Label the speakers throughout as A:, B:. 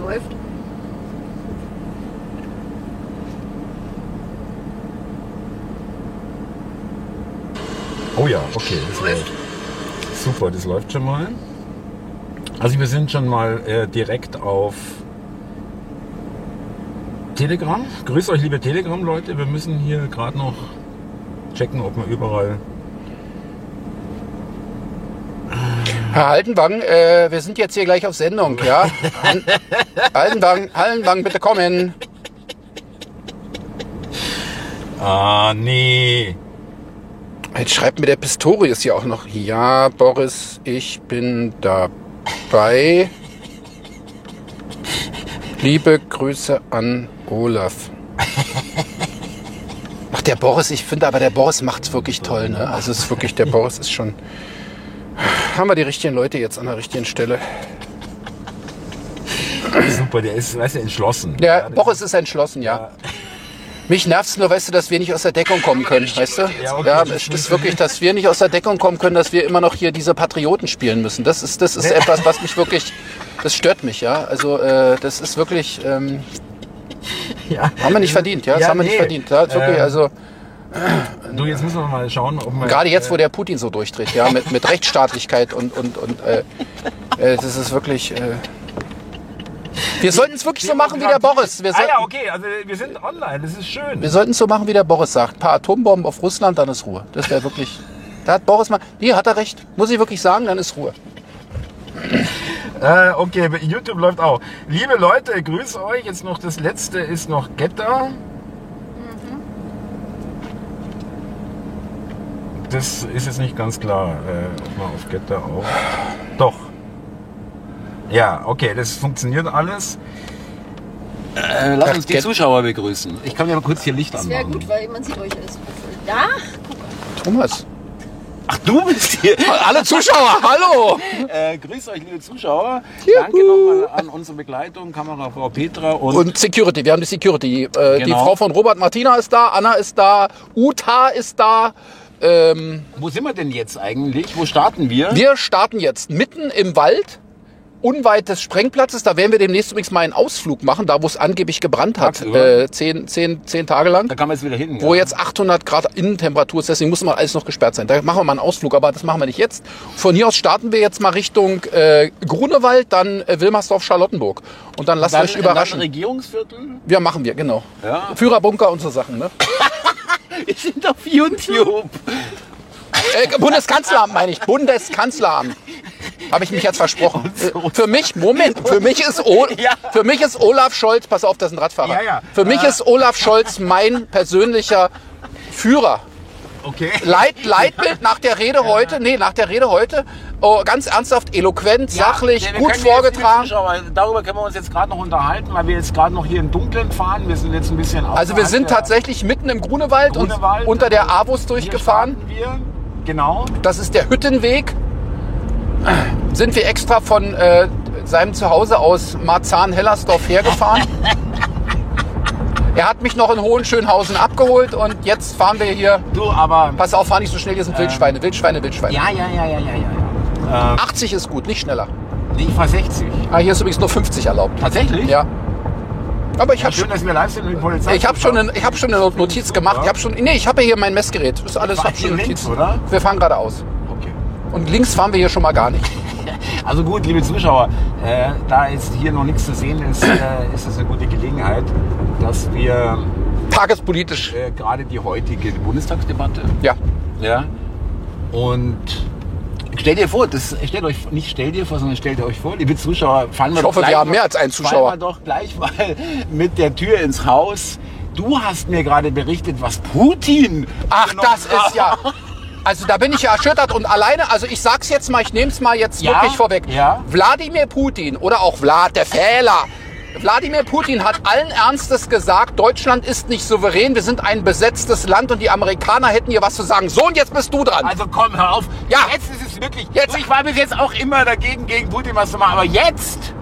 A: Läuft.
B: Oh ja, okay, das läuft. Super, das läuft schon mal. Also wir sind schon mal äh, direkt auf Telegram. Grüß euch, liebe Telegram-Leute. Wir müssen hier gerade noch checken, ob wir überall...
C: Herr Haltenwang, äh, wir sind jetzt hier gleich auf Sendung, ja? Han- Haltenwang, Haltenwang, bitte kommen.
B: Ah, nee.
C: Jetzt schreibt mir der Pistorius hier auch noch. Ja, Boris, ich bin dabei. Liebe Grüße an Olaf. Ach, der Boris, ich finde aber, der Boris macht's wirklich toll, ne? Also es ist wirklich, der Boris ist schon. Haben wir die richtigen Leute jetzt an der richtigen Stelle?
B: Super, der ist, weißt du, entschlossen.
C: Ja,
B: das-
C: Boris ist entschlossen, ja. Mich nervt's nur, weißt du, dass wir nicht aus der Deckung kommen können, weißt du?
B: Ja,
C: Ja,
B: okay, das
C: es
B: muss
C: ist wirklich, dass wir nicht aus der Deckung kommen können, dass wir immer noch hier diese Patrioten spielen müssen. Das ist, das ist etwas, was mich wirklich, das stört mich, ja. Also äh, das ist wirklich, ähm,
B: Ja.
C: haben wir nicht verdient, ja. Das
B: Ja,
C: haben wir
B: nee.
C: nicht verdient. Ja, ist wirklich,
B: Ähm,
C: also
B: Du, jetzt müssen wir mal schauen, ob wir...
C: gerade jetzt, wo der Putin so durchdreht, ja, mit, mit Rechtsstaatlichkeit und und und, äh, äh, das ist wirklich. Äh, wir sollten es wirklich so machen wie der Boris. Wir
B: ah
C: sollten,
B: ja, okay, also wir sind online, das ist schön.
C: Wir sollten es so machen, wie der Boris sagt. Ein paar Atombomben auf Russland, dann ist Ruhe. Das wäre wirklich. Da hat Boris mal. Nee, hat er recht. Muss ich wirklich sagen, dann ist Ruhe.
B: Äh, okay, bei YouTube läuft auch. Liebe Leute, grüß euch. Jetzt noch das letzte ist noch Getter. Das ist jetzt nicht ganz klar, äh, ob man auf Getter auch. Doch. Ja, okay, das funktioniert alles. Äh, lass uns die
C: Get-
B: Zuschauer begrüßen. Ich kann ja mal kurz hier Licht
A: Das wäre gut,
B: anmachen.
A: weil man sieht euch alles. Ja,
C: Thomas.
B: Ach, du bist hier.
C: Alle Zuschauer, hallo!
B: Äh, grüß euch, liebe Zuschauer. Danke nochmal an unsere Begleitung, Kamerafrau Petra und
C: Und Security, wir haben die Security. Äh, Die
B: Genau.
C: Frau von Robert Martina ist da, Anna ist da, Uta ist da. Ähm,
B: Wo sind wir denn jetzt eigentlich? Wo starten wir?
C: wir starten jetzt mitten im Wald, unweit des Sprengplatzes. Da werden wir demnächst übrigens mal einen Ausflug machen, da wo es angeblich gebrannt hat.
B: Tagsüber.
C: Äh, zehn, zehn, zehn Tage lang.
B: Da kann man jetzt wieder hin.
C: wo
B: ja.
C: jetzt 800 Grad Innentemperatur ist, deswegen muss mal alles noch gesperrt sein. Da machen wir mal einen Ausflug, aber das machen wir nicht jetzt. Von hier aus starten wir jetzt mal Richtung äh, Grunewald, dann äh, Wilmersdorf, Charlottenburg. Und dann lasst
B: dann,
C: euch überraschen.
B: Dann Regierungsviertel?
C: ja, machen wir, genau.
B: Ja.
C: Führerbunker und so Sachen, ne?
B: Wir sind auf YouTube.
C: Äh, Bundeskanzleramt meine ich, Bundeskanzleramt. Habe ich mich jetzt versprochen. Äh, Für mich, Moment, für mich ist, o
B: Ja.
C: für mich ist Olaf Scholz, pass auf, das ist ein Radfahrer.
B: Ja, ja.
C: Für mich
B: Äh.
C: ist Olaf Scholz mein persönlicher Führer.
B: Okay.
C: Leit, Leitbild nach der Rede heute, nee, nach der Rede heute, oh, ganz ernsthaft, eloquent, sachlich,
B: Ja, wir
C: gut
B: können jetzt, liebe
C: vorgetragen.
B: Zuschauer, darüber können wir uns jetzt gerade noch unterhalten, weil wir jetzt gerade noch hier im Dunkeln fahren. Wir sind jetzt ein bisschen
C: Also wir
B: außerhalb
C: sind
B: der
C: tatsächlich mitten im Grunewald,
B: Grunewald.
C: und unter der Avus
B: Hier
C: durchgefahren.
B: starten Wir. Genau.
C: Das ist der Hüttenweg. Sind wir extra von äh, seinem Zuhause aus Marzahn-Hellersdorf hergefahren. Er hat mich noch in Hohenschönhausen abgeholt und jetzt fahren wir hier.
B: Du, aber.
C: Pass auf, fahr nicht so schnell, hier sind Wildschweine, Wildschweine, Wildschweine.
B: Ja, ja, ja, ja, ja, ja. Äh,
C: 80 ist gut, nicht schneller.
B: nee, ich fahre 60.
C: Ah, hier ist übrigens nur 50 erlaubt.
B: Tatsächlich?
C: Ja. Aber ich habe
B: Schön, dass wir live sind mit Polizei.
C: ich hab schon, eine, ich hab schon eine Notiz gemacht. Ich hab schon, nee, ich habe hier mein Messgerät. Ist alles
B: Fahr
C: hab schon
B: hier
C: Notiz.
B: links, oder?
C: Wir fahren geradeaus.
B: Okay.
C: Und links fahren wir hier schon mal gar nicht.
B: Also gut, liebe Zuschauer, äh, da jetzt hier noch nichts zu sehen ist, äh, ist es eine gute Gelegenheit, dass wir
C: Tagespolitisch.
B: äh, gerade die heutige Bundestagsdebatte,
C: Ja.
B: ja, und stellt ihr vor, das stellt euch nicht stellt ihr vor, sondern stellt euch vor, liebe Zuschauer, fallen wir
C: Ich
B: doch
C: hoffe,
B: gleich
C: wir haben
B: mal-
C: mehr als einen
B: fallen
C: Zuschauer.
B: wir doch gleich mal mit der Tür ins Haus. Du hast mir gerade berichtet, was Putin.
C: Ach,
B: genommen
C: das
B: hat.
C: ist ja. Genau. Also da bin ich ja erschüttert und alleine, also ich sag's jetzt mal, ich nehm's mal jetzt
B: Ja,
C: wirklich vorweg.
B: ja.
C: Wladimir Putin oder auch Vlad der Fehler. Wladimir Putin hat allen Ernstes gesagt, Deutschland ist nicht souverän, wir sind ein besetztes Land und die Amerikaner hätten hier was zu sagen. So, und jetzt bist du dran.
B: Also komm, hör auf.
C: Ja.
B: Jetzt ist es wirklich.
C: Jetzt.
B: Du, ich war bis jetzt auch immer dagegen, gegen Putin was zu machen. Aber jetzt.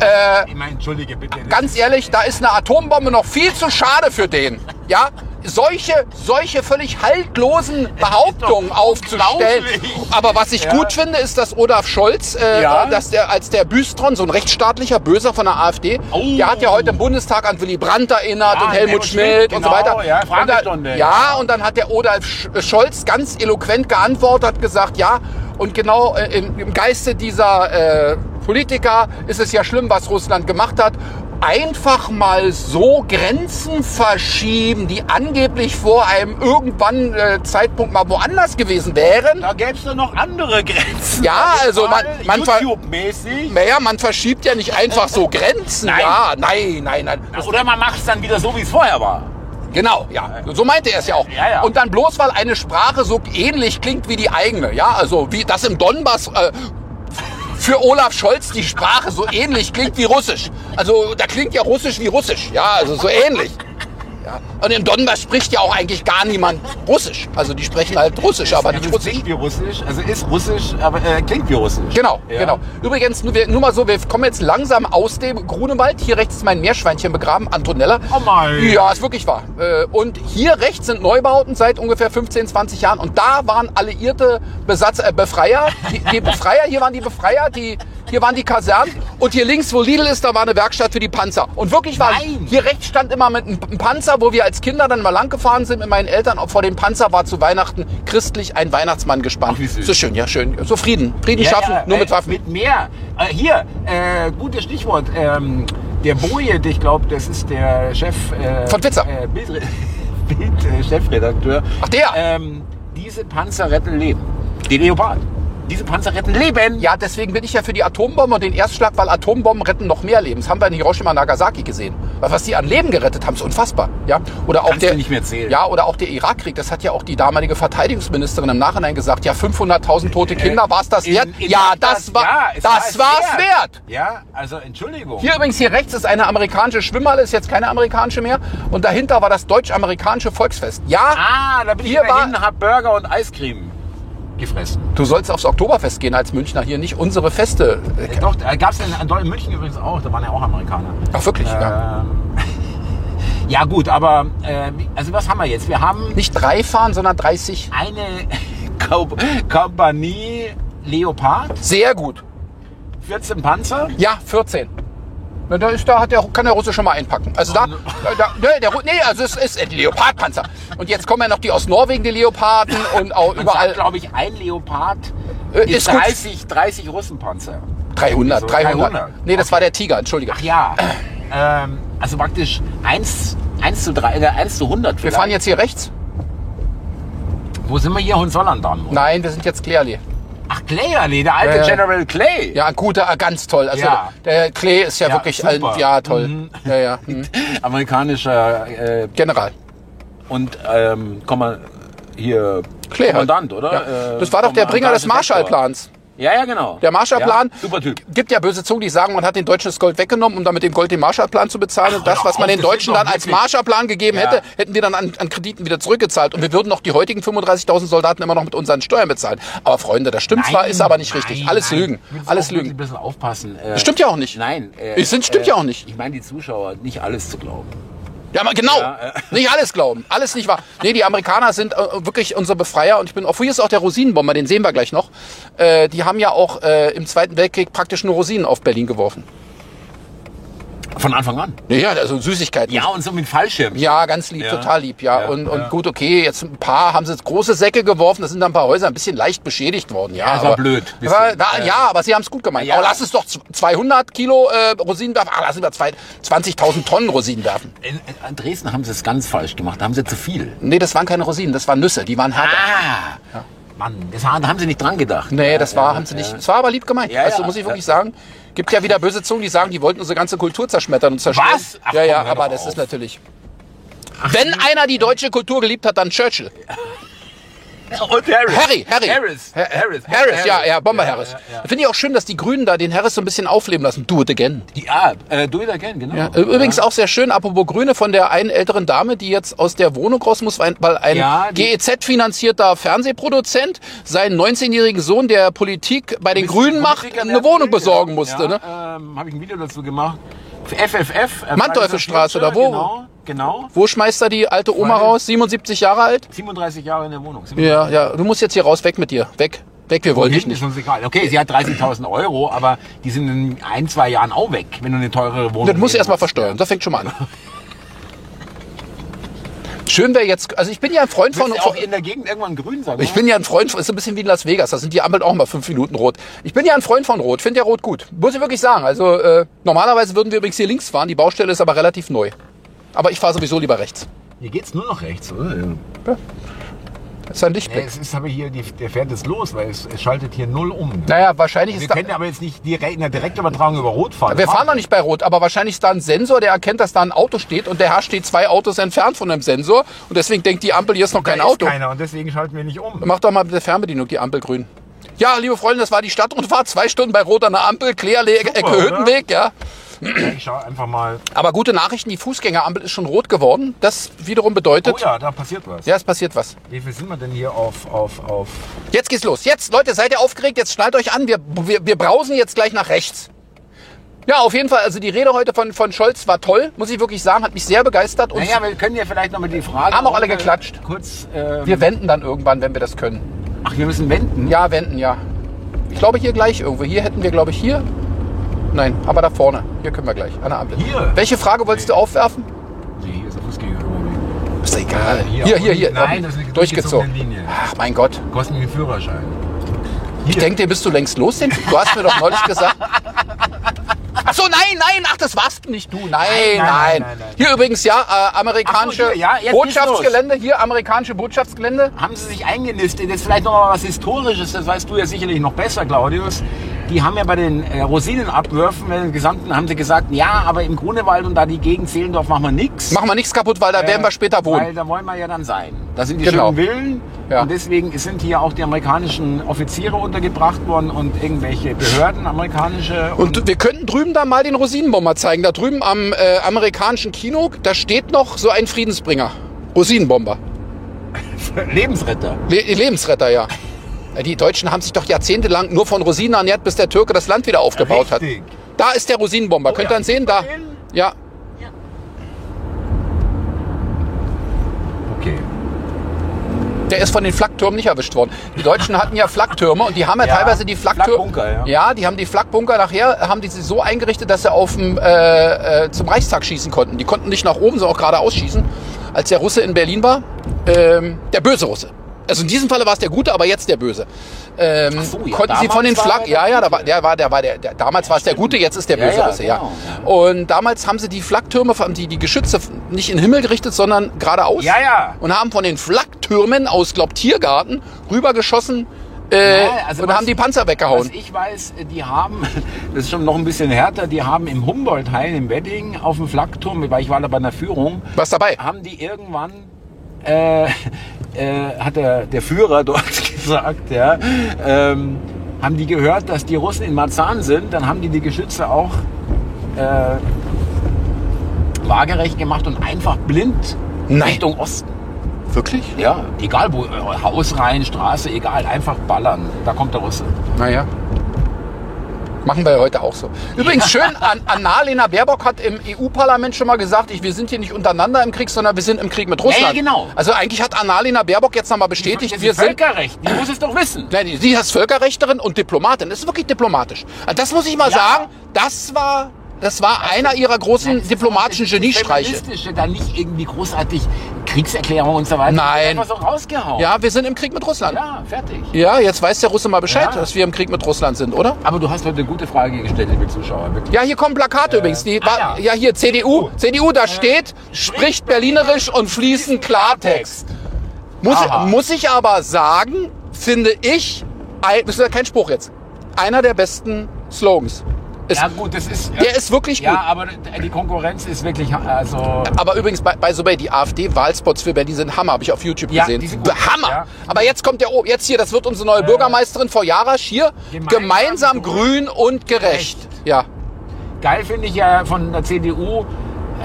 B: Äh, ich meine, entschuldige bitte.
C: Ganz ehrlich, da ist eine Atombombe noch viel zu schade für den. Ja? solche, solche völlig haltlosen Behauptungen aufzustellen.
B: unglaublich.
C: Aber was ich
B: Ja.
C: gut finde, ist, dass Olaf Scholz, äh,
B: Ja.
C: dass der als der Büstron, so ein rechtsstaatlicher Böser von der AfD,
B: Oh.
C: der hat ja heute im Bundestag an Willy Brandt erinnert
B: Ja,
C: und Helmut
B: Helmut
C: Schmidt,
B: Schmidt,
C: und so
B: genau,
C: weiter.
B: ja,
C: und dann,
B: Fragestunde,
C: ja, und dann hat der Olaf Sch- äh, Scholz ganz eloquent geantwortet, hat gesagt, ja, und genau äh, im, im Geiste dieser äh, Politiker ist es ja schlimm, was Russland gemacht hat. Einfach mal so Grenzen verschieben, die angeblich vor einem irgendwann äh, Zeitpunkt mal woanders gewesen wären.
B: Da gäbe es doch noch andere Grenzen.
C: Ja, also man- man ver-
B: YouTube-mäßig.
C: Naja, man verschiebt ja nicht einfach so Grenzen.
B: Nein.
C: Ja, nein, nein, nein.
B: Oder man macht es dann wieder so, wie es vorher war.
C: Genau, ja. So meinte er es ja auch.
B: Ja, ja.
C: Und dann bloß, weil eine Sprache so ähnlich klingt wie die eigene. Ja, also wie das im Donbass äh, für Olaf Scholz die Sprache so ähnlich klingt wie Russisch. Also da klingt ja Russisch wie Russisch. Ja, also so ähnlich. Ja. Und im Donbass spricht ja auch eigentlich gar niemand Russisch. Also die sprechen halt Russisch, aber
B: Ja,
C: nicht
B: das
C: Russisch.
B: Also Klingt wie Russisch, also ist Russisch, aber äh, klingt wie Russisch.
C: Genau,
B: Ja.
C: genau. Übrigens, nur, wir, nur mal so, wir kommen jetzt langsam aus dem Grunewald. Hier rechts ist mein Meerschweinchen begraben, Antonella.
B: Oh mein.
C: Ja, ist wirklich wahr. Äh, Und hier rechts sind Neubauten seit ungefähr 15, 20 Jahren. Und da waren alliierte Besatz, äh, Befreier. Die, die Befreier, hier waren die Befreier, die, hier waren die Kasernen. Und hier links, wo Lidl ist, da war eine Werkstatt für die Panzer. Und wirklich war,
B: Nein.
C: hier rechts stand immer mit einem P- einem Panzer, wo wir als Kinder dann mal lang gefahren sind mit meinen Eltern. Auch vor dem Panzer war zu Weihnachten christlich ein Weihnachtsmann gespannt.
B: Ach, wie süß.
C: So schön, ja, schön. So Frieden. Frieden
B: Ja,
C: schaffen,
B: ja,
C: nur
B: äh,
C: mit Waffen.
B: Mit mehr. Äh, hier, äh, gutes Stichwort. Ähm, der Boje, ich glaube, das ist der Chef. Äh,
C: Von Pfizer.
B: Äh, Bild, Bild, äh, Chefredakteur.
C: Ach, der.
B: Ähm, diese Panzer retten Leben. Die Leopard. Diese Panzer retten Leben.
C: ja, deswegen bin ich ja für die Atombombe und den Erstschlag, weil Atombomben retten noch mehr Leben. Das haben wir in Hiroshima und Nagasaki gesehen. Weil was die an Leben gerettet haben, ist unfassbar. Ja, oder auch
B: Kannst
C: der,
B: du nicht mehr zählen.
C: Ja, oder auch der Irakkrieg. Das hat ja auch die damalige Verteidigungsministerin im Nachhinein gesagt. Ja, 500.000 tote Kinder, war es das
B: Äh, In-
C: wert?
B: in-
C: ja, das war,
B: ja, es
C: das
B: war
C: war's wert.
B: Ja, also Entschuldigung.
C: Hier übrigens, hier rechts ist eine amerikanische Schwimmhalle, ist jetzt keine amerikanische mehr. Und dahinter war das deutsch-amerikanische Volksfest. Ja,
B: Ah, da bin
C: Hier
B: ich
C: war-
B: wieder hin, hab Burger und Eiscreme gefressen.
C: du sollst aufs Oktoberfest gehen als Münchner hier, nicht unsere Feste.
B: Äh, Doch, äh, gab's in, in München übrigens auch, da waren ja auch Amerikaner.
C: Ach wirklich, ja.
B: Ähm, ja gut, aber äh, also was haben wir jetzt? Wir haben
C: Nicht drei fahren, sondern 30.
B: eine Ko Kompanie Leopard,
C: Sehr gut.
B: 14 Panzer.
C: Ja, 14. Na, da, ist, da hat der, kann der Russe schon mal einpacken. Also da, da nee, der, Ru- nee, also es ist ein Leopardpanzer. Und jetzt kommen ja noch die aus Norwegen, die Leoparden und auch überall
B: glaube ich, ein Leopard
C: Äh,
B: ist
C: ist gut.
B: 30, 30 Russenpanzer.
C: 300,
B: so
C: 300.
B: 300.
C: Nee, das war der Tiger, entschuldige.
B: Ach ja, ähm, also praktisch 1, 1 zu 3, äh, 1 zu 100
C: Wir
B: vielleicht.
C: fahren jetzt hier rechts.
B: Wo sind wir hier? Hohenzollern-Damm? oder?
C: Nein, wir sind jetzt Klärli.
B: Ach, Clay, Ali, der alte
C: Ja, ja.
B: General Clay.
C: Ja, ein guter, ah, ganz toll. Also
B: Ja.
C: der Klee ist ja,
B: Ja,
C: wirklich ein,
B: super.
C: ja toll. Ja, ja. mhm.
B: Amerikanischer äh,
C: General.
B: und ähm, komm mal hier
C: Klee halt.
B: Kommandant, oder?
C: Ja.
B: Äh,
C: Das war doch der
B: Kommandant
C: Bringer des
B: Sektor.
C: Marshallplans.
B: Ja, ja, genau.
C: Der Marshallplan
B: Ja, super Typ.
C: gibt ja böse Zungen, die sagen, man hat den Deutschen das Gold weggenommen, um dann mit dem Gold den Marshallplan zu bezahlen. Und das,
B: hör
C: was man
B: auf,
C: den
B: das
C: Deutschen
B: ist doch
C: dann als
B: wirklich-
C: Marshallplan gegeben
B: Ja.
C: hätte, hätten wir dann an, an Krediten wieder zurückgezahlt. Und wir würden noch die heutigen 35.000 Soldaten immer noch mit unseren Steuern bezahlen. Aber Freunde, das stimmt zwar, ist aber nicht richtig.
B: nein,
C: Alles
B: nein.
C: Lügen.
B: Ich muss
C: Alles
B: auch Ein
C: Lügen.
B: bisschen aufpassen. Äh,
C: Das stimmt ja auch nicht.
B: Nein. Äh,
C: Es sind- stimmt ja auch nicht.
B: Ich meine die Zuschauer, nicht alles zu glauben.
C: Ja, ma- genau.
B: Ja, äh.
C: Nicht alles glauben. Alles nicht wahr. Nee, die Amerikaner sind äh, wirklich unsere Befreier. Und ich bin auch, hier ist auch der Rosinenbomber, den sehen wir gleich noch. Äh, die haben ja auch äh, im Zweiten Weltkrieg praktisch nur Rosinen auf Berlin geworfen.
B: Von Anfang an.
C: Ja, also Süßigkeiten.
B: Ja, und so mit Fallschirm.
C: Ja, ganz lieb,
B: Ja.
C: total lieb, ja.
B: Ja,
C: und und
B: ja.
C: gut, okay, jetzt ein paar haben sie jetzt große Säcke geworfen, da sind dann ein paar Häuser ein bisschen leicht beschädigt worden. Ja,
B: Ja, es war
C: aber,
B: blöd, bisschen.
C: War, war,
B: Ja.
C: ja, aber sie haben es gut gemeint.
B: Ja.
C: Aber lass es doch z- 200 Kilo äh, Rosinen werfen. Ah, lassen wir zwei- 20.000 Tonnen Rosinen werfen.
B: In, in Dresden haben sie es ganz falsch gemacht. Da haben sie zu viel.
C: Nee, das waren keine Rosinen, das waren Nüsse, die waren hart.
B: Ah! Mann, das, haben- da haben sie nicht dran gedacht.
C: Nee, das war, haben sie nicht. Es war aber lieb gemeint.
B: Ja,
C: also
B: ja.
C: muss ich wirklich sagen, gibt ja wieder böse Zungen, die sagen, die wollten unsere ganze Kultur zerschmettern und zerstören.
B: Was? Ach,
C: ja, ja,
B: komm, hör
C: aber
B: doch
C: das
B: auf.
C: ist natürlich. Wenn einer die deutsche Kultur geliebt hat, dann Churchill.
B: Und Harris.
C: Harry, Harry.
B: Harris.
C: Ha- Harris, ja, ja, Bomber Harris.
B: Ja, ja, ja.
C: Finde ich auch schön, dass die Grünen da den Harris so ein bisschen aufleben lassen. Do it again.
B: Die, ah, äh, do it again, genau.
C: Ja. Übrigens auch sehr schön, apropos Grüne, von der einen älteren Dame, die jetzt aus der Wohnung raus muss, weil weil ein
B: Ja, die-
C: GEZ-finanzierter Fernsehproduzent seinen 19-jährigen Sohn, der Politik bei den Grünen macht,
B: Politiker,
C: eine
B: der
C: Wohnung
B: Grüne.
C: besorgen musste.
B: Ja,
C: ne?
B: ähm, Habe ich ein Video dazu gemacht. FFF. äh,
C: Manteuffelstraße
B: Fridays
C: oder
B: for
C: wo?
B: Future, Genau. Genau.
C: Wo schmeißt er die alte Oma
B: Weil-
C: raus? 77 Jahre alt?
B: 37 Jahre in der Wohnung.
C: Ja, ja, du musst jetzt hier raus, weg mit dir. Weg, weg, wir wollten dich
B: Hinten ist
C: nicht.
B: uns egal. Okay, sie hat 30.000 Euro, aber die sind in ein, zwei Jahren auch weg, wenn du eine teurere Wohnung
C: Das musst du
B: nehmen
C: erstmal
B: willst.
C: versteuern, das fängt schon mal an. Schön wäre jetzt, also ich bin ja ein Freund von,
B: Willst du auch
C: von
B: in der Gegend irgendwann grün sein?
C: ich bin ja ein Freund von, ist ein bisschen wie in Las Vegas, da sind die Ampeln auch mal fünf Minuten rot. Ich bin ja ein Freund von rot, finde ja rot gut. Muss ich wirklich sagen, also äh, normalerweise würden wir übrigens hier links fahren, die Baustelle ist aber relativ neu. Aber ich fahre sowieso lieber rechts.
B: Hier geht's nur noch rechts, oder? Ja.
C: Das ist ein Lichtblick.
B: Es ist aber hier, die, der fährt jetzt los, weil es, es schaltet hier null um.
C: Naja, wahrscheinlich
B: Wir
C: ist da,
B: können aber jetzt nicht direkt, in der Direktübertragung über Rot fahren.
C: wir fahren noch nicht bei Rot, aber wahrscheinlich ist da ein Sensor, der erkennt, dass da ein Auto steht und der Herr steht zwei Autos entfernt von dem Sensor und deswegen denkt die Ampel, hier ist noch
B: Da
C: kein
B: ist
C: Auto.
B: keiner und deswegen schalten wir nicht um.
C: Mach doch mal mit der Fernbedienung die Ampel grün. Ja, liebe Freunde, das war die Stadtrundfahrt. Zwei Stunden bei Rot an der Ampel, Klärle Ecke
B: oder?
C: Hüttenweg, ja.
B: Ich schau einfach mal.
C: Aber gute Nachrichten, die Fußgängerampel ist schon rot geworden. Das wiederum bedeutet,
B: Oh ja, da passiert was.
C: ja, es passiert was.
B: Wie viel sind wir denn hier auf, auf, auf?
C: Jetzt geht's los. Jetzt, Leute, seid ihr aufgeregt? Jetzt schnallt euch an. Wir, wir, wir brausen jetzt gleich nach rechts. Ja, auf jeden Fall. Also die Rede heute von, von Scholz war toll, muss ich wirklich sagen. Hat mich sehr begeistert. Und
B: Naja, wir können ja vielleicht nochmal die Frage.
C: Haben auch alle
B: Runde
C: geklatscht.
B: Kurz. ähm,
C: wir wenden dann irgendwann, wenn wir das können.
B: ach, wir müssen wenden.
C: Ja, wenden, ja. Ich glaube hier gleich irgendwo. Hier hätten wir, glaube ich, hier. Nein, aber da vorne. Hier können wir gleich. An der Ampel.
B: Hier?
C: Welche Frage wolltest du aufwerfen?
B: Nee, hier ist der Fußgängerüberweg.
C: Ist egal.
B: Hier,
C: Hier, hier, hier.
B: Nein, das ist eine
C: durchgezogen.
B: durchgezogene Linie.
C: Ach mein Gott.
B: Kosten den Führerschein.
C: Ich denke, dir bist du längst los, den Typ. Du hast mir doch neulich gesagt. Ach so, nein, nein, ach, das warst nicht du. Nein, nein.
B: nein, nein, nein, nein.
C: Hier übrigens, ja, äh, amerikanische
B: Ach so, hier, ja, jetzt geht's
C: Botschaftsgelände. Hier, amerikanische Botschaftsgelände.
B: Haben sie sich eingenistet? Jetzt vielleicht noch mal was Historisches, das weißt du ja sicherlich noch besser, Claudius. Die haben ja bei den äh, Rosinenabwürfen, bei den gesamten, haben sie gesagt, ja, aber im Grunewald und da die Gegend Zehlendorf machen wir nichts.
C: Machen wir nichts kaputt, weil da Äh, werden wir später
B: Weil
C: wohnen.
B: da wollen wir ja dann sein. Da sind die
C: Genau.
B: schönen Villen.
C: Ja.
B: Und deswegen sind hier auch die amerikanischen Offiziere untergebracht worden und irgendwelche Behörden amerikanische.
C: Und wir könnten drüben da mal den Rosinenbomber zeigen. Da drüben am äh, amerikanischen Kino, da steht noch so ein Friedensbringer. Rosinenbomber.
B: Lebensretter.
C: Le Lebensretter, ja. Äh, Die Deutschen haben sich doch jahrzehntelang nur von Rosinen ernährt, bis der Türke das Land wieder aufgebaut
B: Richtig. Oh
C: hat. Da ist der Rosinenbomber. Könnt ihr
B: ja,
C: ihn sehen? Da.
B: den?
C: Ja.
B: Okay.
C: Der ist von den Flaktürmen nicht erwischt worden. Die Deutschen hatten ja Flaktürme und die haben ja,
B: Ja,
C: teilweise die Flaktürme.
B: Flakbunker, ja.
C: die haben die Flakbunker nachher, haben die sie so eingerichtet, dass sie auf dem, äh, äh, zum Reichstag schießen konnten. Die konnten nicht nach oben, sondern auch geradeaus schießen. Als der Russe in Berlin war, ähm, der böse Russe. Also in diesem Falle war es der Gute, aber jetzt der Böse. Ähm,
B: so, ja,
C: konnten sie
B: damals
C: von den
B: war
C: Flak,
B: er der
C: ja, ja, da
B: Gute.
C: war, der war, der war der, der damals war es der Gute, jetzt ist der
B: Ja,
C: böse
B: ja,
C: Russe, ja.
B: genau, ja.
C: Und damals haben sie die Flaktürme, haben die, die Geschütze nicht in den Himmel gerichtet, sondern geradeaus.
B: Ja, ja.
C: Und haben von den Flaktürmen aus, glaub, Tiergarten rübergeschossen äh,
B: Ja, also
C: und
B: was-
C: haben die Panzer
B: Was
C: weggehauen.
B: ich weiß, die haben, das ist schon noch ein bisschen härter, die haben im Humboldt-Hain in Wedding auf dem Flakturm, weil ich war da bei einer Führung,
C: Was dabei?
B: haben die irgendwann, äh, äh, hat der, der Führer dort gesagt, ja, ähm, haben die gehört, dass die Russen in Marzahn sind, dann haben die die Geschütze auch äh, waagerecht gemacht und einfach blind
C: Nein.
B: Richtung Osten.
C: Wirklich?
B: Ja, egal wo, äh, Haus rein, Straße, egal, einfach ballern. Da kommt der Russe.
C: Naja. Machen wir ja heute auch so. Übrigens schön, An Annalena Baerbock hat im EU-Parlament schon mal gesagt, ich, wir sind hier nicht untereinander im Krieg, sondern wir sind im Krieg mit Russland.
B: ja, genau.
C: Also eigentlich hat Annalena Baerbock jetzt nochmal bestätigt,
B: Das
C: wir
B: ist
C: sind
B: Völkerrecht, die muss es doch wissen.
C: Nein, sie ist Völkerrechterin und Diplomatin. Das ist wirklich diplomatisch. Ah, Das muss ich mal
B: Ja.
C: sagen, das war, das war einer ihrer großen diplomatischen Geniestreiche.
B: Feministische, dann nicht irgendwie großartig Kriegserklärung und so weiter.
C: Nein.
B: Einfach so rausgehauen.
C: Ja, wir sind im Krieg mit Russland. Ja,
B: Ja, fertig.
C: jetzt weiß der Russe mal Bescheid,
B: Ja.
C: dass wir im Krieg mit Russland sind, oder?
B: Aber du hast heute eine gute Frage gestellt, liebe Zuschauer. Wirklich.
C: Ja, hier kommen Plakate übrigens. Die,
B: ah,
C: war-
B: ja.
C: ja.
B: Oh. Äh,
C: hier, CDU. CDU, da steht, spricht Berlinerisch und fließend Klartext. Muss,
B: Aha.
C: muss ich aber sagen, finde ich, ein- das ist ja kein Spruch jetzt, einer der besten Slogans. Ist,
B: Ja, gut, das ist.
C: Der ist wirklich gut.
B: Ja, aber die Konkurrenz ist wirklich. Also.
C: Aber übrigens, bei, bei Sobey, die AfD-Wahlspots für Berlin sind Hammer, habe ich auf YouTube
B: Ja,
C: gesehen.
B: die sind gut.
C: Hammer!
B: Ja.
C: Aber jetzt kommt der, oh, jetzt hier, das wird unsere neue Bürgermeisterin Frau Jarasch hier. Gemeinsam,
B: Gemeinsam
C: grün und gerecht.
B: gerecht.
C: Ja.
B: Geil finde ich ja von der CDU, äh,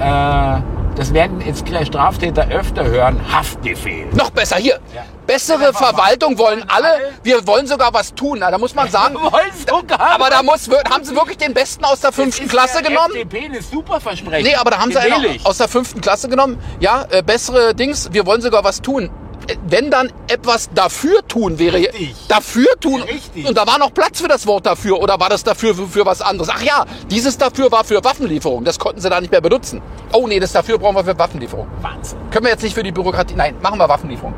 B: das werden jetzt gleich Straftäter öfter hören, Haftbefehl.
C: Noch besser, hier.
B: Ja.
C: Bessere Verwaltung wollen alle. Wir wollen sogar was tun. Na, da muss man sagen.
B: Wollen sogar
C: Aber da
B: was
C: muss, wir- haben sie wirklich den Besten aus der fünften Klasse genommen?
B: FDP eine super Versprechen.
C: Nee, aber da haben sie
B: Den will
C: einen
B: ich.
C: aus der fünften Klasse genommen. Ja, äh, bessere Dings, wir wollen sogar was tun. Äh, Wenn dann etwas dafür tun wäre,
B: Richtig.
C: dafür tun,
B: Richtig.
C: und da war noch Platz für das Wort dafür, oder war das dafür für, für was anderes? Ach ja, dieses dafür war für Waffenlieferung, das konnten sie da nicht mehr benutzen. Oh nee, das dafür brauchen wir für Waffenlieferung.
B: Wahnsinn.
C: Können wir jetzt nicht für die Bürokratie, nein, machen wir Waffenlieferung.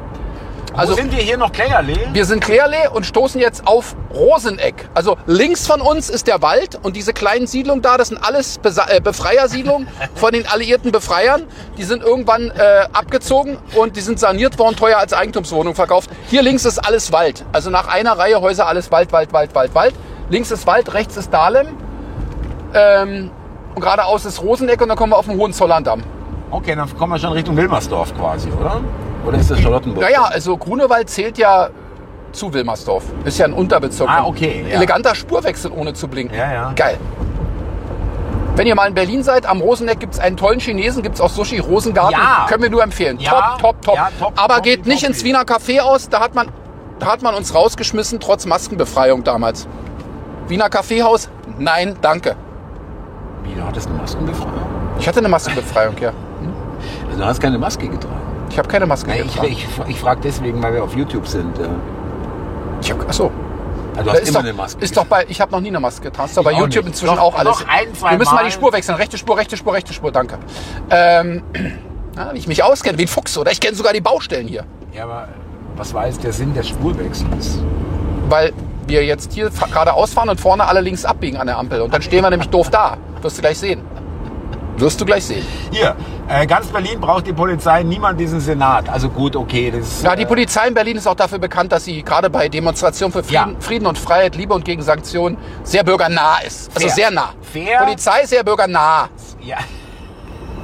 B: Also
C: Also,
B: sind wir hier noch Klägerlee?
C: wir sind Klärlee und stoßen jetzt auf Roseneck. Also links von uns ist der Wald und diese kleinen Siedlungen da, das sind alles Besa- äh, Befreiersiedlungen von den alliierten Befreiern. Die sind irgendwann äh, abgezogen und die sind saniert worden, teuer als Eigentumswohnung verkauft. Hier links ist alles Wald. Also nach einer Reihe Häuser alles Wald, Wald, Wald, Wald, Wald. Links ist Wald, rechts ist Dahlem. Ähm, und geradeaus ist Roseneck und dann kommen wir auf den Hohenzollerndamm.
B: Okay, dann kommen wir schon Richtung Wilmersdorf quasi, oder? Oder ist das Charlottenburg?
C: Naja, also Grunewald zählt ja zu Wilmersdorf. Ist ja ein Unterbezirk.
B: Ah, okay, ja.
C: Eleganter Spurwechsel ohne zu blinken.
B: Ja, ja.
C: Geil. Wenn ihr mal in Berlin seid, am Roseneck gibt's einen tollen Chinesen, gibt's auch Sushi, Rosengarten.
B: Ja.
C: Können wir nur empfehlen.
B: Ja.
C: Top, top, top.
B: Ja, top,
C: Aber
B: top,
C: geht nicht
B: top.
C: ins Wiener Café aus, da hat man, da hat man uns rausgeschmissen, trotz Maskenbefreiung damals. Wiener Kaffeehaus? Nein, danke.
B: Wie, du hattest eine Maskenbefreiung?
C: Ich hatte eine Maskenbefreiung, ja.
B: Also du hast keine Maske getragen.
C: Ich habe keine Maske
B: Nein, ich
C: getragen.
B: ich, ich frage deswegen, weil wir auf YouTube sind. äh.
C: Ich hab, achso.
B: Also du
C: Da
B: hast
C: Äh, ist
B: immer
C: doch,
B: eine Maske.
C: ist doch bei, ich habe noch nie eine Maske getragen. Ist doch bei
B: auch
C: YouTube
B: nicht.
C: inzwischen
B: Noch-
C: auch alles.
B: noch ein, zwei
C: Wir müssen mal
B: Mal.
C: die Spur wechseln. Rechte Spur, rechte Spur, rechte Spur, danke. Ähm, na, wie ich mich auskenne, wie ein Fuchs, oder? Ich kenne sogar die Baustellen hier.
B: Ja, aber was war jetzt der Sinn des Spurwechsels?
C: Weil wir jetzt hier fa- geradeaus fahren und vorne alle links abbiegen an der Ampel. Und dann stehen wir nämlich doof da. Wirst du gleich sehen. Wirst du gleich sehen.
B: Hier, äh, ganz Berlin braucht die Polizei niemand diesen Senat. Also gut, okay, das ist...
C: Ja, die Polizei in Berlin ist auch dafür bekannt, dass sie gerade bei Demonstrationen für Frieden,
B: Ja.
C: Frieden und Freiheit, Liebe und gegen Sanktionen sehr bürgernah ist. Also
B: Fair.
C: sehr nah.
B: Fair.
C: Polizei sehr bürgernah.
B: ja.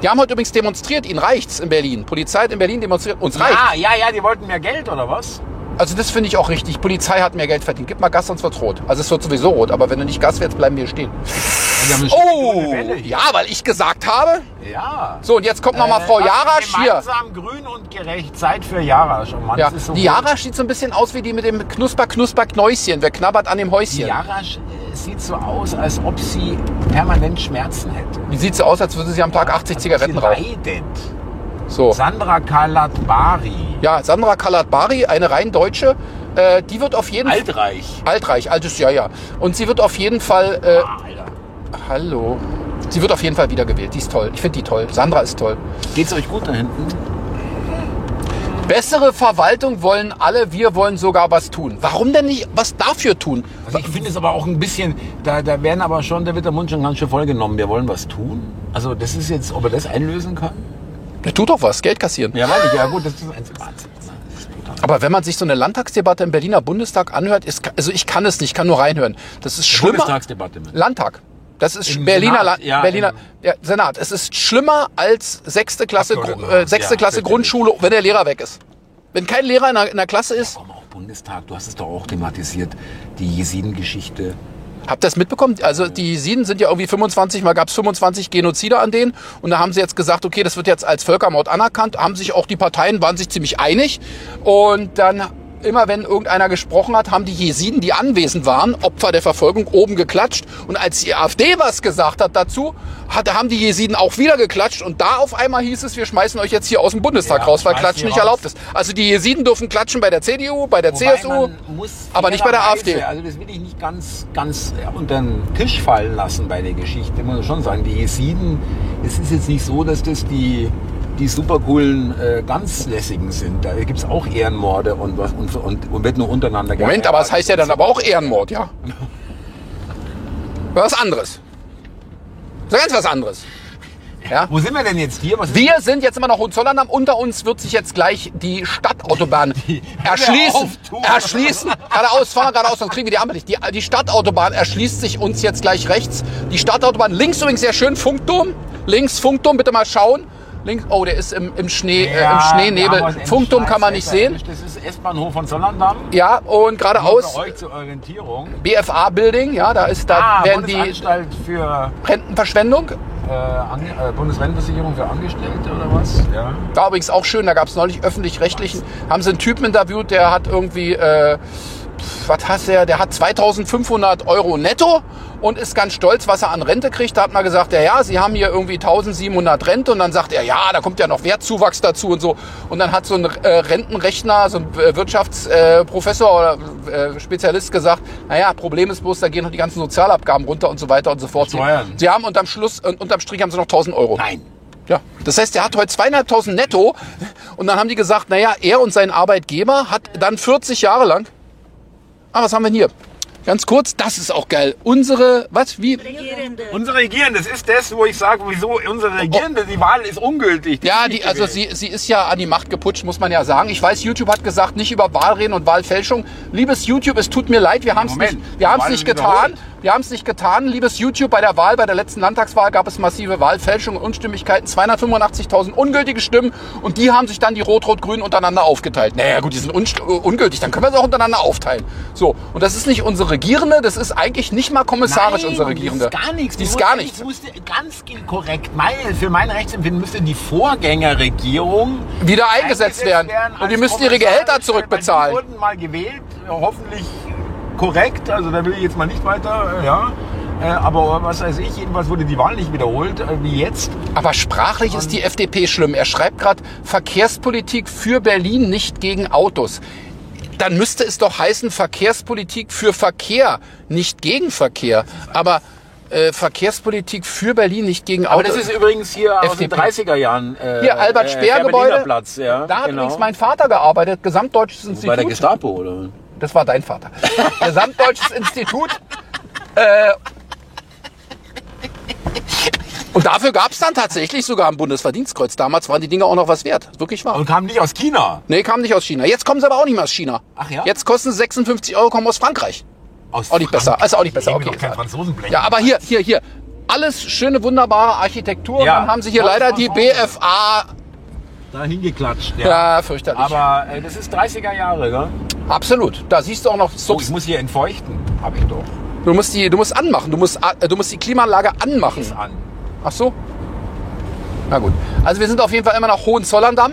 C: Die haben heute übrigens demonstriert, ihnen reicht's in Berlin. Polizei hat in Berlin demonstriert, uns reicht.
B: Ah, ja, ja, die wollten mehr Geld, oder was?
C: Also das finde ich auch richtig. Polizei hat mehr Geld verdient. Gib mal Gas, sonst wird's rot. Also es wird sowieso rot, aber wenn du nicht Gas fährst, bleiben wir stehen.
B: Die Also haben eine schöne
C: Oh,
B: Welle hier.
C: ja, weil ich gesagt habe.
B: Ja.
C: So, und jetzt kommt nochmal Frau
B: das
C: Jarasch hier.
B: Gemeinsam grün und gerecht. Zeit für Jarasch. Oh Mann,
C: Ja,
B: das ist so
C: die
B: gut.
C: Jarasch sieht so ein bisschen aus wie die mit dem Knusper-Knusper-Knäuschen. Wer knabbert an dem
B: Die
C: Häuschen?
B: Jarasch äh, sieht so aus, als ob sie permanent Schmerzen hätte.
C: Wie sieht so aus, als würde sie am Tag 80 Zigaretten
B: also
C: rauchen?
B: sie leidet.
C: So.
B: Sandra Kalatbari.
C: Ja, Sandra Kalatbari, eine rein Deutsche, äh, die wird auf jeden Fall...
B: Altreich.
C: Altreich, altes, ja, ja. Und sie wird auf jeden Fall... Äh,
B: Ah, Alter.
C: Hallo. Sie wird auf jeden Fall wiedergewählt. Die ist toll. Ich finde die toll. Sandra ist toll.
B: Geht's euch gut da hinten?
C: Bessere Verwaltung wollen alle. Wir wollen sogar was tun. Warum denn nicht was dafür tun?
B: Also ich finde es aber auch ein bisschen, da, da werden aber schon, da wird der Mund schon ganz schön vollgenommen. Wir wollen was tun. Also das ist jetzt, ob er das einlösen kann?
C: Na, Tu doch was. Geld kassieren.
B: Ja, weiß ich. Ja gut, das ist ein Wahnsinn.
C: Aber wenn man sich so eine Landtagsdebatte im Berliner Bundestag anhört, ist, also ich kann es nicht, ich kann nur reinhören. Das ist schlimmer.
B: Bundestagsdebatte. mit.
C: Landtag. Das ist
B: Im
C: Berliner,
B: Senat,
C: Land-
B: ja,
C: Berliner
B: im-
C: ja, Senat. Es ist schlimmer als sechste Klasse, Gru-
B: Abgeordnetenhaus,
C: äh, sechste
B: ja,
C: Klasse
B: fürchterlich.
C: Grundschule, wenn der Lehrer weg ist. Wenn kein Lehrer in der, in der Klasse ist,
B: Komm, auch Bundestag, du hast es doch auch thematisiert, die Jesiden-Geschichte.
C: Habt ihr das mitbekommen? Also die Jesiden sind ja irgendwie 25, mal gab es 25 Genozide an denen und da haben sie jetzt gesagt, okay, das wird jetzt als Völkermord anerkannt, haben sich auch die Parteien, waren sich ziemlich einig und dann immer wenn irgendeiner gesprochen hat, haben die Jesiden, die anwesend waren, Opfer der Verfolgung, oben geklatscht und als die AfD was gesagt hat dazu, hat, haben die Jesiden auch wieder geklatscht und da auf einmal hieß es, wir schmeißen euch jetzt hier aus dem Bundestag
B: Ja,
C: raus, weil
B: schmeißt
C: Klatschen
B: die
C: nicht
B: raus.
C: erlaubt ist. Also die Jesiden dürfen klatschen bei der CDU, bei der
B: Wobei
C: CSU,
B: man muss
C: aber nicht bei der
B: fairerweise,
C: AfD.
B: Also das will ich nicht ganz, ganz äh, unter den Tisch fallen lassen bei der Geschichte. Muss ich schon sagen, die Jesiden, es ist jetzt nicht so, dass das die, die super coolen, äh, ganz lässigen sind. Da gibt's auch Ehrenmorde und, was, und, und, und wird nur untereinander
C: Moment,
B: geheiratet.
C: aber es heißt ja dann aber auch Ehrenmord, ja? Was anderes. So ganz was anderes. Ja?
B: Wo sind wir denn jetzt hier? Was ist
C: Wir sind jetzt immer noch Hohenzollern am. Unter uns wird sich jetzt gleich die Stadtautobahn erschließen.
B: auftun.
C: Erschließen. Geradeaus, fahren wir geradeaus, sonst kriegen wir die Ampel nicht. Die, die Stadtautobahn erschließt sich uns jetzt gleich rechts. Die Stadtautobahn links übrigens sehr schön, Funkturm. Links Funkturm, bitte mal schauen. Links, oh, der ist im, im
B: Ja,
C: Schnee, äh, im
B: ja, aber
C: Schnee-Nebel.
B: es
C: Funkturm kann man nicht
B: ist
C: sehen.
B: Das ist S-Bahnhof von Sonnendamm.
C: Ja, und geradeaus
B: Für euch zur Orientierung.
C: BFA-Building, ja, da ist, da
B: Ah,
C: werden die
B: Bundesanstalt für
C: Rentenverschwendung.
B: äh, An äh, Bundesrentenversicherung für Angestellte oder was? Ja.
C: Da übrigens auch schön, da gab es neulich öffentlich-rechtlichen, haben sie einen Typen interviewt, der hat irgendwie, äh, pf, was hat der, der hat 2500 Euro netto und ist ganz stolz, was er an Rente kriegt. Da hat man gesagt, ja, ja, sie haben hier irgendwie 1700 Rente und dann sagt er, ja, da kommt ja noch Wertzuwachs dazu und so. Und dann hat so ein äh, Rentenrechner, so ein äh, Wirtschaftsprofessor äh, Professor oder äh, Spezialist gesagt, naja, Problem ist bloß, da gehen noch die ganzen Sozialabgaben runter und so weiter und so fort. Sie,
B: Steuern.
C: sie haben unterm Schluss, äh, unterm Strich haben sie noch 1000 Euro.
B: Nein.
C: Ja, das heißt, er hat heute zweieinhalbtausend netto und dann haben die gesagt, naja, er und sein Arbeitgeber hat dann 40 Jahre lang. Ah, was haben wir denn hier? Ganz kurz, das ist auch geil. Unsere, was, wie?
B: Unsere Regierende, das ist das, wo ich sage, wieso unsere Regierende, die Wahl ist ungültig. Die
C: Oh, Ja,
B: ist
C: die,
B: nicht
C: also
B: gewählt.
C: sie, sie ist ja an die Macht geputscht, muss man ja sagen. Ich weiß, YouTube hat gesagt, nicht über Wahl reden und Wahlfälschung. Liebes YouTube, es tut mir leid, wir haben es
B: Moment,
C: nicht, wir haben's
B: Wahl
C: nicht
B: ist wiederholt.
C: getan. Wir haben es nicht getan. Liebes YouTube, bei der Wahl, bei der letzten Landtagswahl gab es massive Wahlfälschungen, Unstimmigkeiten, 285.000 ungültige Stimmen und die haben sich dann die Rot-Rot-Grün untereinander aufgeteilt. Naja gut, die sind unst- äh, ungültig, dann können wir sie auch untereinander aufteilen. So, und das ist nicht unsere Regierende, das ist eigentlich nicht mal kommissarisch
B: Nein,
C: unsere
B: die
C: Regierende.
B: Ist gar nichts.
C: Die ist gar nichts.
B: Ich musste ganz korrekt, mein, für mein Rechtsempfinden müsste die Vorgängerregierung
C: Wieder eingesetzt werden. Und die
B: als
C: müssen
B: Kommissare,
C: ihre Gehälter zurückbezahlen.
B: weil Die wurden mal gewählt, hoffentlich korrekt, also da will ich jetzt mal nicht weiter, äh, ja. Äh, Aber was weiß ich, jedenfalls wurde die Wahl nicht wiederholt, äh, wie jetzt.
C: Aber sprachlich ist die FDP schlimm. Er schreibt gerade Verkehrspolitik für Berlin, nicht gegen Autos. Dann müsste es doch heißen Verkehrspolitik für Verkehr, nicht gegen Verkehr. Aber äh, Verkehrspolitik für Berlin, nicht gegen
B: Aber
C: Autos.
B: das ist Äh, übrigens hier aus den
C: FDP.
B: 30er Jahren. äh,
C: hier Albert
B: äh,
C: Speer
B: Berliner
C: Gebäude.
B: Platz, ja.
C: da hat
B: genau.
C: übrigens mein Vater gearbeitet, Gesamtdeutsches Institut.
B: Bei der Gestapo, oder?
C: Das war dein Vater. Gesamtdeutsches Institut. Äh, und dafür gab es dann tatsächlich sogar ein Bundesverdienstkreuz. Damals waren die Dinger auch noch was wert. Wirklich wahr.
B: Und kam nicht aus China.
C: Nee, kam nicht aus China. Jetzt kommen sie aber auch nicht mehr aus China.
B: Ach ja?
C: Jetzt kosten sie 56 Euro, kommen aus Frankreich.
B: Aus
C: Auch nicht besser. Also auch nicht besser.
B: Ich will
C: Okay.
B: doch kein Franzosenblech.
C: Ja, aber hier, hier, hier. Alles schöne, wunderbare Architektur.
B: Ja.
C: Dann haben sie hier
B: Voll
C: leider die
B: von
C: BFA.
B: Da hingeklatscht, ja.
C: Ja, fürchterlich.
B: Aber äh, das ist 30er Jahre, gell?
C: Absolut. Da siehst du auch noch
B: Oh, ich
C: Subs.
B: muss hier entfeuchten. Hab ich doch.
C: Du musst die, du musst anmachen. Du musst, äh, du musst die Klimaanlage anmachen.
B: Ist an.
C: Ach so. Na gut. Also wir sind auf jeden Fall immer nach Hohenzollern-Damm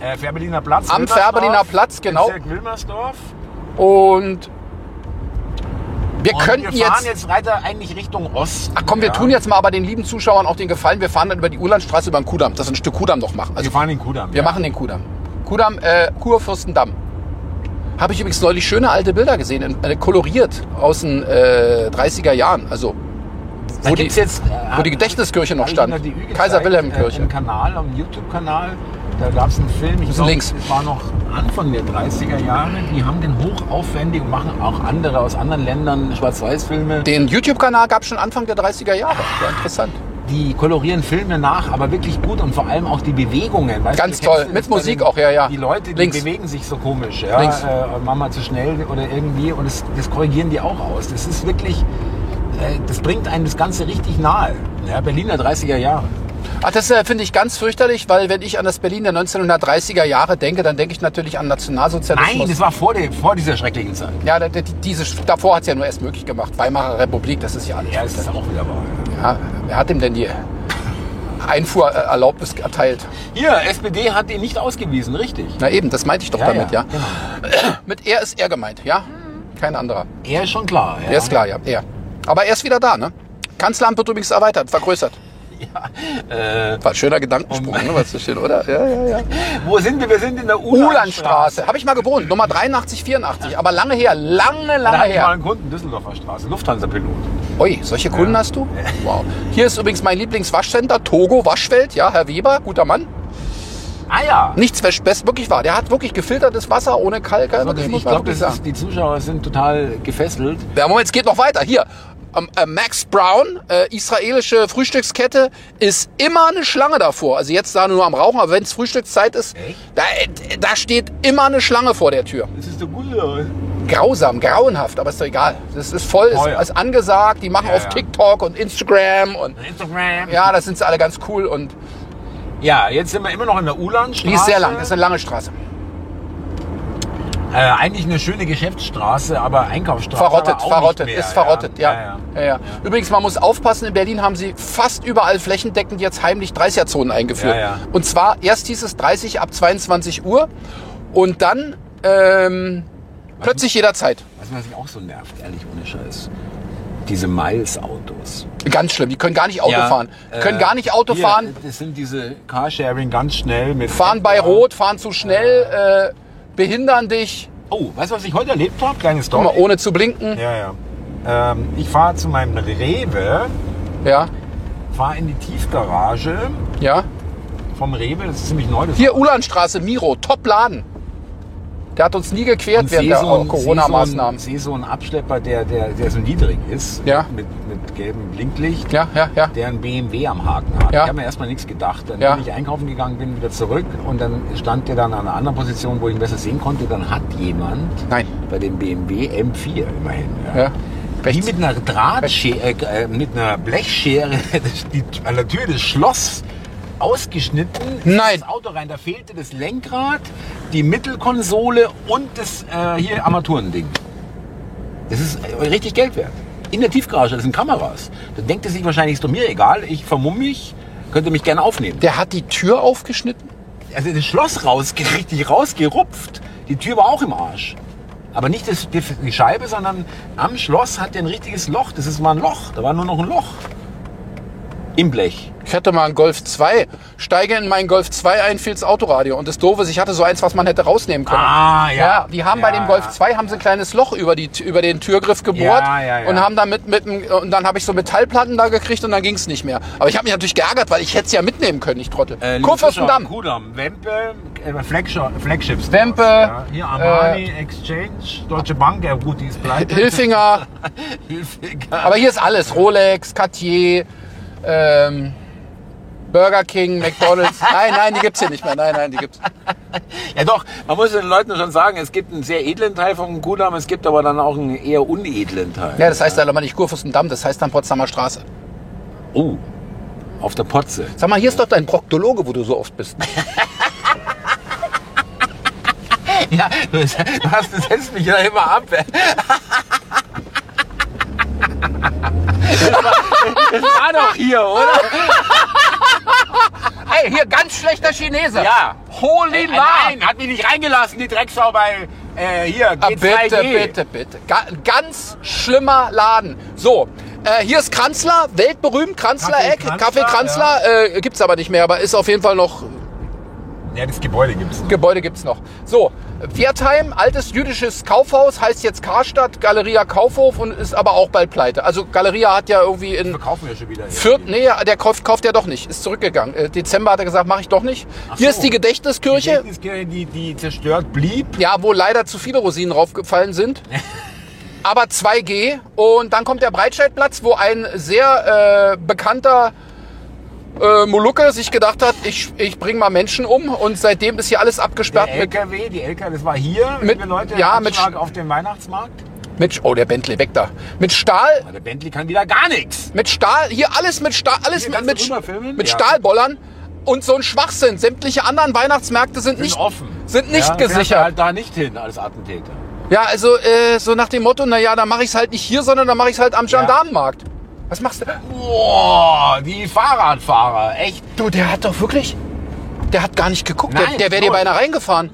B: Äh, Fährberliner Platz.
C: Am
B: Wilmersdorf,
C: Fährberliner Platz, genau.
B: Bezirk Wilmersdorf.
C: und wir
B: Und
C: könnten
B: wir fahren
C: jetzt
B: jetzt, weiter eigentlich Richtung Osten.
C: Ach komm, wir
B: ja.
C: tun jetzt mal aber den lieben Zuschauern auch den Gefallen. Wir fahren dann über die Ulandstraße über den Kudamm, dass wir ein Stück Kudamm noch machen. Also
B: Wir fahren in Kudamm.
C: wir machen den Kudamm. Kudamm, äh, Kurfürstendamm. Habe ich übrigens neulich schöne alte Bilder gesehen, in, äh, koloriert aus den äh, 30er Jahren. Also
B: Da
C: wo
B: gibt's
C: die-
B: jetzt, äh,
C: wo die Gedächtniskirche noch
B: hab ich
C: stand.
B: Ihnen noch die Ü gezeigt,
C: Kaiser-Wilhelm-Kirche.
B: Äh, Im Kanal, am YouTube-Kanal. Da gab es einen Film, ich
C: Bisschen links.
B: es war noch Anfang der 30er Jahre. Die haben den hochaufwendig und machen auch andere aus anderen Ländern Schwarz-Weiß-Filme.
C: den YouTube-Kanal gab es schon Anfang der 30er Jahre. Sehr interessant.
B: die kolorieren Filme nach, aber wirklich gut und vor allem auch die Bewegungen. Weißt
C: Ganz
B: du kennst
C: toll.
B: das
C: Mit
B: bei
C: Musik auch, ja, ja.
B: Die Leute, die
C: Links.
B: bewegen sich so komisch. Ja,
C: Links.
B: Äh, und machen mal zu schnell oder irgendwie und das, das korrigieren die auch aus. Das ist wirklich, äh, das bringt einem das Ganze richtig nahe. Ja, Berliner 30er Jahre.
C: Ach, das äh, finde ich ganz fürchterlich, weil wenn ich an das Berlin der 1930er Jahre denke, dann denke ich natürlich an Nationalsozialismus.
B: Nein, das war vor, der, vor dieser schrecklichen Zeit.
C: Ja, da- die- diese, davor hat es ja nur erst möglich gemacht. Weimarer Republik, das ist ja alles.
B: Ja, es ist auch wieder wahr.
C: Ja, wer hat ihm denn die Einfuhrerlaubnis erteilt?
B: Hier, SPD hat ihn nicht ausgewiesen, richtig.
C: Na eben, das meinte ich doch
B: Ja,
C: damit,
B: ja, genau.
C: ja. Mit er ist er gemeint, ja? Kein anderer.
B: Er ist schon klar. Ja.
C: Er ist klar, ja, er. Aber er ist wieder da, ne? Kanzleramt wird übrigens erweitert, vergrößert.
B: Äh,
C: War ein schöner Gedankensprung, ne? Was so schön, oder? Ja, ja, ja.
B: wo sind wir? Wir sind in der Ulandstraße.
C: Ulandstraße, habe ich mal gewohnt, Nummer 83, 84. Aber lange her, lange,
B: Da
C: lange
B: hatte ich mal
C: her.
B: einen Kunden, Düsseldorfer Straße, Lufthansa-Pilot.
C: Ui, solche Kunden hast du? Wow. Hier ist übrigens mein Lieblingswaschcenter, Togo Waschfeld, ja, Herr Weber, guter Mann.
B: Ah ja.
C: Nichts wäscht best, wirklich wahr. Der hat wirklich gefiltertes Wasser ohne Kalk. Also, das
B: Wirklich,
C: muss
B: ich
C: man
B: glaube,
C: wirklich sagen.
B: die Zuschauer sind total gefesselt.
C: Ja, Moment, es geht noch weiter. Hier, ähm, äh, Max Brown, äh, israelische Frühstückskette, ist immer eine Schlange davor. Also jetzt da nur am Rauchen, aber wenn es Frühstückszeit ist,
B: Echt?
C: da, äh, da steht immer eine Schlange vor der Tür.
B: Das ist so gut. oder?
C: Grausam, grauenhaft, aber ist doch egal. Das ist voll, ist,
B: Teuer.
C: ist angesagt. Die machen
B: Ja,
C: auf
B: ja.
C: TikTok und Instagram und
B: Instagram. Ja.
C: ja, das sind sie alle ganz cool und
B: ja, jetzt sind wir immer noch in der Ulandstraße.
C: die ist sehr lang. Das ist eine lange Straße.
B: Äh, eigentlich eine schöne Geschäftsstraße, aber Einkaufsstraße.
C: Verrottet,
B: aber auch
C: verrottet,
B: nicht mehr,
C: ist verrottet, ja.
B: ja, ja.
C: Ja, ja. Übrigens, man muss aufpassen, in Berlin haben sie fast überall flächendeckend jetzt heimlich 30er-Zonen eingeführt.
B: Ja, ja.
C: Und zwar erst hieß es 30 ab 22 Uhr und dann ähm, plötzlich jederzeit.
B: Weißt du, was mich auch so nervt, ehrlich, ohne Scheiß? Diese Miles-Autos.
C: Ganz schlimm, die können gar nicht Auto fahren. Die können gar nicht Auto
B: äh, hier, äh,
C: fahren,
B: Das sind diese Carsharing ganz schnell mit.
C: fahren bei Rot, fahren zu schnell, äh, behindern dich,
B: Oh, weißt du, was ich heute erlebt habe? Kleine
C: Guck mal,
B: Story.
C: ohne zu blinken.
B: Ja, ja. Ähm, ich fahre zu meinem Rewe,
C: Ja,
B: fahre in die Tiefgarage
C: ja.
B: vom Rewe, das ist ziemlich neu. Das
C: Hier Ulanstraße, Miro, Top-Laden. Der hat uns nie gequert
B: Und
C: während
B: sehe
C: der
B: so einen-
C: Corona-Maßnahmen.
B: Sehe so einen Abschlepper, der, der, der so niedrig ist,
C: Ja.
B: mit, mit gelbem Blinklicht,
C: Ja, ja, ja.
B: der einen BMW am Haken hat.
C: Ja.
B: Ich habe mir erstmal nichts gedacht. Dann
C: Ja.
B: bin ich einkaufen gegangen, bin wieder zurück und dann stand der dann an einer anderen Position, wo ich ihn besser sehen konnte. Dann hat jemand
C: Nein.
B: bei dem BMW M4 immerhin.
C: Ja.
B: Die mit einer Drahtschere, äh, mit einer Blechschere das- die, an der Tür das Schloss ausgeschnitten. ist
C: Nein.
B: Das Auto rein, da fehlte das Lenkrad, die Mittelkonsole und das äh, hier Armaturending. Das ist äh, richtig Geld wert. In der Tiefgarage, das sind Kameras. Da denkt er sich wahrscheinlich, ist doch mir egal, ich vermumm mich, könnte mich gerne aufnehmen.
C: Der hat die Tür aufgeschnitten?
B: Also das Schloss raus, richtig rausgerupft. Die Tür war auch im Arsch. Aber nicht das, die, die Scheibe, sondern am Schloss hat er ein richtiges Loch. Das ist war ein Loch. Da war nur noch ein Loch. Im Blech.
C: Ich hatte mal einen Golf 2. Steige in meinen Golf 2 ein, fehlt das Autoradio. Und das Doofe ist, ich hatte so eins, was man hätte rausnehmen können.
B: Ah, ja.
C: die haben bei
B: Ja,
C: dem Golf
B: ja.
C: 2 haben sie ein kleines Loch über, die, über den Türgriff gebohrt
B: Ja, ja, ja.
C: und haben damit mit dem- und dann habe ich so Metallplatten da gekriegt und dann ging es nicht mehr. Aber ich habe mich natürlich geärgert, weil ich hätte es ja mitnehmen können, ich Trottel.
B: Äh, liebe
C: Kurfürstendamm.
B: Zuschauer, Kudamm, Wempe, äh, Flagship, Äh, Flagships.
C: Wempe,
B: Ja, hier Armani, Exchange, Deutsche Bank. Ja gut, die ist pleite.
C: Hilfinger.
B: Hilfiger.
C: Aber hier ist alles. Rolex, Cartier, ähm, Burger King, McDonalds. Nein, nein, die gibt's hier nicht mehr. Nein, nein, die gibt's.
B: Ja doch, man muss den Leuten schon sagen, es gibt einen sehr edlen Teil vom Kudamm, es gibt aber dann auch einen eher unedlen Teil.
C: Ja, das heißt dann aber nicht Kurfürstendamm, das heißt dann Potsdamer Straße.
B: Oh, auf der Potze.
C: Sag mal, hier ist doch dein Proktologe, wo du so oft bist.
B: Ja, du hast, du setzt mich ja immer ab. Das war doch hier, oder?
C: Ey, hier ganz schlechter Chinese.
B: Ja.
C: Holy
B: Nein,
C: Nein.
B: hat mich nicht reingelassen, die Drecksau bei äh, hier.
C: Ah,
B: G2G.
C: bitte, bitte, bitte. Ga ganz schlimmer Laden. So, äh, hier ist Kranzler, weltberühmt, Kranzler-Eck.
B: Kaffee Kranzler,
C: Kaffee Kranzler, äh, gibt's aber nicht mehr, aber ist auf jeden Fall noch
B: Ja, das Gebäude gibt es.
C: Gebäude gibt's noch. So, Wertheim, altes jüdisches Kaufhaus, heißt jetzt Karstadt, Galeria Kaufhof und ist aber auch bald pleite. Also Galeria hat ja irgendwie in
B: Verkaufen wir schon wieder. hier.
C: Fürth, nee, der kauft, kauft ja doch nicht, ist zurückgegangen. Äh, Dezember hat er gesagt, mache ich doch nicht. Hier
B: so.
C: ist
B: Die
C: die Gedächtniskirche,
B: Gedächtniskirche, die, die zerstört blieb.
C: ja, wo leider zu viele Rosinen raufgefallen sind. aber 2G und dann kommt der Breitscheidplatz, wo ein sehr äh, bekannter äh, Molucke sich gedacht hat, ich, ich bringe mal Menschen um und seitdem ist hier alles
B: Der
C: abgesperrt mit
B: LKW, die LKW, das war hier,
C: Mit-
B: liebe Leute,
C: ja, mit
B: Anschlag
C: Sch-
B: auf dem Weihnachtsmarkt.
C: Mit, oh, der Bentley weg da. Mit Stahl,
B: Aber der Bentley kann wieder gar nichts.
C: mit Stahl, hier alles mit Stahl, alles
B: Hier, kannst
C: mit, mit,
B: du rüberfilmen?
C: mit
B: Ja.
C: Stahlbollern und so ein Schwachsinn. Sämtliche anderen Weihnachtsmärkte sind,
B: Sind
C: nicht
B: offen.
C: Sind nicht
B: Ja, fährt
C: gesichert.
B: halt da nicht hin als Attentäter.
C: Ja, also äh, so nach dem Motto, naja, dann mache ich es halt nicht hier, sondern dann mache ich es halt am Gendarmenmarkt. Was machst du?
B: Boah, die Fahrradfahrer, echt.
C: Du, der hat doch wirklich. Der hat gar nicht geguckt.
B: Nein,
C: der der wäre dir
B: null.
C: beinahe reingefahren.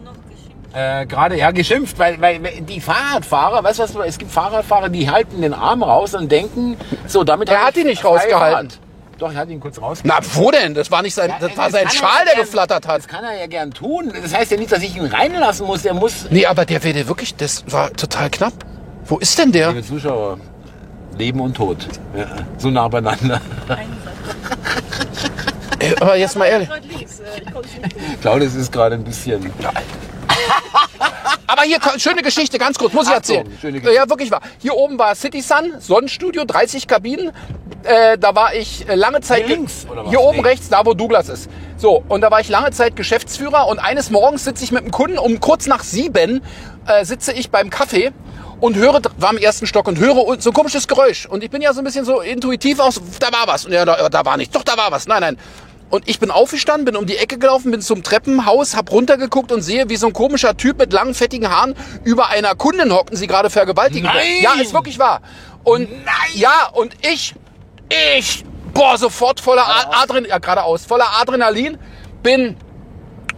B: Äh, Gerade ja geschimpft, weil, weil die Fahrradfahrer, weißt du was, es gibt Fahrradfahrer, die halten den Arm raus und denken, so damit.
C: Er
B: hab
C: hat
B: ich
C: ihn nicht
B: freie
C: rausgehalten.
B: Fahrt. Doch, er hat ihn kurz rausgehalten.
C: Na, wo denn? Das war nicht sein. das war sein Schal, der geflattert hat.
B: Das kann er ja gern tun. Das heißt ja nicht, dass ich ihn reinlassen muss. Der muss.
C: Nee, aber der wäre dir wirklich. Das war total knapp. Wo ist denn der?
B: Liebe Zuschauer, Leben und Tod. Ja, so nah beieinander.
C: Äh, aber jetzt mal ehrlich.
A: Gerade links, äh, ich konnte es nicht gut.
B: Claudius ist gerade ein bisschen.
C: Aber hier, schöne Geschichte, ganz kurz, muss ich
B: Achtung,
C: erzählen.
B: schöne Geschichte.
C: Ja, wirklich wahr. Hier oben war City Sun, Sonnenstudio, 30 Kabinen. Äh, da war ich äh, lange Zeit...
B: Hier links, oder was?
C: Hier oben
B: Nee.
C: rechts, da wo Douglas ist. So, und da war ich lange Zeit Geschäftsführer und eines Morgens sitze ich mit einem Kunden um kurz nach sieben äh, sitze ich beim Kaffee und höre, war im ersten Stock und höre un- so ein komisches Geräusch. Und ich bin ja so ein bisschen so intuitiv aus, da war was. Und ja, da, da war nichts. Doch, da war was. Nein, nein. Und ich bin aufgestanden, bin um die Ecke gelaufen, bin zum Treppenhaus, hab runtergeguckt und sehe, wie so ein komischer Typ mit langen, fettigen Haaren über einer Kundin hockten, sie gerade vergewaltigen.
B: Nein!
C: wollen. Ja, ist wirklich wahr. Und
B: Nein!
C: ja, und ich, ich, boah, sofort voller A- Adrenalin, ja, geradeaus, voller Adrenalin, bin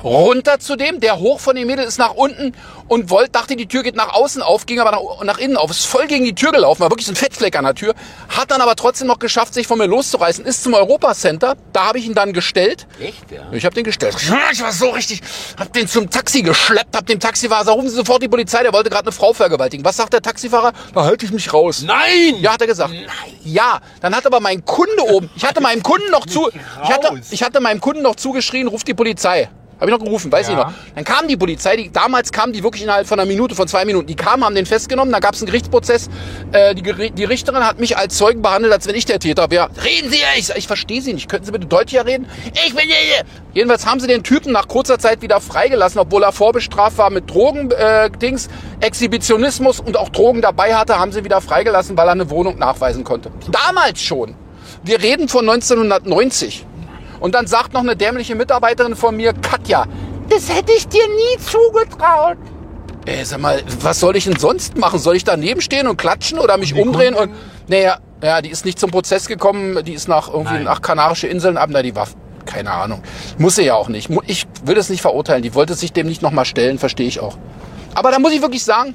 C: runter zu dem, der hoch von dem Mädel ist nach unten und wollte, dachte, die Tür geht nach außen auf, ging aber nach, nach innen auf, ist voll gegen die Tür gelaufen, war wirklich so ein Fettfleck an der Tür, hat dann aber trotzdem noch geschafft, sich von mir loszureißen, ist zum Europacenter, da habe ich ihn dann gestellt.
B: Echt, ja?
C: Ich habe den gestellt. Ich war so richtig, hab den zum Taxi geschleppt, hab dem Taxifahrer gesagt, rufen Sie sofort die Polizei, der wollte gerade eine Frau vergewaltigen. Was sagt der Taxifahrer? Da halte ich mich raus.
B: Nein!
C: Ja, hat er gesagt. Ja, dann hat aber mein Kunde oben, ich hatte meinem Kunden noch zu, ich hatte,
B: raus.
C: ich hatte meinem Kunden noch zugeschrien, ruft die Polizei. Habe ich noch gerufen, weiß
B: Ja.
C: ich noch. Dann kam die Polizei, die, damals kam die wirklich innerhalb von einer Minute, von zwei Minuten. Die kamen, haben den festgenommen, dann gab es einen Gerichtsprozess. Äh, die, Geri- die Richterin hat mich als Zeugen behandelt, als wenn ich der Täter wäre. Reden Sie ja! Ich, sag, ich verstehe Sie nicht. Könnten Sie bitte deutlicher reden? Ich bin hier. Jedenfalls haben sie den Typen nach kurzer Zeit wieder freigelassen, obwohl er vorbestraft war mit Drogen, äh, Dings, Exhibitionismus und auch Drogen dabei hatte, haben sie wieder freigelassen, weil er eine Wohnung nachweisen konnte. Damals schon. Wir reden von 1990. Und dann sagt noch eine dämliche Mitarbeiterin von mir, Katja, das hätte ich dir nie zugetraut. Ey, Äh, sag mal, was soll ich denn sonst machen? Soll ich daneben stehen und klatschen oder mich umdrehen? Und naja, ja, die ist nicht zum Prozess gekommen, die ist nach irgendwie
B: Nein.
C: nach Kanarische Inseln ab, na die war keine Ahnung. Muss sie ja auch nicht. Mu- Ich will das nicht verurteilen. Die wollte sich dem nicht nochmal stellen, verstehe ich auch. Aber da muss ich wirklich sagen,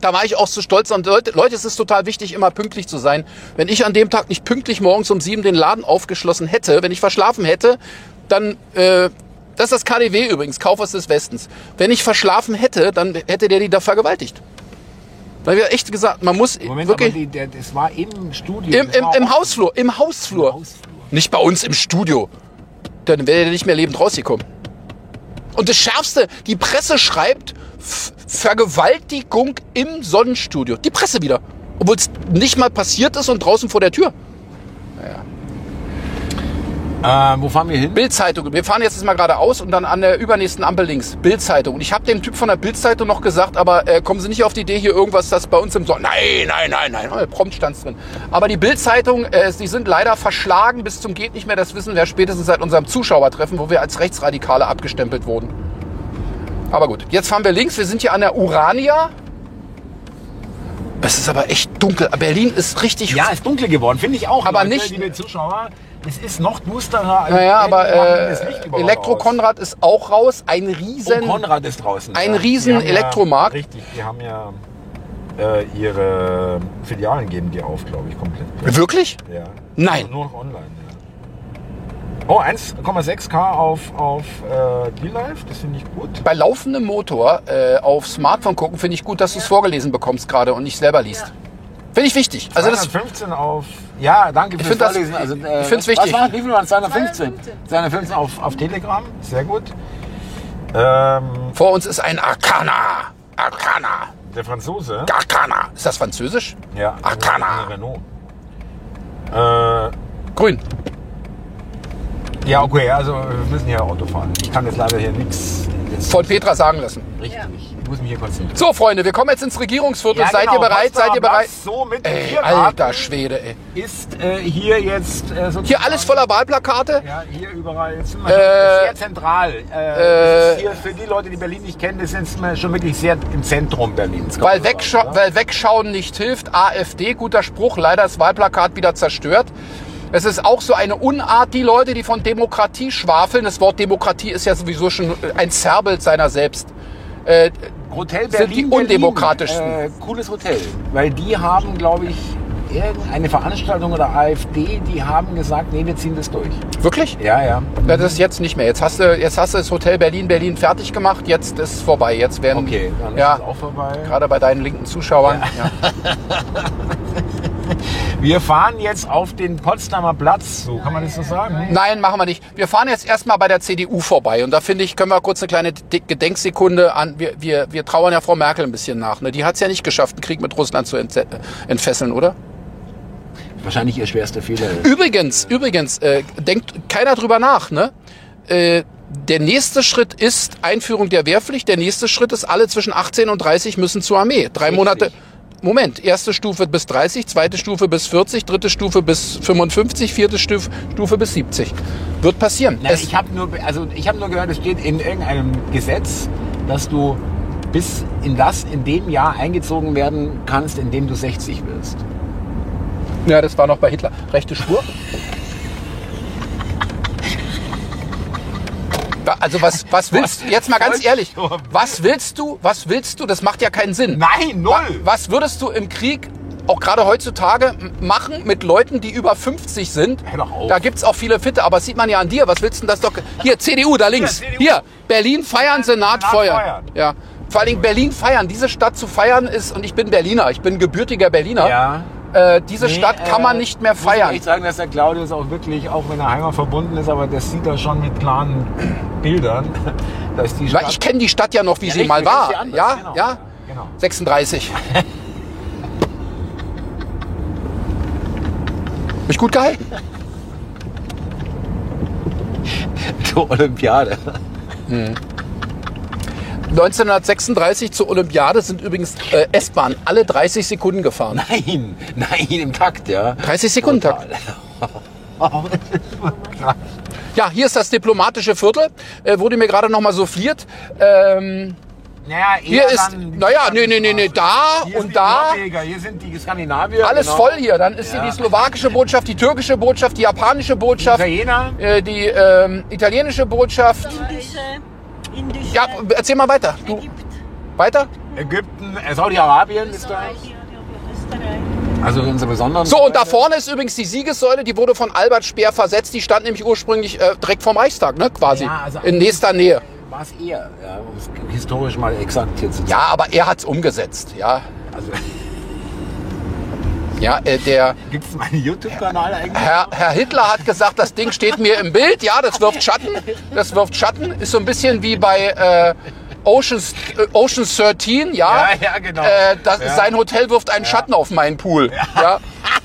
C: da war ich auch so stolz. Und Leute, Leute, es ist total wichtig, immer pünktlich zu sein. Wenn ich an dem Tag nicht pünktlich morgens um sieben den Laden aufgeschlossen hätte, wenn ich verschlafen hätte, dann, äh, das ist das KDW übrigens, Kaufhaus des Westens. Wenn ich verschlafen hätte, dann hätte der die da vergewaltigt. Weil wir echt gesagt, man muss
B: Moment,
C: wirklich
B: aber die, der, das war im Studio.
C: im,
B: das
C: im,
B: war
C: im
B: auch-
C: Hausflur, im Hausflur.
B: Im Hausflur.
C: Nicht bei uns im Studio. Dann wäre der nicht mehr lebend rausgekommen. Und das Schärfste, die Presse schreibt F Vergewaltigung im Sonnenstudio. Die Presse wieder. Obwohl es nicht mal passiert ist und draußen vor der Tür.
B: Äh, wo fahren wir hin?
C: Bildzeitung. Wir fahren jetzt erst mal geradeaus und dann an der übernächsten Ampel links. Bildzeitung. Und ich habe dem Typ von der Bildzeitung noch gesagt, aber äh, kommen Sie nicht auf die Idee, hier irgendwas, das bei uns im Sonnen. Nein, nein, nein, nein. Oh, prompt stand's drin. Aber die Bildzeitung, äh, die sind leider verschlagen bis zum geht nicht mehr. Das wissen wir spätestens seit unserem Zuschauertreffen, wo wir als Rechtsradikale abgestempelt wurden. Aber gut, jetzt fahren wir links. Wir sind hier an der Urania. Es ist aber echt dunkel. Berlin ist richtig
B: Ja, ist dunkel geworden, finde ich auch.
C: Aber
B: Leute,
C: nicht-
B: Liebe Zuschauer, es ist noch düsterer. als-
C: Naja,
B: Wir
C: aber
B: machen das
C: äh,
B: Licht überhaupt
C: Elektro
B: aus.
C: Konrad ist auch raus. Ein riesen
B: Oh, Konrad ist draußen.
C: Ein
B: ja. Die
C: riesen
B: haben
C: Elektromarkt.
B: Ja, richtig, die haben ja äh, ihre Filialen geben die auf, glaube ich, komplett.
C: Wirklich?
B: Ja.
C: Nein.
B: Also nur noch online, ja. Oh, 1,6K auf, auf äh, D-Live, das finde ich gut.
C: Bei laufendem Motor äh, auf Smartphone gucken, finde ich gut, dass du es vorgelesen bekommst gerade und nicht selber liest.
A: Ja.
C: Finde ich wichtig. Also das,
B: 215 auf. Ja, danke fürs
C: find das-
B: Vorlesen. Also, äh,
C: ich find's
B: was-
C: wichtig.
B: Was war, wie viel waren es? 215?
A: 215.
B: 215 auf, auf Telegram, sehr gut. Ähm,
C: vor uns ist ein Arcana. Arcana.
B: der Franzose.
C: Arcana. Ist das Französisch?
B: Ja,
C: Arcana.
B: Renault. Äh,
C: Grün.
B: ja, okay, also wir müssen hier Auto fahren. Ich kann jetzt leider hier nichts. jetzt-
C: Von Petra sagen lassen.
B: Richtig.
A: Ja.
B: Ich muss mich hier konzentrieren.
C: So, Freunde, wir kommen jetzt ins Regierungsviertel. Seid
B: genau.
C: ihr bereit? Seid ihr bereit?
B: So mit dem
C: Ey,
B: Biergarten
C: alter Schwede, ey.
B: ist äh, hier jetzt äh, sozusagen-
C: Hier alles voller Wahlplakate.
B: Ja, hier überall. Jetzt sind wir
C: Äh,
B: sehr zentral. Äh, das
C: äh,
B: ist hier für die Leute, die Berlin nicht kennen, das sind wir schon wirklich sehr im Zentrum Berlins. kann
C: Weil,
B: man
C: wegscha
B: sagen,
C: weil wegschauen nicht hilft. AfD, guter Spruch, leider ist Wahlplakat wieder zerstört. Es ist auch so eine Unart, die Leute, die von Demokratie schwafeln. Das Wort Demokratie ist ja sowieso schon ein Zerrbild seiner selbst. Äh,
B: ja? Hotel
C: sind
B: Berlin,
C: die
B: Berlin,
C: undemokratischsten.
B: Äh, cooles Hotel. Weil die haben, glaube ich, irgendeine Veranstaltung oder AfD, die haben gesagt, nee, wir ziehen das durch. Hm.
C: wirklich?
B: Ja, ja.
C: Na, das ist jetzt nicht mehr. Jetzt hast du, jetzt hast du das Hotel Berlin Berlin fertig gemacht. Jetzt ist es vorbei. Jetzt werden
B: Okay, dann
C: ja
B: ist es auch vorbei.
C: gerade bei deinen linken Zuschauern. Ja.
B: Wir fahren jetzt auf den Potsdamer Platz, so kann man das so sagen?
C: Nein, machen wir nicht. Wir fahren jetzt erstmal bei der CDU vorbei. Und da finde ich, können wir kurz eine kleine D- Gedenksekunde an. Wir, wir, wir trauern ja Frau Merkel ein bisschen nach. Ne? Die hat es ja nicht geschafft, einen Krieg mit Russland zu entse- äh, entfesseln, oder?
B: Wahrscheinlich ihr schwerster Fehler.
C: Übrigens, übrigens, äh, denkt keiner drüber nach, ne? Äh, der nächste Schritt ist Einführung der Wehrpflicht. Der nächste Schritt ist, alle zwischen 18 und 30 müssen zur Armee. Drei Monate. Moment, erste Stufe bis 30, zweite Stufe bis 40, dritte Stufe bis 55, vierte Stufe, Stufe bis 70. Wird passieren.
B: Na,
C: Es-
B: ich habe nur, also ich habe nur gehört, es steht in irgendeinem Gesetz, dass du bis in das in dem Jahr eingezogen werden kannst, in dem du 60 wirst.
C: ja, das war noch bei Hitler. Rechte Spur. Da- Also was, was willst du, jetzt mal ganz ehrlich, was willst du, was willst du, das macht ja keinen Sinn.
B: Nein,
C: Wa- Was würdest du im Krieg auch gerade heutzutage m- machen mit Leuten, die über 50 sind?
B: Hör doch auf.
C: Da gibt's auch viele Fitte, aber das sieht man ja an dir. Was willst du denn das doch? Hier, CDU, da links.
B: CDU.
C: Hier, Berlin feiern, Senat
B: Senat
C: feuern.
B: feuern.
C: Ja. Vor allen Dingen Berlin feiern. Diese Stadt zu feiern ist, und ich bin Berliner, ich bin gebürtiger Berliner.
B: Ja.
C: Äh, diese
B: Nee,
C: Stadt kann man
B: äh,
C: nicht mehr
B: Muss ich
C: feiern.
B: echt sagen, dass der Claudius auch wirklich, auch wenn er Heimat verbunden ist, aber das sieht er schon mit klaren Bildern, dass die
C: Weil ich kenne die Stadt ja noch, wie sie mal war. ja, ja.
B: Genau.
C: 36. Hab ich gut gehalten?
B: Die Olympiade.
C: 1936 zur Olympiade sind übrigens äh, S-Bahn alle 30 Sekunden gefahren.
B: Nein, nein, im Takt, ja.
C: 30 Sekunden Takt. Ja, hier ist das diplomatische Viertel. Äh, wurde mir gerade nochmal souffliert. Ähm,
B: Naja, eher
C: hier ist,
B: dann-
C: naja, nee, nee, nee, nee, da
B: Hier sind
C: und
B: die
C: da.
B: Norweger, hier sind die Skandinavier.
C: Alles
B: genau.
C: voll hier. Dann ist hier
B: Ja.
C: die slowakische Botschaft, die türkische Botschaft, die japanische Botschaft,
B: Italiener.
C: äh, die ähm, italienische Botschaft.
A: Indische, indische,
C: Ja, erzähl mal weiter. Du,
A: Ägypt,
C: weiter?
B: Ägypten, äh, Saudi-Arabien ist da.
A: Österreich, Österreich.
B: Also unsere besonderen.
C: So, und da vorne ist übrigens die Siegessäule, die wurde von Albert Speer versetzt. Die stand nämlich ursprünglich äh, direkt vorm Reichstag, ne, quasi.
B: Ja, also-
C: in nächster Nähe.
B: war es eher, ja, um es historisch mal exakt hier zu
C: Ja, aber er hat's umgesetzt, ja.
B: Also,
C: Ja, äh, der
B: Gibt es meinen YouTube-Kanal eigentlich?
C: Herr, Herr Hitler hat gesagt, das Ding steht mir im Bild. Ja, das wirft Schatten. Das wirft Schatten. Ist so ein bisschen wie bei äh, Oceans, äh, Ocean 13, ja.
B: Ja, ja, genau.
C: Äh, das,
B: Ja.
C: Sein Hotel wirft einen Schatten auf meinen Pool. Ja.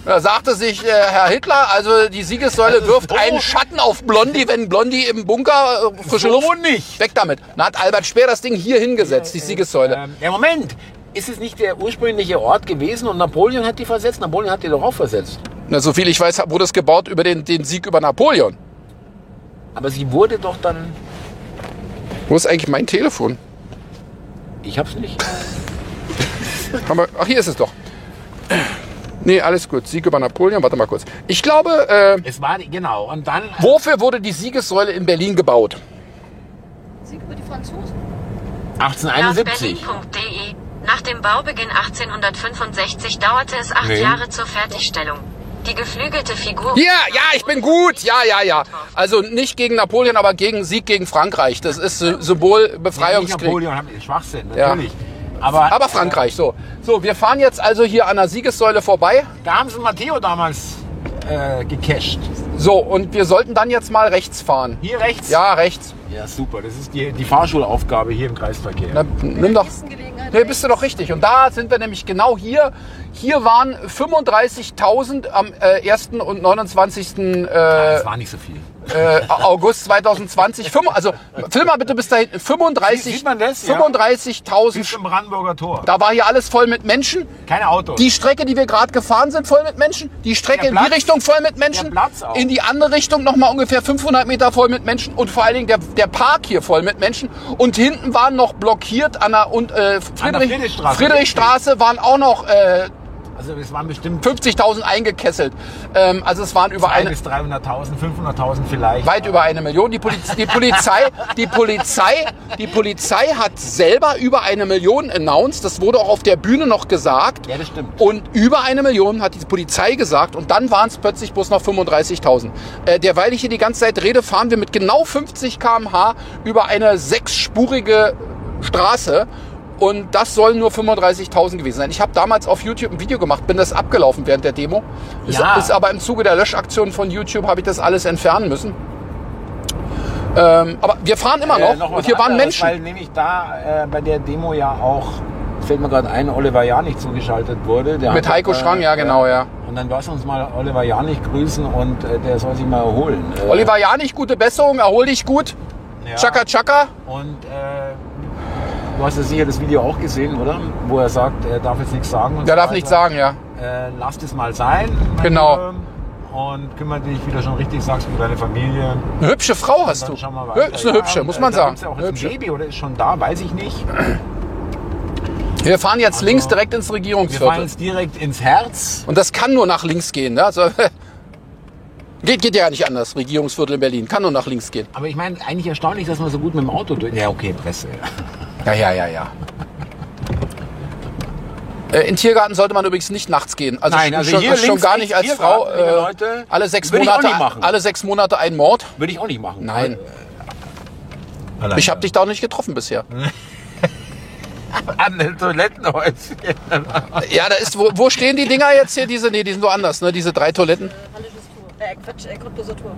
C: Da sagte sich äh, Herr Hitler, also die Siegessäule wirft einen Schatten auf Blondie, wenn Blondie im Bunker äh, frische
B: So
C: Luft.
B: nicht.
C: Weg damit. Na hat Albert Speer das Ding hier hingesetzt, die Siegessäule.
B: Ähm, ja, Moment. Ist es nicht der ursprüngliche Ort gewesen und Napoleon hat die versetzt? Napoleon hat die doch auch versetzt.
C: Na, soviel ich weiß, wurde es gebaut über den, den Sieg über Napoleon.
B: Aber sie wurde doch dann.
C: Wo ist eigentlich mein Telefon?
B: Ich hab's nicht.
C: Aber, ach, hier ist es doch. Nee, alles gut. Sieg über Napoleon. Warte mal kurz. Ich glaube, äh,
B: Es war genau. Und dann.
C: wofür wurde die Siegessäule in Berlin gebaut?
D: Sieg über die Franzosen.
E: Nach
B: 1871.
E: Berlin.de. E. Nach dem Baubeginn 1865 dauerte es acht
B: Nee.
E: Jahre zur Fertigstellung. Die geflügelte Figur.
C: Ja, ja, ich bin gut. Ja, ja, ja. Also nicht gegen Napoleon, aber gegen Sieg gegen Frankreich. Das ist Sy- Symbol
B: Nicht
C: Befreiungskrieg.
B: Napoleon hat Schwachsinn,
C: Ja.
B: natürlich. Aber,
C: Aber Frankreich, so. So, wir fahren jetzt also hier an der Siegessäule vorbei.
B: da haben sie Matteo damals äh, gecasht.
C: So, und wir sollten dann jetzt mal rechts fahren.
B: Hier rechts?
C: Ja, rechts.
B: Ja, super. Das ist die, die Fahrschulaufgabe hier im Kreisverkehr.
C: Na, Ähm, nimm doch.
D: Gelegenheit.
C: Nee, bist du doch richtig. Und da sind wir nämlich genau hier. Hier waren 35.000 am äh, 1. und 29. Äh,
B: das war nicht so viel.
C: äh, August 2020. Fünf- Also film mal bitte bis dahin. 35,
B: Sieht man das? Ja.
C: 35.000.
B: Bis zum Brandenburger Tor.
C: Da war hier alles voll mit Menschen.
B: Keine Autos.
C: Die Strecke, die wir gerade gefahren sind, voll mit Menschen. Die Strecke
B: Der
C: in die
B: Platz.
C: Richtung voll mit Menschen.
B: Der Platz auch.
C: In die andere Richtung nochmal ungefähr 500 Meter voll mit Menschen. Und vor allen Dingen der, der Park hier voll mit Menschen. Und hinten waren noch blockiert an der, und, äh, Friedrich,
B: Friedrichstraße.
C: Friedrichstraße waren auch noch äh,
B: also es waren bestimmt
C: 50.000 eingekesselt. Ähm, also es waren über
B: 200.000
C: eine,
B: bis 300.000, 500.000 vielleicht.
C: weit über eine Million. Die, Poliz die Polizei, die Polizei, die Polizei hat selber über eine Million announced. Das wurde auch auf der Bühne noch gesagt.
B: Ja, das stimmt.
C: Und über eine Million hat die Polizei gesagt. Und dann waren es plötzlich bloß noch 35.000. Äh, derweil ich hier die ganze Zeit rede, fahren wir mit genau 50 km/h über eine sechsspurige Straße. Und das sollen nur 35.000 gewesen sein. Ich habe damals auf YouTube ein Video gemacht, bin das abgelaufen während der Demo. Ist,
B: Ja.
C: ist aber im Zuge der Löschaktion von YouTube habe ich das alles entfernen müssen. Ähm, aber wir fahren immer noch,
B: Äh, noch was
C: und hier waren
B: anderes,
C: Menschen.
B: Weil nämlich da äh, bei der Demo ja auch, fällt mir gerade ein, Oliver Janich zugeschaltet wurde. Der
C: Mit
B: hat, äh,
C: Heiko Schrang, ja, genau, ja.
B: Und dann lass uns mal Oliver Janich grüßen und äh, der soll sich mal erholen. Äh,
C: Oliver Janich, gute Besserung, erhol dich gut.
B: ja.
C: Chaka Chaka.
B: Und äh, Du hast ja sicher das Video auch gesehen, oder? Wo er sagt, er darf jetzt nichts sagen. und so
C: Der darf
B: weiter.
C: nichts sagen, ja.
B: Äh, lass das mal sein. mein
C: Genau.
B: Lieber, Und kümmere dich, wie du schon richtig sagst, um deine Familie.
C: Eine hübsche Frau hast du.
B: Dann schauen wir
C: Hü-
B: weiter.
C: Ist eine
B: Ja,
C: hübsche,
B: und,
C: muss
B: äh,
C: man
B: da
C: sagen.
B: gibt's ja auch jetzt
C: Eine
B: ein
C: hübsche.
B: Baby oder ist schon da, weiß ich nicht.
C: Wir fahren jetzt links direkt ins
B: Also, Wir fahren
C: Regierungsviertel.
B: jetzt direkt ins Herz.
C: Und das kann nur nach links gehen. Ne? Also, geht, geht ja gar nicht anders. Regierungsviertel in Berlin. Kann nur nach links gehen.
B: Aber ich meine, eigentlich erstaunlich, dass man so gut mit dem Auto durch. Ja, okay, Presse.
C: Ja, ja, ja, ja. Äh, In Tiergarten sollte man übrigens nicht nachts gehen. Also,
B: Nein,
C: sch-
B: also
C: schon,
B: hier
C: schon
B: links
C: gar
B: in
C: nicht als
B: Tiergarten,
C: Frau. äh,
B: liebe Leute,
C: alle sechs
B: würde ich auch
C: Monate,
B: nie machen.
C: alle sechs Monate ein Mord.
B: Würde ich auch nicht machen.
C: Nein,
B: Allein.
C: ich habe dich da noch nicht getroffen bisher.
B: an den Toilettenhäuschen.
C: Ja, da ist wo, wo stehen die Dinger jetzt hier? Diese, nee, die sind woanders. Ne, diese drei Toiletten.
D: Hallisches Tor. Äh, Quatsch, äh, Cottbuser Tor.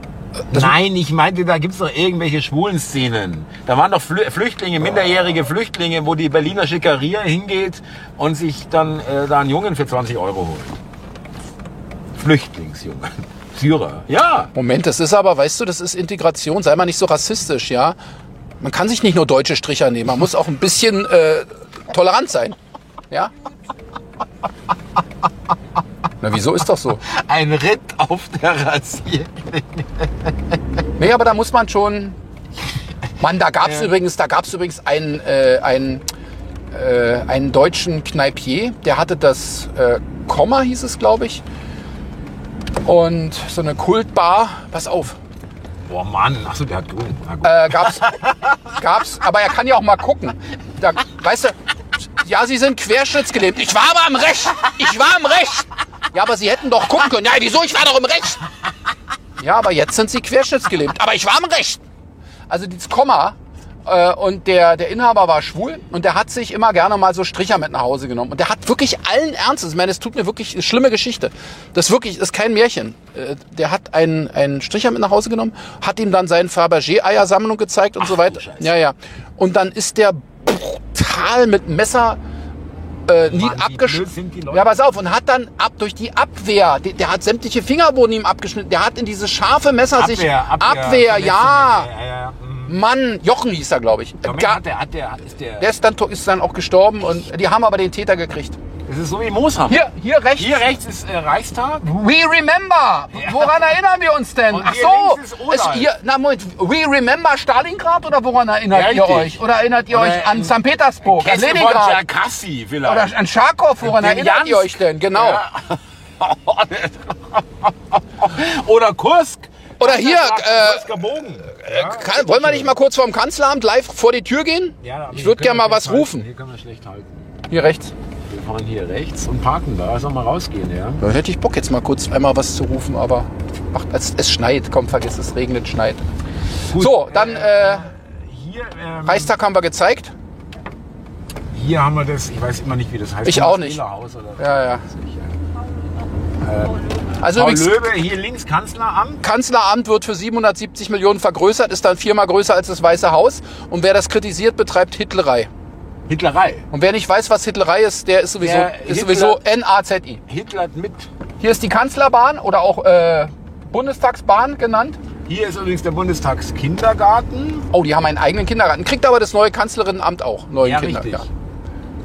B: Nein, ich meinte, da gibt's doch irgendwelche schwulen Szenen. Da waren doch Flü Flüchtlinge, minderjährige Flüchtlinge, wo die Berliner Schickeria hingeht und sich dann äh, da einen Jungen für 20 Euro holt. Flüchtlingsjungen. Syrer. Ja.
C: Moment, das ist aber, weißt du, das ist Integration. Sei mal nicht so rassistisch, ja. Man kann sich nicht nur deutsche Stricher nehmen. Man muss auch ein bisschen äh, tolerant sein, ja. Na, wieso ist doch so?
B: Ein Ritt auf der Rasier.
C: Nee, aber da muss man schon. Mann, da gab's übrigens, da gab's übrigens einen, äh, einen, äh, einen deutschen Kneipier, der hatte das äh, Komma, hieß es, glaube ich. Und so eine Kultbar, pass auf,
B: Boah, Mann. Achso, der hat grün. Na gut.
C: äh, gab's, gab's, aber er kann ja auch mal gucken. Da, weißt du, ja, sie sind querschnittsgelebt. Ich war aber am Recht. Ich war am Recht. Ja, aber sie hätten doch gucken können. Ja, wieso? Ich war doch im Recht. Ja, aber jetzt sind sie querschnittsgelebt. Aber ich war am Recht. Also dieses Komma. äh, Und der, der Inhaber war schwul und der hat sich immer gerne mal so Stricher mit nach Hause genommen. Und der hat wirklich allen Ernstes, ich meine, es tut mir wirklich eine schlimme Geschichte. Das wirklich ist kein Märchen. Äh, Der hat einen, einen Stricher mit nach Hause genommen, hat ihm dann seine Fabergé-Eiersammlung gezeigt und so weiter.
B: Scheiße.
C: Ja, ja. Und dann ist der brutal mit Messer äh, nie
B: Mann, wie blöd sind die
C: abgeschnitten.
B: Leute.
C: Ja, pass auf. Und hat dann ab durch die Abwehr, der, der hat sämtliche Finger wurden ihm abgeschnitten. Der hat in dieses scharfe Messer Äh, sich. Abwehr, ja.
B: ja, ja, ja. Mhm.
C: Mann, Jochen hieß er, glaube ich.
B: Moment,
C: Ga-
B: hat der, hat der, ist der,
C: der ist dann, to- ist dann auch gestorben und die haben aber den Täter gekriegt.
B: das ist so wie Mooshammer.
C: Hier, hier rechts.
B: Hier rechts ist äh, Reichstag.
C: We remember. Woran erinnern wir uns denn?
B: Und
C: Ach
B: hier
C: so.
B: links ist Odal.
C: hier, na Moment. We remember Stalingrad oder woran erinnert
B: Ja,
C: ihr
B: richtig.
C: euch? Oder erinnert ihr
B: Oder
C: euch an
B: in-
C: St. Petersburg, an Leningrad?
B: Kassi
C: Oder
B: vielleicht.
C: an Scharkow, woran
B: Den
C: erinnert ihr
B: Jansk.
C: euch denn? Genau.
B: Ja. Oder Kursk.
C: Oder hier, äh,
B: Kursker Bogen.
C: Kann, wollen wir nicht mal kurz vorm Kanzleramt live vor die Tür gehen?
B: Ja,
C: ich würde gerne mal was rufen.
B: Hier können wir schlecht halten.
C: Hier rechts.
B: Wir fahren hier rechts und parken da. Lass noch mal rausgehen, ja.
C: Da hätte ich Bock jetzt mal kurz einmal was zu rufen, aber ach, es, es schneit. Komm, vergiss es, regnet, schneit.
B: Gut.
C: So, dann äh,
B: Hier, ähm,
C: Reichstag haben wir gezeigt.
B: hier haben wir das, ich weiß immer nicht, wie das heißt.
C: Ich auch nicht.
B: Spielerhaus Oder
C: Ja, ja.
B: Weiß nicht, ja.
C: Also
B: Paul
C: übrigens,
B: Löbe, hier links Kanzleramt.
C: Kanzleramt wird für 770 Millionen vergrößert, ist dann viermal größer als das Weiße Haus. Und wer das kritisiert, betreibt Hitlerei.
B: Hitlerei.
C: Und wer nicht weiß, was Hitlerei ist, der ist sowieso,
B: Der
C: ist
B: Hitler-
C: sowieso NAZI.
B: Hitler mit.
C: Hier ist die Kanzlerbahn oder auch äh, Bundestagsbahn genannt.
B: Hier ist übrigens der Bundestagskindergarten.
C: Oh, die haben einen eigenen Kindergarten. Kriegt aber das neue Kanzlerinnenamt auch neuen
B: Ja, richtig.
C: Kindergarten.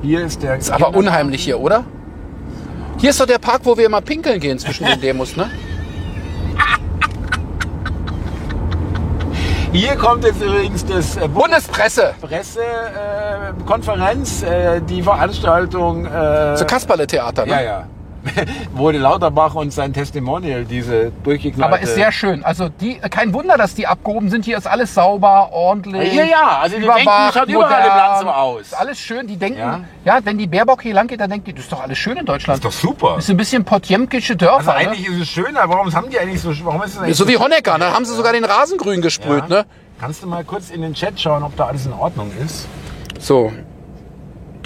B: Hier ist der.
C: Ist aber unheimlich hier, oder? Hier ist doch der Park, wo wir immer pinkeln gehen zwischen den Demos, ne?
B: Hier kommt jetzt übrigens das äh,
C: Bundespresse!
B: Pressekonferenz, äh, Konferenz, äh, die Veranstaltung. Äh,
C: So Kasperle-Theater, ne?
B: ja, ja. Wurde Lauterbach und sein Testimonial, diese durchgeknallte.
C: Aber ist sehr schön. Also die, kein Wunder, dass die abgehoben sind. Hier ist alles sauber, ordentlich.
B: Ja, ja, also die denken, schaut überall im Land so aus.
C: Ist alles schön. Die denken, ja.
B: Ja.
C: wenn die Baerbock hier lang geht, dann denkt die, das ist doch alles schön in
B: Ist
C: Deutschland.
B: doch super.
C: Ist ein bisschen potjemkische Dörfer.
B: Also eigentlich ist es schön, aber warum haben die eigentlich so. Warum ist es
C: ne?
B: eigentlich
C: So wie Honecker, da haben sie sogar den Rasen grün gesprüht,
B: Ja.
C: ne?
B: Kannst du mal kurz in den Chat schauen, ob da alles in Ordnung ist?
C: So.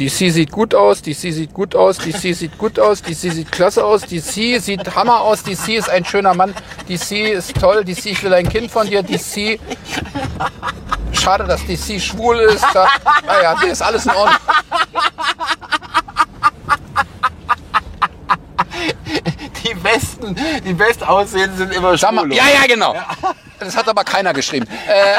C: DC sieht gut aus, DC sieht gut aus, DC sieht gut aus, DC sieht klasse aus, DC sieht Hammer aus, DC ist ein schöner Mann, DC ist toll, DC, ich will ein Kind von dir, DC. Schade, dass DC schwul ist. Da, naja, hier ist alles in Ordnung.
B: Die besten, die bestaussehenden sind immer
C: Sag mal,
B: schwul.
C: ja, ja, genau. Das hat aber keiner geschrieben. Äh,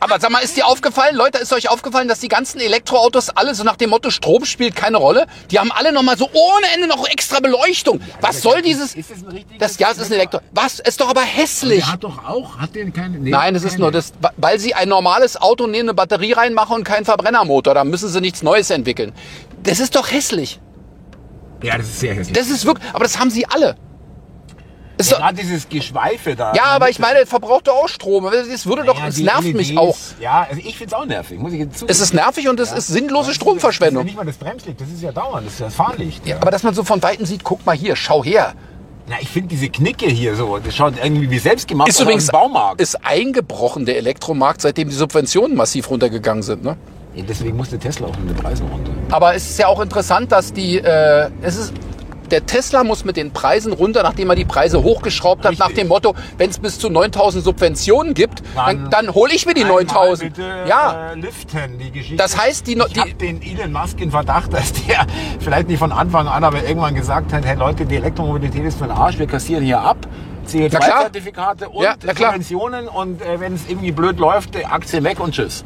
C: Aber sag mal, ist dir aufgefallen, Leute, ist euch aufgefallen, dass die ganzen Elektroautos alle so nach dem Motto Strom spielt keine Rolle? Die haben alle nochmal so ohne Ende noch extra Beleuchtung. Was soll dieses?
B: Ist es ein richtiges
C: Das, ja, es ist ein Elektro. Was? Ist doch aber hässlich.
B: Der hat doch auch, hat den keine.
C: Nein, es ist nur das, weil sie ein normales Auto neben eine Batterie reinmachen und keinen Verbrennermotor. Da müssen sie nichts Neues entwickeln. Das ist doch hässlich.
B: Ja, das ist sehr hässlich.
C: Das ist wirklich, aber das haben sie alle. Ist doch,
B: Gerade dieses Geschweife da.
C: ja, aber ich meine, verbraucht doch auch Strom. Das würde doch,
B: Ja,
C: es
B: die E
C: nervt mich
B: LEDs,
C: auch.
B: Ja, also ich finde es auch nervig, muss ich jetzt zugeben.
C: Es ist nervig und es ist sinnlose Stromverschwendung.
B: Das ist ja nicht mal das Bremslicht, das ist ja dauernd, das ist ja das Fahrlicht.
C: Ja, aber dass man so von Weitem sieht, guck mal hier, schau her.
B: Na, ich finde diese Knicke hier so, das schaut irgendwie wie selbstgemacht
C: Ist
B: aus
C: übrigens
B: dem Baumarkt.
C: Ist eingebrochen, der Elektromarkt, seitdem die Subventionen massiv runtergegangen sind. Ne?
B: Ja, deswegen musste Tesla auch mit den Preisen runter.
C: Aber es ist ja auch interessant, dass die, äh, es ist, der Tesla muss mit den Preisen runter, nachdem er die Preise hochgeschraubt hat,
B: Richtig.
C: nach dem Motto, wenn es bis zu 9000 Subventionen gibt, dann,
B: Dann-
C: dann hole ich mir die 9000.
B: Bitte,
C: ja.
B: ja. Äh, liften die Geschichte.
C: Das heißt, die no-
B: ich
C: die-
B: habe den Elon Musk in Verdacht, dass der vielleicht nicht von Anfang an, aber irgendwann gesagt hat, hey Leute, die Elektromobilität ist für den Arsch, wir kassieren hier ab.
C: Na klar.
B: CO2-Zertifikate und
C: Ja, na klar.
B: Subventionen und äh, wenn es irgendwie blöd läuft, die Aktie weg und tschüss.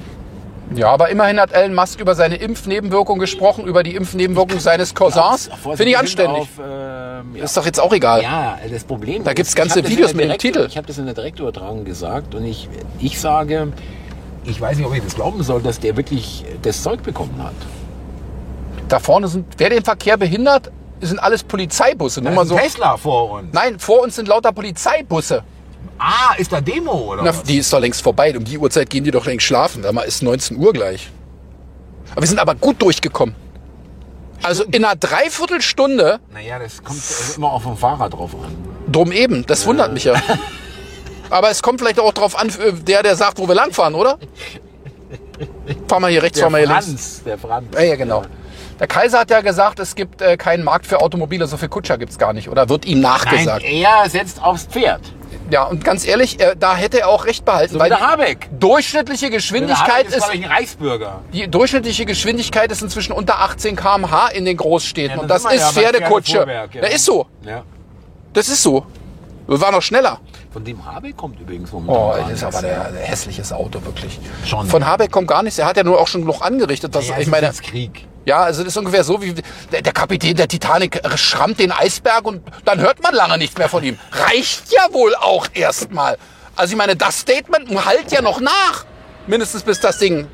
C: ja, aber immerhin hat Elon Musk über seine Impfnebenwirkung gesprochen, über die Impfnebenwirkung seines Cousins.
B: Vorsicht,
C: Finde ich
B: wir sind
C: anständig.
B: Auf, ähm, ja.
C: Ist doch jetzt auch egal.
B: Ja, das Problem
C: Da
B: ist,
C: gibt's
B: ich
C: ganze
B: hab das
C: Videos
B: in der
C: mit dem
B: Direktüber-
C: Titel.
B: Ich habe das in der Direktübertragung gesagt und ich, ich sage, ich weiß nicht, ob ich das glauben soll, dass der wirklich das Zeug bekommen hat.
C: Da vorne sind, wer den Verkehr behindert, sind alles Polizeibusse. Nur
B: Da
C: mal
B: ist ein
C: so.
B: Tesla vor uns.
C: Nein, vor uns sind lauter Polizeibusse.
B: Ah, ist da Demo oder?
C: Na,
B: was?
C: die ist doch längst vorbei. Um die Uhrzeit gehen die doch längst schlafen. Da mal ist 19 Uhr gleich. Aber wir sind aber gut durchgekommen. Also in einer Dreiviertelstunde
B: Naja, das kommt also immer auf dem Fahrer drauf an.
C: drum eben. Das wundert mich ja. Aber es kommt vielleicht auch drauf an, äh, der, der sagt, wo wir langfahren, oder? Fahren wir hier rechts, fahren wir hier links.
B: Franz, der Franz.
C: Ja, ja, genau. Der Kaiser hat ja gesagt, es gibt äh, keinen Markt für Automobile, so viel Kutscher gibt's gar nicht, oder wird ihm
B: Nein,
C: nachgesagt.
B: er setzt aufs Pferd.
C: ja, und ganz ehrlich, äh, da hätte er auch recht behalten,
B: So wie
C: weil
B: der
C: die
B: Habeck.
C: durchschnittliche
B: Der
C: Geschwindigkeit
B: Habeck ist,
C: ist
B: glaube ich, ein Reichsbürger.
C: Die durchschnittliche Geschwindigkeit ist inzwischen unter 18 km/h in den Großstädten.
B: Ja,
C: und
B: dann
C: das
B: sind wir
C: ist
B: ja beim
C: Pferdekutsche.
B: Pferdefuhrwerk, ja.
C: Ja, ist so.
B: Ja.
C: Das ist so. Wir waren noch schneller.
B: Von dem Habeck kommt übrigens momentan
C: Oh,
B: gar
C: das ist
B: nichts.
C: aber ein hässliches Auto, wirklich.
B: Schon.
C: Von Habeck kommt gar nichts. Er hat ja nur auch schon noch angerichtet. Was,
B: ja, also
C: ich meine,
B: Krieg.
C: ja, also das ist ungefähr so wie der, der Kapitän der Titanic schrammt den Eisberg und dann hört man lange nicht mehr von ihm. Reicht ja wohl auch erstmal. Also ich meine, das Statement halt ja noch nach. Mindestens bis das Ding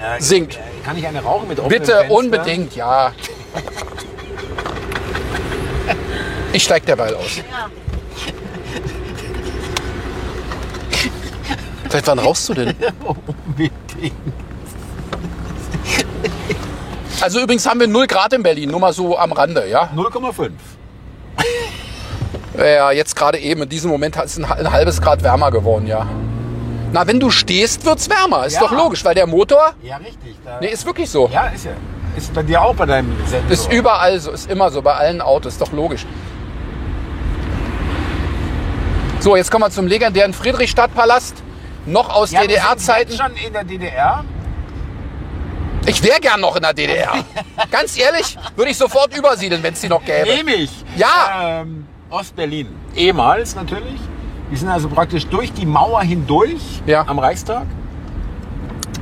B: Ja, ich-
C: sinkt.
B: Kann ich eine rauchen mit offenem
C: Bitte,
B: Fenster?
C: unbedingt, ja. Ich steig derweil aus. Seit wann rauchst du denn?
B: Unbedingt.
C: Also übrigens haben wir 0 Grad in Berlin, nur mal so am Rande, ja? Äh,
B: 0,5.
C: Ja, jetzt gerade eben, in diesem Moment ist ein, ein halbes Grad wärmer geworden, ja. Na, wenn du stehst, wird's wärmer. Ist
B: Ja.
C: doch logisch, weil der Motor,
B: Ja, richtig. Da,
C: nee, ist wirklich so.
B: ja, ist ja. Ist bei dir auch bei deinem Sensor.
C: Ist überall so, ist immer so, bei allen Autos, ist doch logisch. So, jetzt kommen wir zum legendären Friedrichstadtpalast. Noch aus
B: Ja, wir sind
C: DDR-Zeiten.
B: jetzt schon in der DDR.
C: Ich wäre gern noch in der DDR. Ganz ehrlich, würde ich sofort übersiedeln, wenn es die noch gäbe.
B: Nämlich.
C: Ja.
B: Ähm, Ostberlin. Ehemals natürlich. Wir sind also praktisch durch die Mauer hindurch
C: Ja.
B: am Reichstag.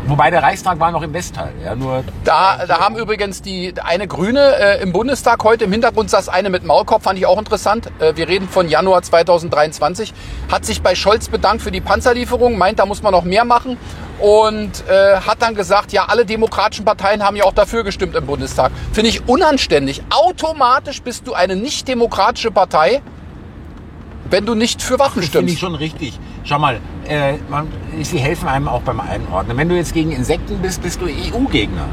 B: Wobei der Reichstag war noch im Westteil. Ja, nur
C: Da, da haben übrigens die eine Grüne äh, im Bundestag heute im Hintergrund saß eine mit Maulkorb, fand ich auch interessant. Äh, wir reden von Januar 2023. Hat sich bei Scholz bedankt für die Panzerlieferung, meint, da muss man noch mehr machen und äh, hat dann gesagt, ja, alle demokratischen Parteien haben ja auch dafür gestimmt im Bundestag. Finde ich unanständig. Automatisch bist du eine nicht demokratische Partei, wenn du nicht für Waffen
B: Finde ich
C: stimmst.
B: schon richtig. Schau mal, äh, man, sie helfen einem auch beim Einordnen. Wenn du jetzt gegen Insekten bist, bist du E EU-Gegner.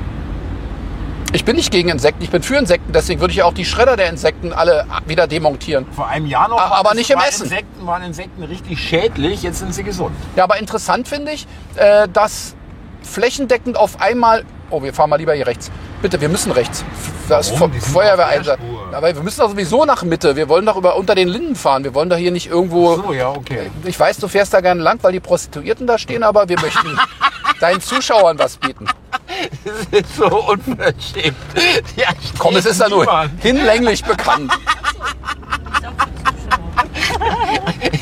C: Ich bin nicht gegen Insekten, ich bin für Insekten, deswegen würde ich ja auch die Schredder der Insekten alle wieder demontieren.
B: Vor einem Jahr noch.
C: Ah, Aber-
B: waren-
C: aber nicht im
B: waren
C: Essen.
B: Insekten waren Insekten richtig schädlich, jetzt sind sie gesund.
C: Ja, aber interessant finde ich, äh, dass flächendeckend auf einmal. Oh, wir fahren mal lieber hier rechts. Bitte, wir müssen rechts. Da ist
B: Warum?
C: Fe-
B: Die sind
C: Feuerwehreinsatz.
B: auf der Spur.
C: Aber wir müssen doch sowieso nach Mitte. Wir wollen doch über unter den Linden fahren. Wir wollen doch hier nicht irgendwo.
B: So, ja, okay.
C: Ich weiß, du fährst da gerne lang, weil die Prostituierten da stehen, aber wir möchten deinen Zuschauern was bieten.
B: Das ist so unverschämt. Ja,
C: Komm, es ist ja nur
B: niemand.
C: hinlänglich bekannt.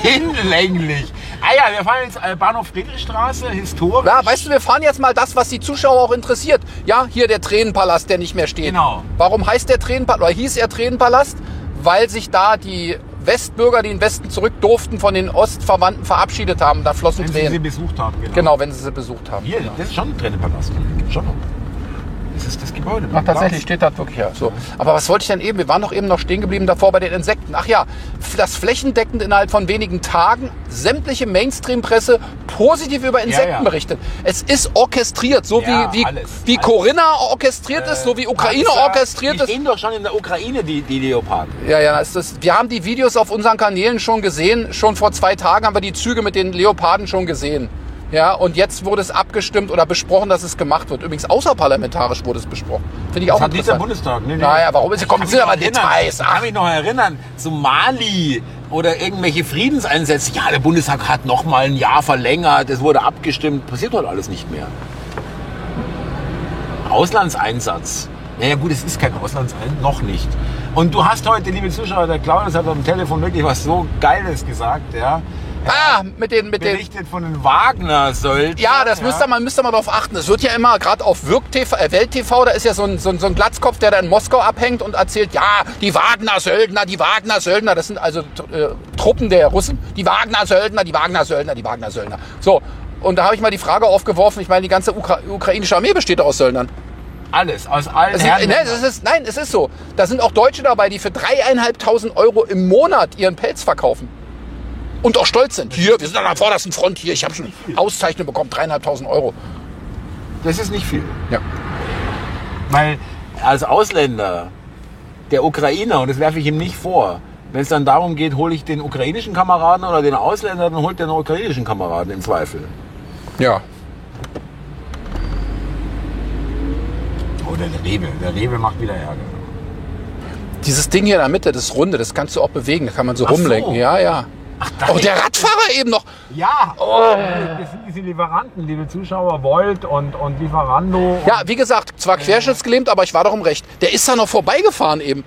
B: hinlänglich. ja, wir fahren jetzt äh, Bahnhof Friedrichstraße, historisch.
C: Ja, weißt du, wir fahren jetzt mal das, was die Zuschauer auch interessiert. Ja, hier der Tränenpalast, der nicht mehr steht.
B: Genau.
C: Warum heißt der Tränenpalast, oder hieß er Tränenpalast? Weil sich da die Westbürger, die in den Westen zurück durften, von den Ostverwandten verabschiedet haben. Da flossen
B: wenn Sie sie
C: Tränen.
B: besucht haben, genau.
C: genau, wenn sie sie besucht haben.
B: Hier, das ist schon ein Tränenpalast. Schon. Das ist das Gebäude.
C: Ach, tatsächlich steht das wirklich ja. So. Aber was wollte ich denn eben? Wir waren doch eben noch stehen geblieben davor bei den Insekten. Ach ja, f- dass flächendeckend innerhalb von wenigen Tagen sämtliche Mainstream-Presse positiv über Insekten
B: ja.
C: berichtet. Es ist orchestriert, so
B: Ja,
C: wie, wie,
B: alles,
C: wie
B: alles.
C: Corinna orchestriert ist, so wie Ukraine
B: Panzer,
C: orchestriert
B: Die
C: ist.
B: stehen doch schon in der Ukraine, die, die Leoparden.
C: Ja, ja, es ist, wir haben die Videos auf unseren Kanälen schon gesehen. Schon vor zwei Tagen haben wir die Züge mit den Leoparden schon gesehen. Ja, und jetzt wurde es abgestimmt oder besprochen, dass es gemacht wird. Übrigens außerparlamentarisch wurde es besprochen. Finde ich auch
B: Das hat dieser
C: interessant.
B: Bundestag. Ne,
C: Naja, warum ist- kommen Sie aber Details,
B: Ich
C: ach.
B: kann mich noch erinnern, zu Mali oder irgendwelche Friedenseinsätze. Ja, der Bundestag hat noch mal ein Jahr verlängert, es wurde abgestimmt. Passiert heute alles nicht mehr. Auslandseinsatz. Naja gut, es ist kein Auslandseinsatz, noch nicht. Und du hast heute, liebe Zuschauer, der Claudius hat am Telefon wirklich was so Geiles gesagt, ja.
C: Ah, mit den, mit den,
B: Berichtet von den Wagner-Söldnern.
C: Ja, das müsste man, müsste man darauf achten. Es wird ja immer, gerade auf Wirk TV, äh, Welt TV, da ist ja so ein, so, ein, so ein Glatzkopf, der da in Moskau abhängt und erzählt, ja, die Wagner-Söldner, die Wagner-Söldner, das sind also t- äh, Truppen der Russen, die Wagner-Söldner, die Wagner-Söldner, die Wagner-Söldner. So, und da habe ich mal die Frage aufgeworfen, ich meine, die ganze Ukra ukrainische Armee besteht doch aus Söldnern.
B: Alles, aus allen
C: Es
B: Herren.
C: ist, ne, es ist, nein, es ist so. Da sind auch Deutsche dabei, die für dreieinhalbtausend Euro im Monat ihren Pelz verkaufen. Und auch stolz sind. Hier, wir sind an der vordersten Front hier. Ich habe schon Auszeichnung bekommen, dreieinhalbtausend Euro.
B: das ist nicht viel.
C: Ja.
B: Weil als Ausländer, der Ukrainer, und das werfe ich ihm nicht vor, wenn es dann darum geht, hole ich den ukrainischen Kameraden oder den Ausländer, dann holt der den ukrainischen Kameraden im Zweifel.
C: Ja.
B: Oder Oh, der Rewe. Der Rewe macht wieder Ärger.
C: Dieses Ding hier in der Mitte, das Runde, das kannst du auch bewegen, da kann man so
B: Ach so.
C: rumlenken. Ja, ja. oh, der Radfahrer eben noch.
B: Ja,
C: Oh.
B: das sind diese Lieferanten, liebe Zuschauer, Volt und, und Lieferando.
C: Ja, wie gesagt, zwar querschnittsgelähmt, aber ich war doch im Recht. Der ist da noch vorbeigefahren eben.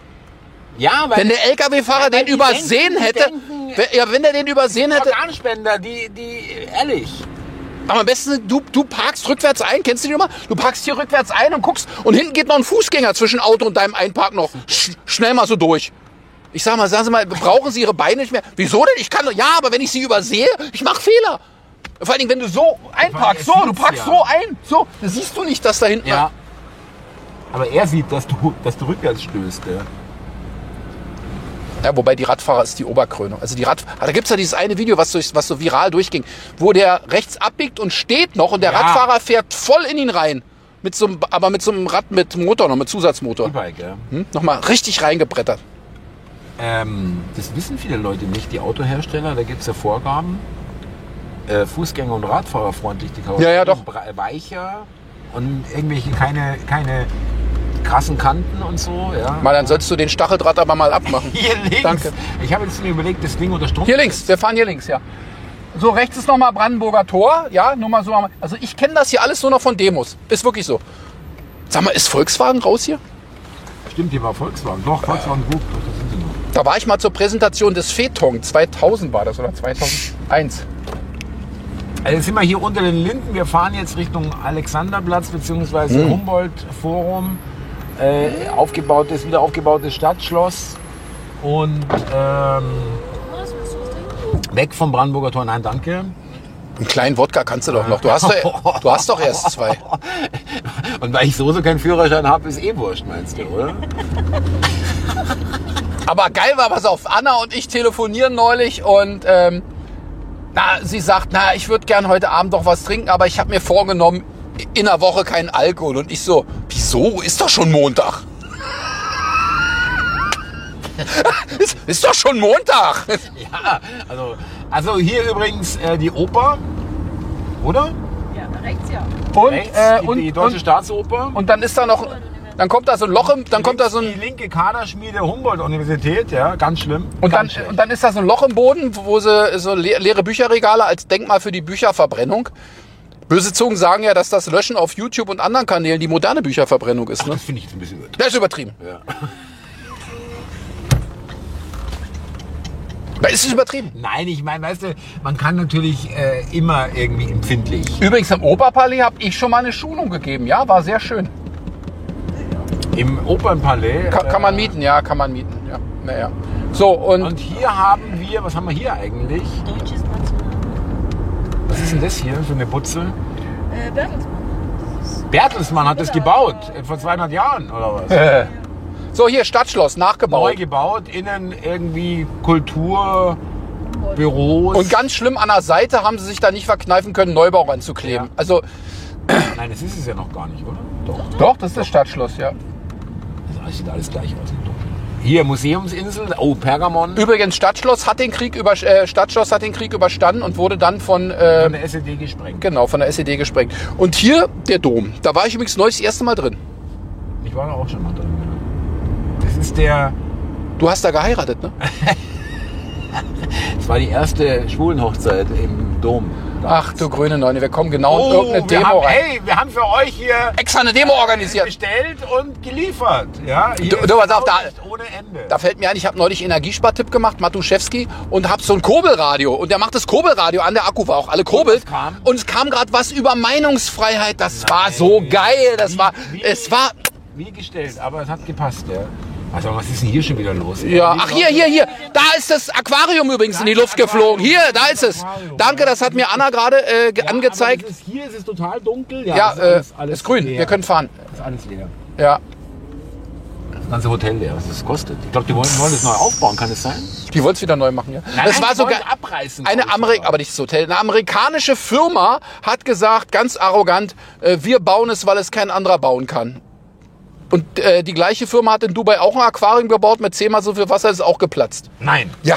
B: ja weil
C: Wenn der LKW-Fahrer den
B: die
C: übersehen
B: denken, die
C: hätte,
B: denken-
C: wenn, ja, wenn der den übersehen hätte,
B: Organspender, die, die, ehrlich.
C: aber am besten, du, du parkst rückwärts ein, kennst du die Nummer? Du parkst hier rückwärts ein und guckst und hinten geht noch ein Fußgänger zwischen Auto und deinem Einparken noch. Sch schnell mal so durch. Ich sag mal, sagen Sie mal, brauchen Sie Ihre Beine nicht mehr? Wieso denn? Ich kann doch, ja, aber wenn ich Sie übersehe, ich mache Fehler. Vor allen Dingen, wenn du so einparkst, so,
B: er
C: du
B: sieht's ja.
C: parkst so ein, so, dann siehst du nicht, dass da hinten...
B: Ja. Aber er sieht, dass du, dass du rückwärts stößt. Ja.
C: Ja, wobei die Radfahrer ist die Oberkrönung. Also die Rad, Ah, da gibt's ja dieses eine Video, was, durch, was so viral durchging, wo der rechts abbiegt und steht noch und der
B: Ja.
C: Radfahrer fährt voll in ihn rein. Mit so einem, aber mit so einem Rad mit Motor noch, mit Zusatzmotor.
B: E-Bike, ja.
C: Hm? Nochmal richtig reingebrettert.
B: Ähm, das wissen viele Leute nicht, die Autohersteller, da gibt es ja Vorgaben. Äh, Fußgänger und Radfahrer freundlich, die Karosserie
C: Ja, ja, doch.
B: bre- weicher und irgendwelche keine, keine krassen Kanten und so. Ja.
C: Mal, dann sollst du den Stacheldraht aber mal abmachen.
B: hier links.
C: Danke.
B: Ich habe jetzt mir überlegt, das Ding unter Strom.
C: Hier links, wir fahren hier links, ja. So, rechts ist nochmal Brandenburger Tor, ja, nur mal so. am- Also ich kenne das hier alles nur noch von Demos. Ist wirklich so. Sag mal, ist Volkswagen raus hier?
B: Stimmt, hier war Volkswagen.
C: Äh.
B: Doch, Volkswagen Group. Doch, das sind sie noch.
C: Da war ich mal zur Präsentation des Phaeton. 2000 war das oder 2001.
B: Also jetzt sind wir hier unter den Linden. Wir fahren jetzt Richtung Alexanderplatz bzw.
C: Mhm.
B: Humboldt-Forum. Äh, aufgebautes, wieder aufgebautes Stadtschloss. Und ähm, weg vom Brandenburger Tor. Nein, danke.
C: Einen kleinen Wodka kannst du doch noch. Du hast doch, du hast doch erst zwei.
B: Und weil ich so so keinen Führerschein habe, ist eh wurscht, meinst du, oder?
C: Aber geil war was auf. Anna und ich telefonieren neulich und ähm, na, sie sagt, na, ich würde gern heute Abend doch was trinken, aber ich habe mir vorgenommen, in der Woche keinen Alkohol. Und ich so, wieso? Ist doch schon Montag. ist, ist doch schon Montag.
B: ja, also, also hier übrigens äh, die Oper, oder?
D: Ja, rechts ja.
C: Und,
B: Rechts,
C: äh,
B: die,
C: und,
B: die Deutsche
C: und,
B: Staatsoper.
C: und dann ist da noch, dann kommt da so ein Loch im, dann kommt da so ein
B: die linke Kaderschmiede Humboldt-Universität, ja, ganz schlimm.
C: Und dann,
B: Ganz schlecht.
C: und dann ist da so ein Loch im Boden, wo sie so le leere Bücherregale als Denkmal für die Bücherverbrennung. Böse Zungen sagen ja, dass das Löschen auf YouTube und anderen Kanälen die moderne Bücherverbrennung ist. Ne?
B: das finde ich jetzt ein bisschen übertrieben.
C: Das ist übertrieben.
B: Ja.
C: Da ist es übertrieben.
B: Nein, ich meine, weißt du, man kann natürlich äh, immer irgendwie empfindlich.
C: Übrigens, im Oberpalais habe ich schon mal eine Schulung gegeben. Ja, war sehr schön.
B: Im Opernpalais. äh,
C: Kann, kann man mieten, ja, kann man mieten. Ja, naja. So, und,
B: Äh, und hier haben wir, was haben wir hier eigentlich?
A: Deutsches National.
B: Was ist denn das hier für eine Putze?
D: Äh, Bertelsmann. Genau.
B: Bertelsmann hat das gebaut, äh, vor 200 Jahren oder was?
C: äh, so hier, Stadtschloss,
B: Neu
C: nachgebaut.
B: gebaut, innen irgendwie Kultur, Büros.
C: Und ganz schlimm, an der Seite haben sie sich da nicht verkneifen können, Neubau ranzukleben.
B: Ja.
C: Also,
B: Nein, das ist es ja noch gar nicht, oder? Doch.
C: doch, das ist das Stadtschloss, ja.
B: Das sieht alles gleich aus. Hier, Museumsinsel, oh, Pergamon.
C: Übrigens, Stadtschloss hat den Krieg, über, äh, Stadtschloss hat den Krieg überstanden und wurde dann von, äh,
B: Von der SED gesprengt.
C: genau, von der SED gesprengt. Und hier der Dom. Da war ich übrigens neulich das erste Mal drin.
B: Ich war da auch schon mal drin. ja. Das ist der,
C: Du hast da geheiratet, ne?
B: das war die erste Schwulenhochzeit im Dom.
C: Ach du grüne Neune, wir kommen genau in irgendeine
B: Oh, wir
C: Demo
B: haben,
C: rein.
B: hey, wir haben für euch hier
C: Extra eine Demo organisiert.
B: bestellt und geliefert. Ja, hier
C: Du-
B: ist
C: du, pass auf, da-
B: Vorsicht ohne Ende.
C: Da fällt mir ein, ich habe neulich Energiespartipp gemacht, Matuszewski, und habe so ein Kurbelradio. Und der macht das Kurbelradio an, der Akku war auch alle kurbelt.
B: was kam?
C: Und es kam gerade was über Meinungsfreiheit. Das war so geil. Das
B: Wie-
C: war,
B: wie-
C: es war,
B: Wie gestellt, aber es hat gepasst, ja. Also, was ist denn hier schon wieder los?
C: ja.
B: Die
C: Ach, hier, hier, hier. Da ist das Aquarium übrigens in die Luft geflogen. Hier, da ist es. Danke, das hat mir Anna gerade äh, ge-
B: Ja,
C: angezeigt.
B: aber das Ist, hier ist es total dunkel. Ja,
C: Ja,
B: das
C: äh,
B: alles- alles
C: ist grün.
B: leer.
C: Wir können fahren.
B: Das ist alles leer.
C: Ja.
B: Das ganze Hotel leer, was es kostet. Ich glaube, die wollen, wollen es neu aufbauen, kann es sein?
C: Die wollt's wieder neu machen, ja?
B: die
C: es war sogar
B: wollen abreißen.
C: eine
B: glaub ich,
C: Amerik
B: sogar.
C: aber nicht das Hotel, eine amerikanische Firma hat gesagt, ganz arrogant, äh, wir bauen es, weil es kein anderer bauen kann. Und äh, die gleiche Firma hat in Dubai auch ein Aquarium gebaut mit zehnmal so viel Wasser, ist auch geplatzt.
B: Nein.
C: Ja.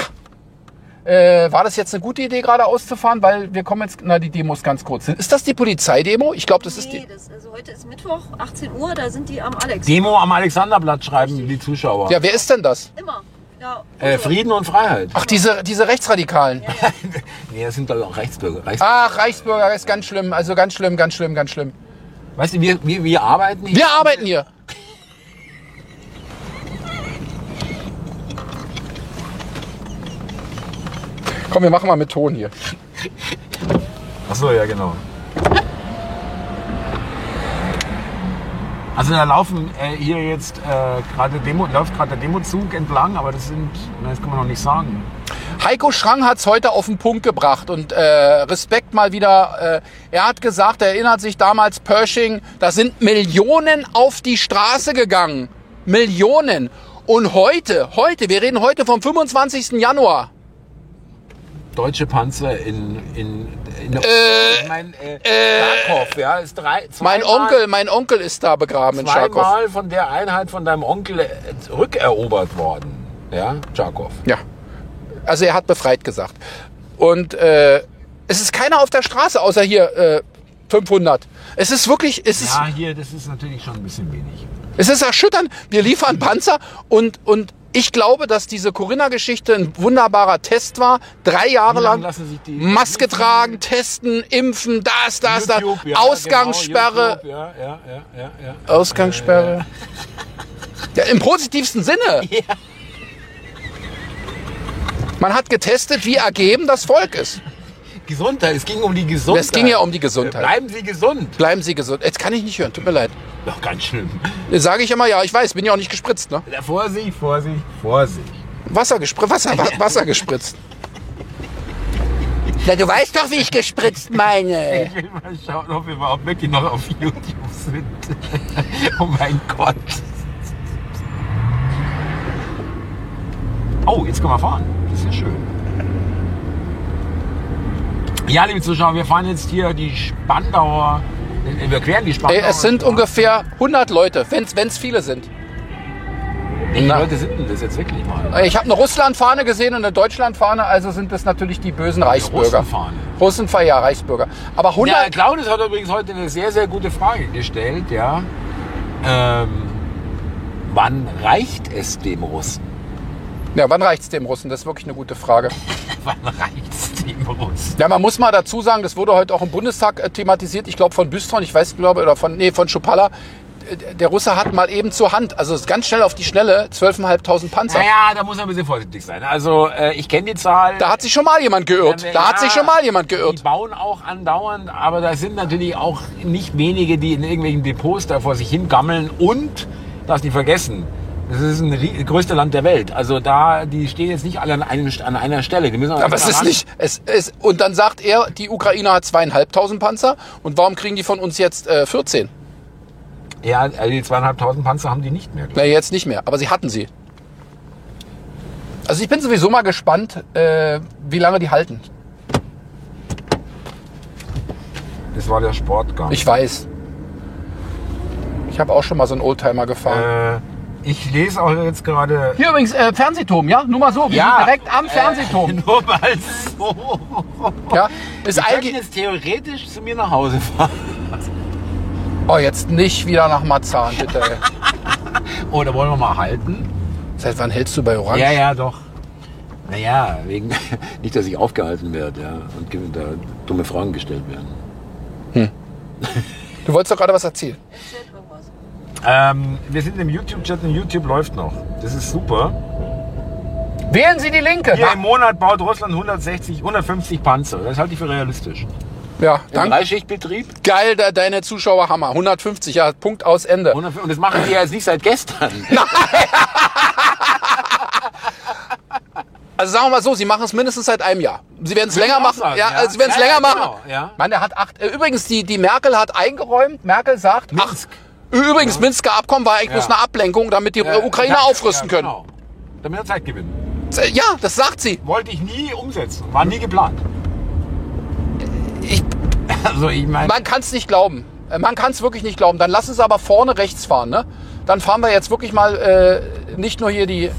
C: Äh, war das jetzt eine gute Idee, gerade auszufahren? Weil wir kommen jetzt, na, die Demos ganz kurz sind. Ist das die Polizeidemo? Ich glaube, das ist
D: Nee,
C: die.
D: das, also heute ist Mittwoch, 18 Uhr, da sind die am Alex.
B: Demo am Alexanderblatt schreiben die Zuschauer.
C: Ja, wer ist denn das?
D: Immer. Ja,
B: Äh, Frieden und Freiheit.
C: Ach, diese, diese Rechtsradikalen.
B: Nee, das sind doch auch Rechtsbürger. Rechtsbürger.
C: Ach, Reichsbürger ist ganz schlimm, also ganz schlimm, ganz schlimm, ganz schlimm.
B: Weißt du, wir, wir, wir arbeiten hier.
C: Wir arbeiten hier. Komm, wir machen mal mit Ton hier.
B: Achso, ja, genau. Also da laufen äh, hier jetzt äh, gerade Demo, läuft gerade der Demozug entlang, aber das sind, na, das kann man noch nicht sagen.
C: Heiko Schrang hat es heute auf den Punkt gebracht und äh, Respekt mal wieder. Äh, er hat gesagt, er erinnert sich damals Pershing, da sind Millionen auf die Straße gegangen. Millionen. Und heute, heute, wir reden heute vom 25. Januar.
B: deutsche Panzer in, in, in der äh, ich mein, äh, Kharkov, ja, ist drei, zweimal,
C: Mein Onkel, mein Onkel ist da begraben in Charkow.
B: zweimal von der Einheit von deinem Onkel äh, zurückerobert worden, ja, Charkow.
C: Ja. Also er hat befreit gesagt. Und äh, es ist keiner auf der Straße, außer hier äh, 500. Es ist wirklich, es ist,
B: Ja, hier, das ist natürlich schon ein bisschen wenig.
C: es ist erschütternd. Wir liefern Panzer und, und ich glaube, dass diese Corinna-Geschichte ein wunderbarer Test war. Drei Jahre
B: Wie lange
C: lang
B: lassen sich die-
C: Maske tragen, testen, impfen, das, das, das.
B: ja,
C: Ausgangssperre.
B: Genau, YouTube, ja, ja, ja, ja, ja.
C: Ausgangssperre. Ja, Im positivsten Sinne. Man hat getestet, wie ergeben das Volk ist.
B: Gesundheit, es ging um die Gesundheit. Äh,
C: Es ging ja um die Gesundheit.
B: Bleiben Sie gesund.
C: Bleiben Sie gesund. Jetzt kann ich nicht hören, tut mir leid.
B: Doch, ganz schlimm.
C: Jetzt sage ich immer, ja, ich weiß, bin ja auch nicht gespritzt, ne?
B: Ja, Vorsicht, Vorsicht, Vorsicht.
C: Wasser gespritzt, Wasser, Wa- Wasser gespritzt. Na, du weißt doch, wie ich gespritzt meine.
B: Ich will mal schauen, ob wir überhaupt wirklich noch auf YouTube sind. oh mein Gott. Oh, jetzt können wir fahren. Das ist ja schön. Ja, liebe Zuschauer, wir fahren jetzt hier die Spandauer. äh, Wir queren die Spandauer.
C: Ey, es sind ungefähr 100 Leute, wenn's, wenn's viele sind.
B: Wie viele
C: Na.
B: Leute sind denn das jetzt wirklich mal?
C: Äh, Ich habe eine Russlandfahne gesehen und eine Deutschlandfahne, also sind das natürlich die bösen Reichsbürger.
B: Russenfahne.
C: Russenfahne, ja, Reichsbürger. Aber
B: Ja,
C: 100,
B: Claudius hat übrigens heute eine sehr, sehr gute Frage gestellt, ja. Ähm, wann reicht es dem Russen?
C: ja, wann reicht's dem Russen? Das ist wirklich eine gute Frage.
B: Wann reicht es dem Russen?
C: Ja, man muss mal dazu sagen, das wurde heute auch im Bundestag äh, thematisiert, ich glaube von Büstron, ich weiß, glaube, oder von, nee, von Schupalla. äh, der Russe hat mal eben zur Hand, also ist ganz schnell auf die Schnelle, 12.500 Panzer.
B: Naja, da muss man ein bisschen vorsichtig sein. Also äh, ich kenne die Zahl.
C: Da hat sich schon mal jemand geirrt.
B: Ja,
C: Da hat sich
B: ja,
C: schon mal jemand
B: Die
C: geirrt.
B: bauen auch andauernd, aber da sind natürlich auch nicht wenige, die in irgendwelchen Depots da vor sich hingammeln und, das nicht vergessen, das ist ein rie- größte Land der Welt. Also da, die stehen jetzt nicht alle an, einem, an einer Stelle. Die müssen auch
C: Aber es ist
B: daran-
C: nicht. Es ist, und dann sagt er, die Ukraine hat zweieinhalbtausend Panzer. Und warum kriegen die von uns jetzt äh, 14?
B: Ja, also die zweieinhalbtausend Panzer haben die nicht mehr. glaub
C: Na, jetzt nicht mehr. Aber sie hatten sie. Also ich bin sowieso mal gespannt, äh, wie lange die halten.
B: ich. Das war der Sportgang.
C: Ich weiß. Ich habe auch schon mal so einen Oldtimer gefahren.
B: äh, ich lese auch jetzt gerade...
C: Hier übrigens äh, Fernsehturm, ja? Nur mal so. Wir
B: Ja.
C: sind direkt am Fernsehturm.
B: Nur mal so.
C: Äh, ja? Um. Ist
B: Sie könnten
C: eigentlich.
B: jetzt theoretisch zu mir nach Hause fahren.
C: Oh, jetzt nicht wieder nach Marzahn, bitte. ey.
B: Oder wollen wir mal halten?
C: Seit wann hältst du bei Orange?
B: Ja, ja, doch. Naja, wegen, nicht, dass ich aufgehalten werde ja, und ge- da dumme Fragen gestellt werden.
C: Du wolltest doch gerade was erzählen.
D: Erzählt irgendwas.
B: Ähm, wir sind im YouTube-Chat und YouTube läuft noch. Das ist super.
C: Wählen Sie die Linke.
B: Hier im
C: Na,
B: Monat baut Russland 160, 150 Panzer. Das halte ich für realistisch.
C: ja,
B: Im
C: danke.
B: Dreischichtbetrieb?
C: Geil, da, deine Zuschauer Hammer. 150, ja, Punkt aus Ende.
B: 150 Und das machen die ja jetzt nicht seit gestern.
C: Also sagen wir mal so, sie machen es mindestens seit einem Jahr. Sie werden es länger
B: auch
C: machen.
B: sagen,
C: ja,
B: ja.
C: also sie werden es
B: Ja,
C: länger
B: ja,
C: machen.
B: genau, ja.
C: Mann, der hat acht. äh, Übrigens, die, die Merkel hat eingeräumt. Merkel sagt,
B: Minsk.
C: ach, übrigens, Minsker Abkommen war eigentlich
B: Ja.
C: bloß eine Ablenkung, damit die
B: Ja,
C: Ukrainer
B: ja,
C: aufrüsten
B: ja,
C: können.
B: genau. Damit er Zeit gewinnt.
C: Z- Ja, das sagt sie.
B: Wollte ich nie umsetzen. War nie geplant.
C: Ich,
B: Also ich meine.
C: man kann es nicht glauben. Äh, Man kann es wirklich nicht glauben. Dann lassen sie aber vorne rechts fahren, ne? Dann fahren wir jetzt wirklich mal äh, nicht nur hier die.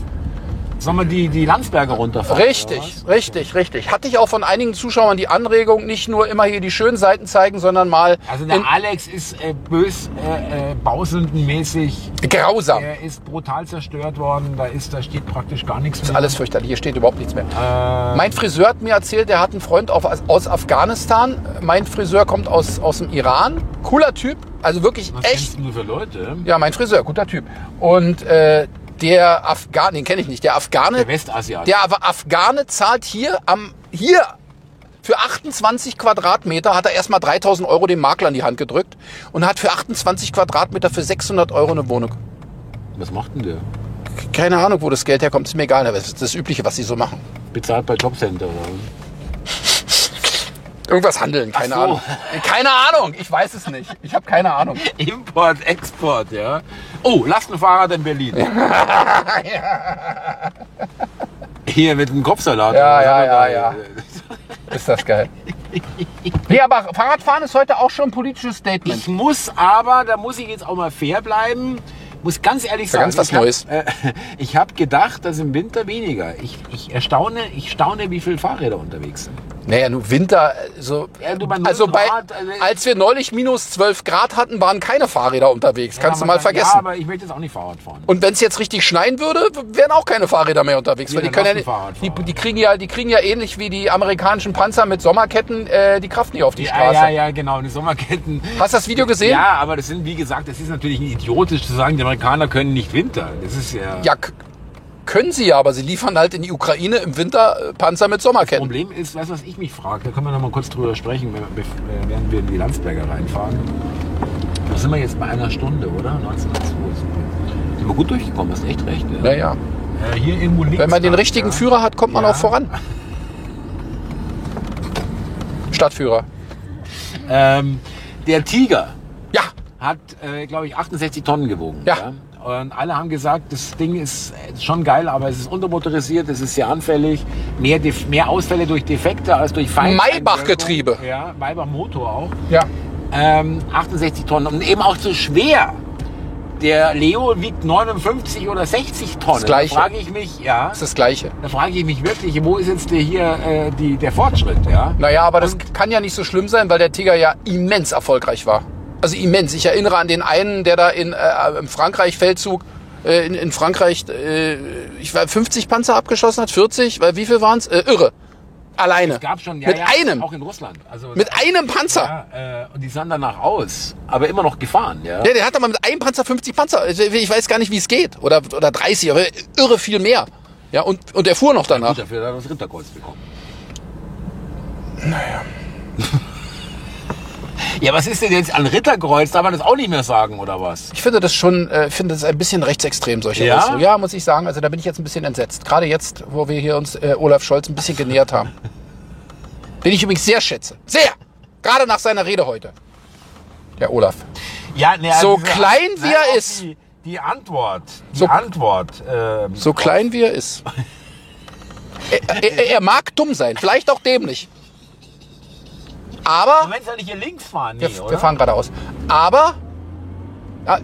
B: Sollen wir die, die Landsberge runterfahren? oder
C: Richtig,
B: was?
C: richtig, richtig. Hatte ich auch von einigen Zuschauern die Anregung, nicht nur immer hier die schönen Seiten zeigen, sondern mal
B: Also der Alex ist äh, bös äh, äh, bauselndenmäßig.
C: in, grausam.
B: Er ist brutal zerstört worden. Da ist, da steht praktisch gar nichts mehr.
C: Alles fürchterlich, hier steht überhaupt nichts mehr.
B: Ah.
C: Mein Friseur hat mir erzählt, der hat einen Freund auf, aus Afghanistan. Mein Friseur kommt aus, aus dem Iran. Cooler Typ, also wirklich
B: Was
C: echt.
B: kennst du für Leute?
C: Ja, mein Friseur, guter Typ. Und äh, der Afghan, den kenne ich nicht, der Afghane,
B: Der Westasiat.
C: der aber Afghane zahlt hier am, hier für 28 Quadratmeter hat er erstmal 3000 Euro dem Makler in die Hand gedrückt und hat für 28 Quadratmeter für 600 Euro eine Wohnung.
B: Was macht denn der?
C: Keine Ahnung, wo das Geld herkommt, ist mir egal, aber das ist das Übliche, was sie so machen.
B: Bezahlt bei Jobcenter. Oder? was?
C: Irgendwas handeln, keine
B: Ach so.
C: Ahnung. Keine Ahnung, ich weiß es nicht. Ich habe keine Ahnung.
B: Import, Export, ja. Oh, Lastenfahrrad in Berlin. Hier mit dem Kopfsalat.
C: Ja,
B: Was
C: ja,
B: haben wir
C: ja,
B: da? äh,
C: ja. Ist das geil. Nee, aber Fahrradfahren ist heute auch schon ein politisches
B: Ich
C: Statement.
B: muss aber, da muss ich jetzt auch mal fair bleiben, muss ganz ehrlich
C: Ja,
B: sagen.
C: ganz was
B: ich hab-
C: Neues.
B: Äh, ich habe gedacht, dass im Winter weniger. Ich, ich erstaune, ich staune, wie viele Fahrräder unterwegs sind.
C: Naja, nur Winter, so.
B: Ja, du, bei null
C: also bei,
B: Grad, also-
C: als wir neulich minus 12 Grad hatten, waren keine Fahrräder unterwegs. Kannst du
B: Ja,
C: mal
B: man kann- Ja,
C: vergessen.
B: aber ich möchte jetzt auch nicht Fahrrad fahren.
C: Und wenn es jetzt richtig schneien würde, wären auch keine Fahrräder mehr unterwegs.
B: Nee,
C: weil die,
B: dann
C: können
B: lass
C: ja,
B: ein
C: nicht- die,
B: Fahrrad fahren.
C: die, kriegen ja, die kriegen ja ähnlich wie die amerikanischen Panzer mit Sommerketten äh, die Kraft nicht auf die
B: Ja,
C: Straße.
B: ja, ja, genau, eine Sommerketten.
C: Hast du das Video gesehen?
B: Ja, aber das sind, wie gesagt, das ist natürlich idiotisch zu sagen, die Amerikaner können nicht Winter. Das ist ja.
C: Ja, k- können sie ja, aber sie liefern halt in die Ukraine im Winter äh, Panzer mit
B: Das
C: Sommerketten.
B: Problem ist, weißt du, was ich mich frage? Da können wir noch mal kurz drüber sprechen, wenn wir- bef- äh, während wir in die Landsberger reinfahren. Da sind wir jetzt bei einer Stunde, oder? 1902 sind wir. Sind wir gut durchgekommen, hast echt recht.
C: Ja, ja.
B: Äh, hier irgendwo links.
C: Wenn man den
B: ab,
C: richtigen
B: ja.
C: Führer hat, kommt man
B: Ja.
C: auch voran. Stadtführer.
B: Ähm, der Tiger
C: Ja,
B: hat, äh, glaube ich, 68 Tonnen gewogen.
C: Ja.
B: Und alle haben gesagt, das Ding ist äh, schon geil, aber es ist untermotorisiert, es ist sehr anfällig. Mehr, Def mehr Ausfälle durch Defekte als durch Feind.
C: Maybach-Getriebe.
B: Ja, Maybach Motor auch.
C: ja.
B: Ähm, 68 Tonnen und eben auch zu schwer. Der Leo wiegt 59 oder 60 Tonnen.
C: Gleiche.
B: Da frage ich mich, ja.
C: Das ist das Gleiche.
B: Da frage ich mich wirklich, wo ist jetzt der hier äh, die, der Fortschritt, ja?
C: Naja, aber das
B: Und-
C: kann ja nicht so schlimm sein, weil der Tiger ja immens erfolgreich war. Also immens. Ich erinnere an den einen, der da in, äh, im Frankreich-Feldzug, äh, in, in Frankreich, äh, ich war 50 Panzer abgeschossen hat, 40, weil wie viel waren's? Äh, irre. Alleine.
B: Es gab schon, ja,
C: Mit
B: ja,
C: einem.
B: Auch in Russland. Also,
C: Mit einem Panzer.
B: ja, äh, und die sahen danach aus, aber immer noch gefahren, ja.
C: Ja, der hat aber mit einem Panzer 50 Panzer. Ich- Ich weiß gar nicht, wie es geht. Oder, oder 30, aber irre viel mehr. Ja, und, und er fuhr noch danach.
B: Gut, dafür hat er das Ritterkreuz bekommen. Naja. ja, was ist denn jetzt an Ritterkreuz? Darf man das auch nicht mehr sagen, oder was?
C: Ich finde das schon, äh, finde das ein bisschen rechtsextrem, solche
B: Ja?
C: Äußerungen. Ja, muss ich sagen. Also da bin ich jetzt ein bisschen entsetzt. Gerade jetzt, wo wir hier uns äh, Olaf Scholz ein bisschen genähert haben. Den ich übrigens sehr schätze. Sehr! Gerade nach seiner Rede heute. Der Olaf.
B: Ja, ne,
C: So
B: diese-
C: klein wie
B: Nein,
C: er
B: auch
C: ist.
B: Die, die Antwort. Die
C: So-
B: Antwort. Ähm,
C: So klein wie er ist. Er, er, er mag dumm sein, vielleicht auch dämlich. Aber
B: Wenn sie nicht hier links fahren, nee,
C: Wir,
B: oder?
C: wir fahren geradeaus. Aber ah,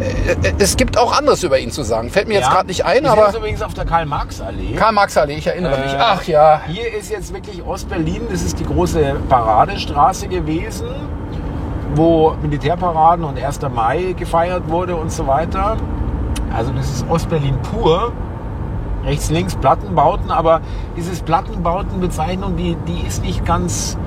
C: äh, äh, es gibt auch anderes über ihn zu sagen. Fällt mir jetzt
B: Ja.
C: gerade nicht ein,
B: Wir sind jetzt
C: aber
B: übrigens auf der Karl-Marx-Allee.
C: Karl-Marx-Allee, ich erinnere mich.
B: Hm? Äh,
C: Ach ja.
B: Hier ist jetzt wirklich Ostberlin, das ist die große Paradestraße gewesen, wo Militärparaden und 1. Mai gefeiert wurde und so weiter. Also das ist Ostberlin pur. Rechts, links Plattenbauten, aber dieses Plattenbautenbezeichnung, die, die ist nicht ganz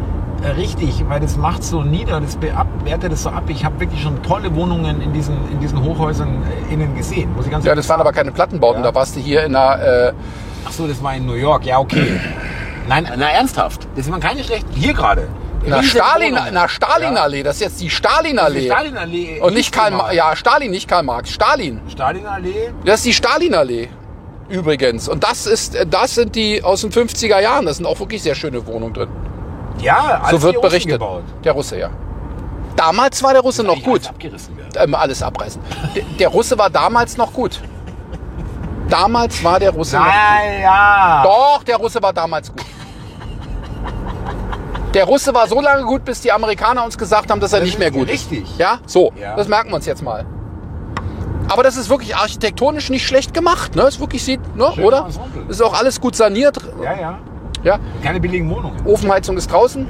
B: äh, richtig, weil das macht so nieder, das beab- wertet das so ab. Ich habe wirklich schon tolle Wohnungen in diesen, in diesen Hochhäusern äh, innen gesehen, muss ich ganz
C: Ja, das waren aber keine Plattenbauten,
B: Ja.
C: da warst du hier in einer. Äh,
B: Ach so, das war in New York. Ja, okay. Nein, na ernsthaft. Das waren keine schlechten. Hier gerade.
C: in einer
B: Riesige
C: Stalin,
B: Wohnungen.
C: einer Stalinallee. Das ist jetzt die Stalinallee.
B: Stalinallee.
C: Und nicht Karl
B: Genau.
C: Marx. Ja, Stalin, nicht Karl Marx. Stalin.
B: Stalinallee.
C: Das ist die Stalinallee. Übrigens. Und das ist, äh, das sind die aus den 50er Jahren. Das sind auch wirklich sehr schöne Wohnungen drin.
B: Ja, als
C: So
B: die
C: wird
B: Russen
C: berichtet.
B: Gebaut.
C: Der Russe, ja. Damals war der Russe noch
B: Eigentlich alles
C: gut.
B: Abgerissen werden.
C: ähm, alles abreißen. D der Russe war damals noch gut. Damals war der Russe noch
B: Na ja.
C: Doch, der Russe war damals gut. Der Russe war so lange gut, bis die Amerikaner uns gesagt haben, dass er
B: Das
C: nicht
B: ist
C: mehr gut
B: richtig.
C: ist. Ja, so.
B: Ja.
C: Das merken wir uns jetzt mal. Aber das ist wirklich architektonisch nicht schlecht gemacht. Ne? Es wirklich sieht, ne?
B: Schön
C: oder?
B: ensemble.
C: Ist auch alles gut saniert.
B: Ja, ja.
C: Ja.
B: Keine billigen Wohnungen.
C: Ofenheizung ist draußen.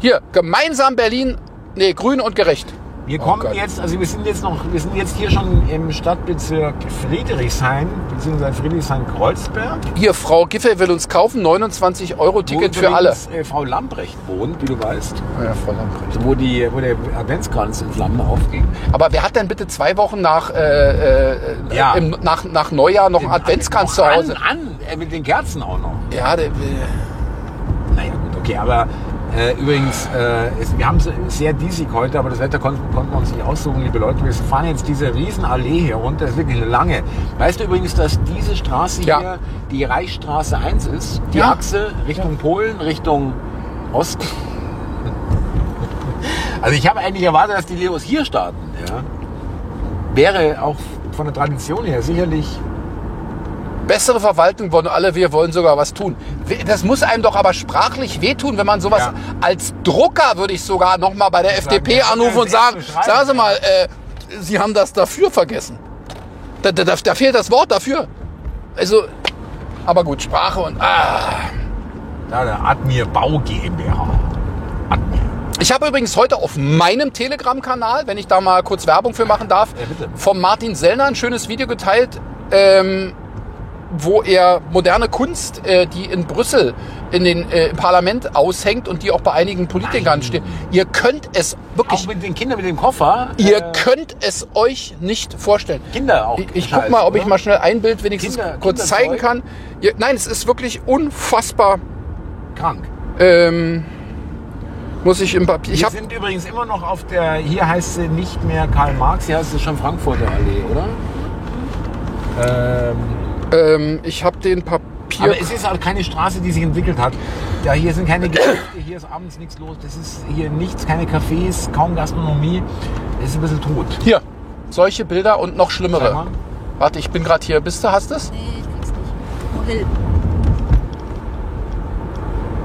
C: Hier, gemeinsam Berlin, nee, grün und gerecht.
B: Wir
C: Oh
B: kommen
C: Gott.
B: jetzt, also wir sind jetzt noch, wir sind jetzt hier schon im Stadtbezirk Friedrichshain, beziehungsweise Friedrichshain-Kreuzberg.
C: Hier, Frau Giffey will uns kaufen, 29 Euro
B: wo
C: Ticket für alle.
B: übrigens, Ah Äh, Frau Lamprecht wohnt, wie du weißt.
C: Ja, voll Lamprecht.
B: Wo, die, wo der Adventskranz in Flammen aufging.
C: Aber wer hat denn bitte zwei Wochen nach, äh, äh,
B: Ja.
C: im, nach, nach Neujahr noch einen Adventskranz zu Hause?
B: An, an, äh, mit den Kerzen auch noch.
C: Ja, der, äh,
B: Naja, gut, okay, aber äh, übrigens, äh, es, wir haben es sehr diesig heute, aber das Wetter konnten, konnten wir uns nicht aussuchen, liebe Leute. Wir fahren jetzt diese Riesenallee hier runter, das ist wirklich eine lange. Weißt du übrigens, dass diese Straße
C: Ja.
B: hier die Reichsstraße 1 ist? Die
C: Ja.
B: Achse Richtung Polen, Richtung Osten. Also ich habe eigentlich erwartet, dass die Leos hier starten. Ja? Wäre auch von der Tradition her sicherlich
C: bessere Verwaltung wollen alle, wir wollen sogar was tun. We- Das muss einem doch aber sprachlich wehtun, wenn man sowas
B: Ja.
C: als Drucker, würde ich sogar nochmal bei der FDP
B: ja,
C: anrufen
B: das
C: und sagen,
B: erste Schreiben.
C: sagen Sie mal, äh, Sie haben das dafür vergessen. Da, da, da, da fehlt das Wort dafür. Also, aber gut, Sprache und... Ah.
B: da, der Admir Bau GmbH. Admir.
C: Ich habe übrigens heute auf meinem Telegram-Kanal, wenn ich da mal kurz Werbung für machen darf,
B: Ja, bitte.
C: vom Martin Sellner ein schönes Video geteilt, ähm, wo er moderne Kunst, äh, die in Brüssel in den äh, im Parlament aushängt und die auch bei einigen Politikern steht. Ihr könnt es
B: Auch
C: wirklich,
B: mit den Kindern mit dem Koffer. Äh,
C: ihr könnt es euch nicht vorstellen.
B: Kinder auch. halt, ne?
C: Ich, ich guck mal, ob ich mal schnell ein Bild wenigstens
B: Kinder-
C: kurz
B: Kinderzeug.
C: zeigen kann. Ihr, nein, es ist wirklich unfassbar.
B: krank.
C: Ähm, muss ich im Papier. Ich
B: Wir
C: habe
B: sind übrigens immer noch auf der. Hier heißt sie nicht mehr Karl Marx, hier heißt sie schon Frankfurter Allee, oder? Ähm,
C: ähm, ich habe den Papier.
B: aber es ist halt keine Straße, die sich entwickelt hat. Ja, hier sind keine Geschäfte, hier ist abends nichts los. Das ist hier nichts, keine Cafés, kaum Gastronomie. Es ist ein bisschen tot.
C: Hier, solche Bilder und noch
B: Sag mal.
C: schlimmere. Warte, ich bin gerade hier. Bist du, hast du es?
D: Nee, ich krieg's nicht. Oh, Hill.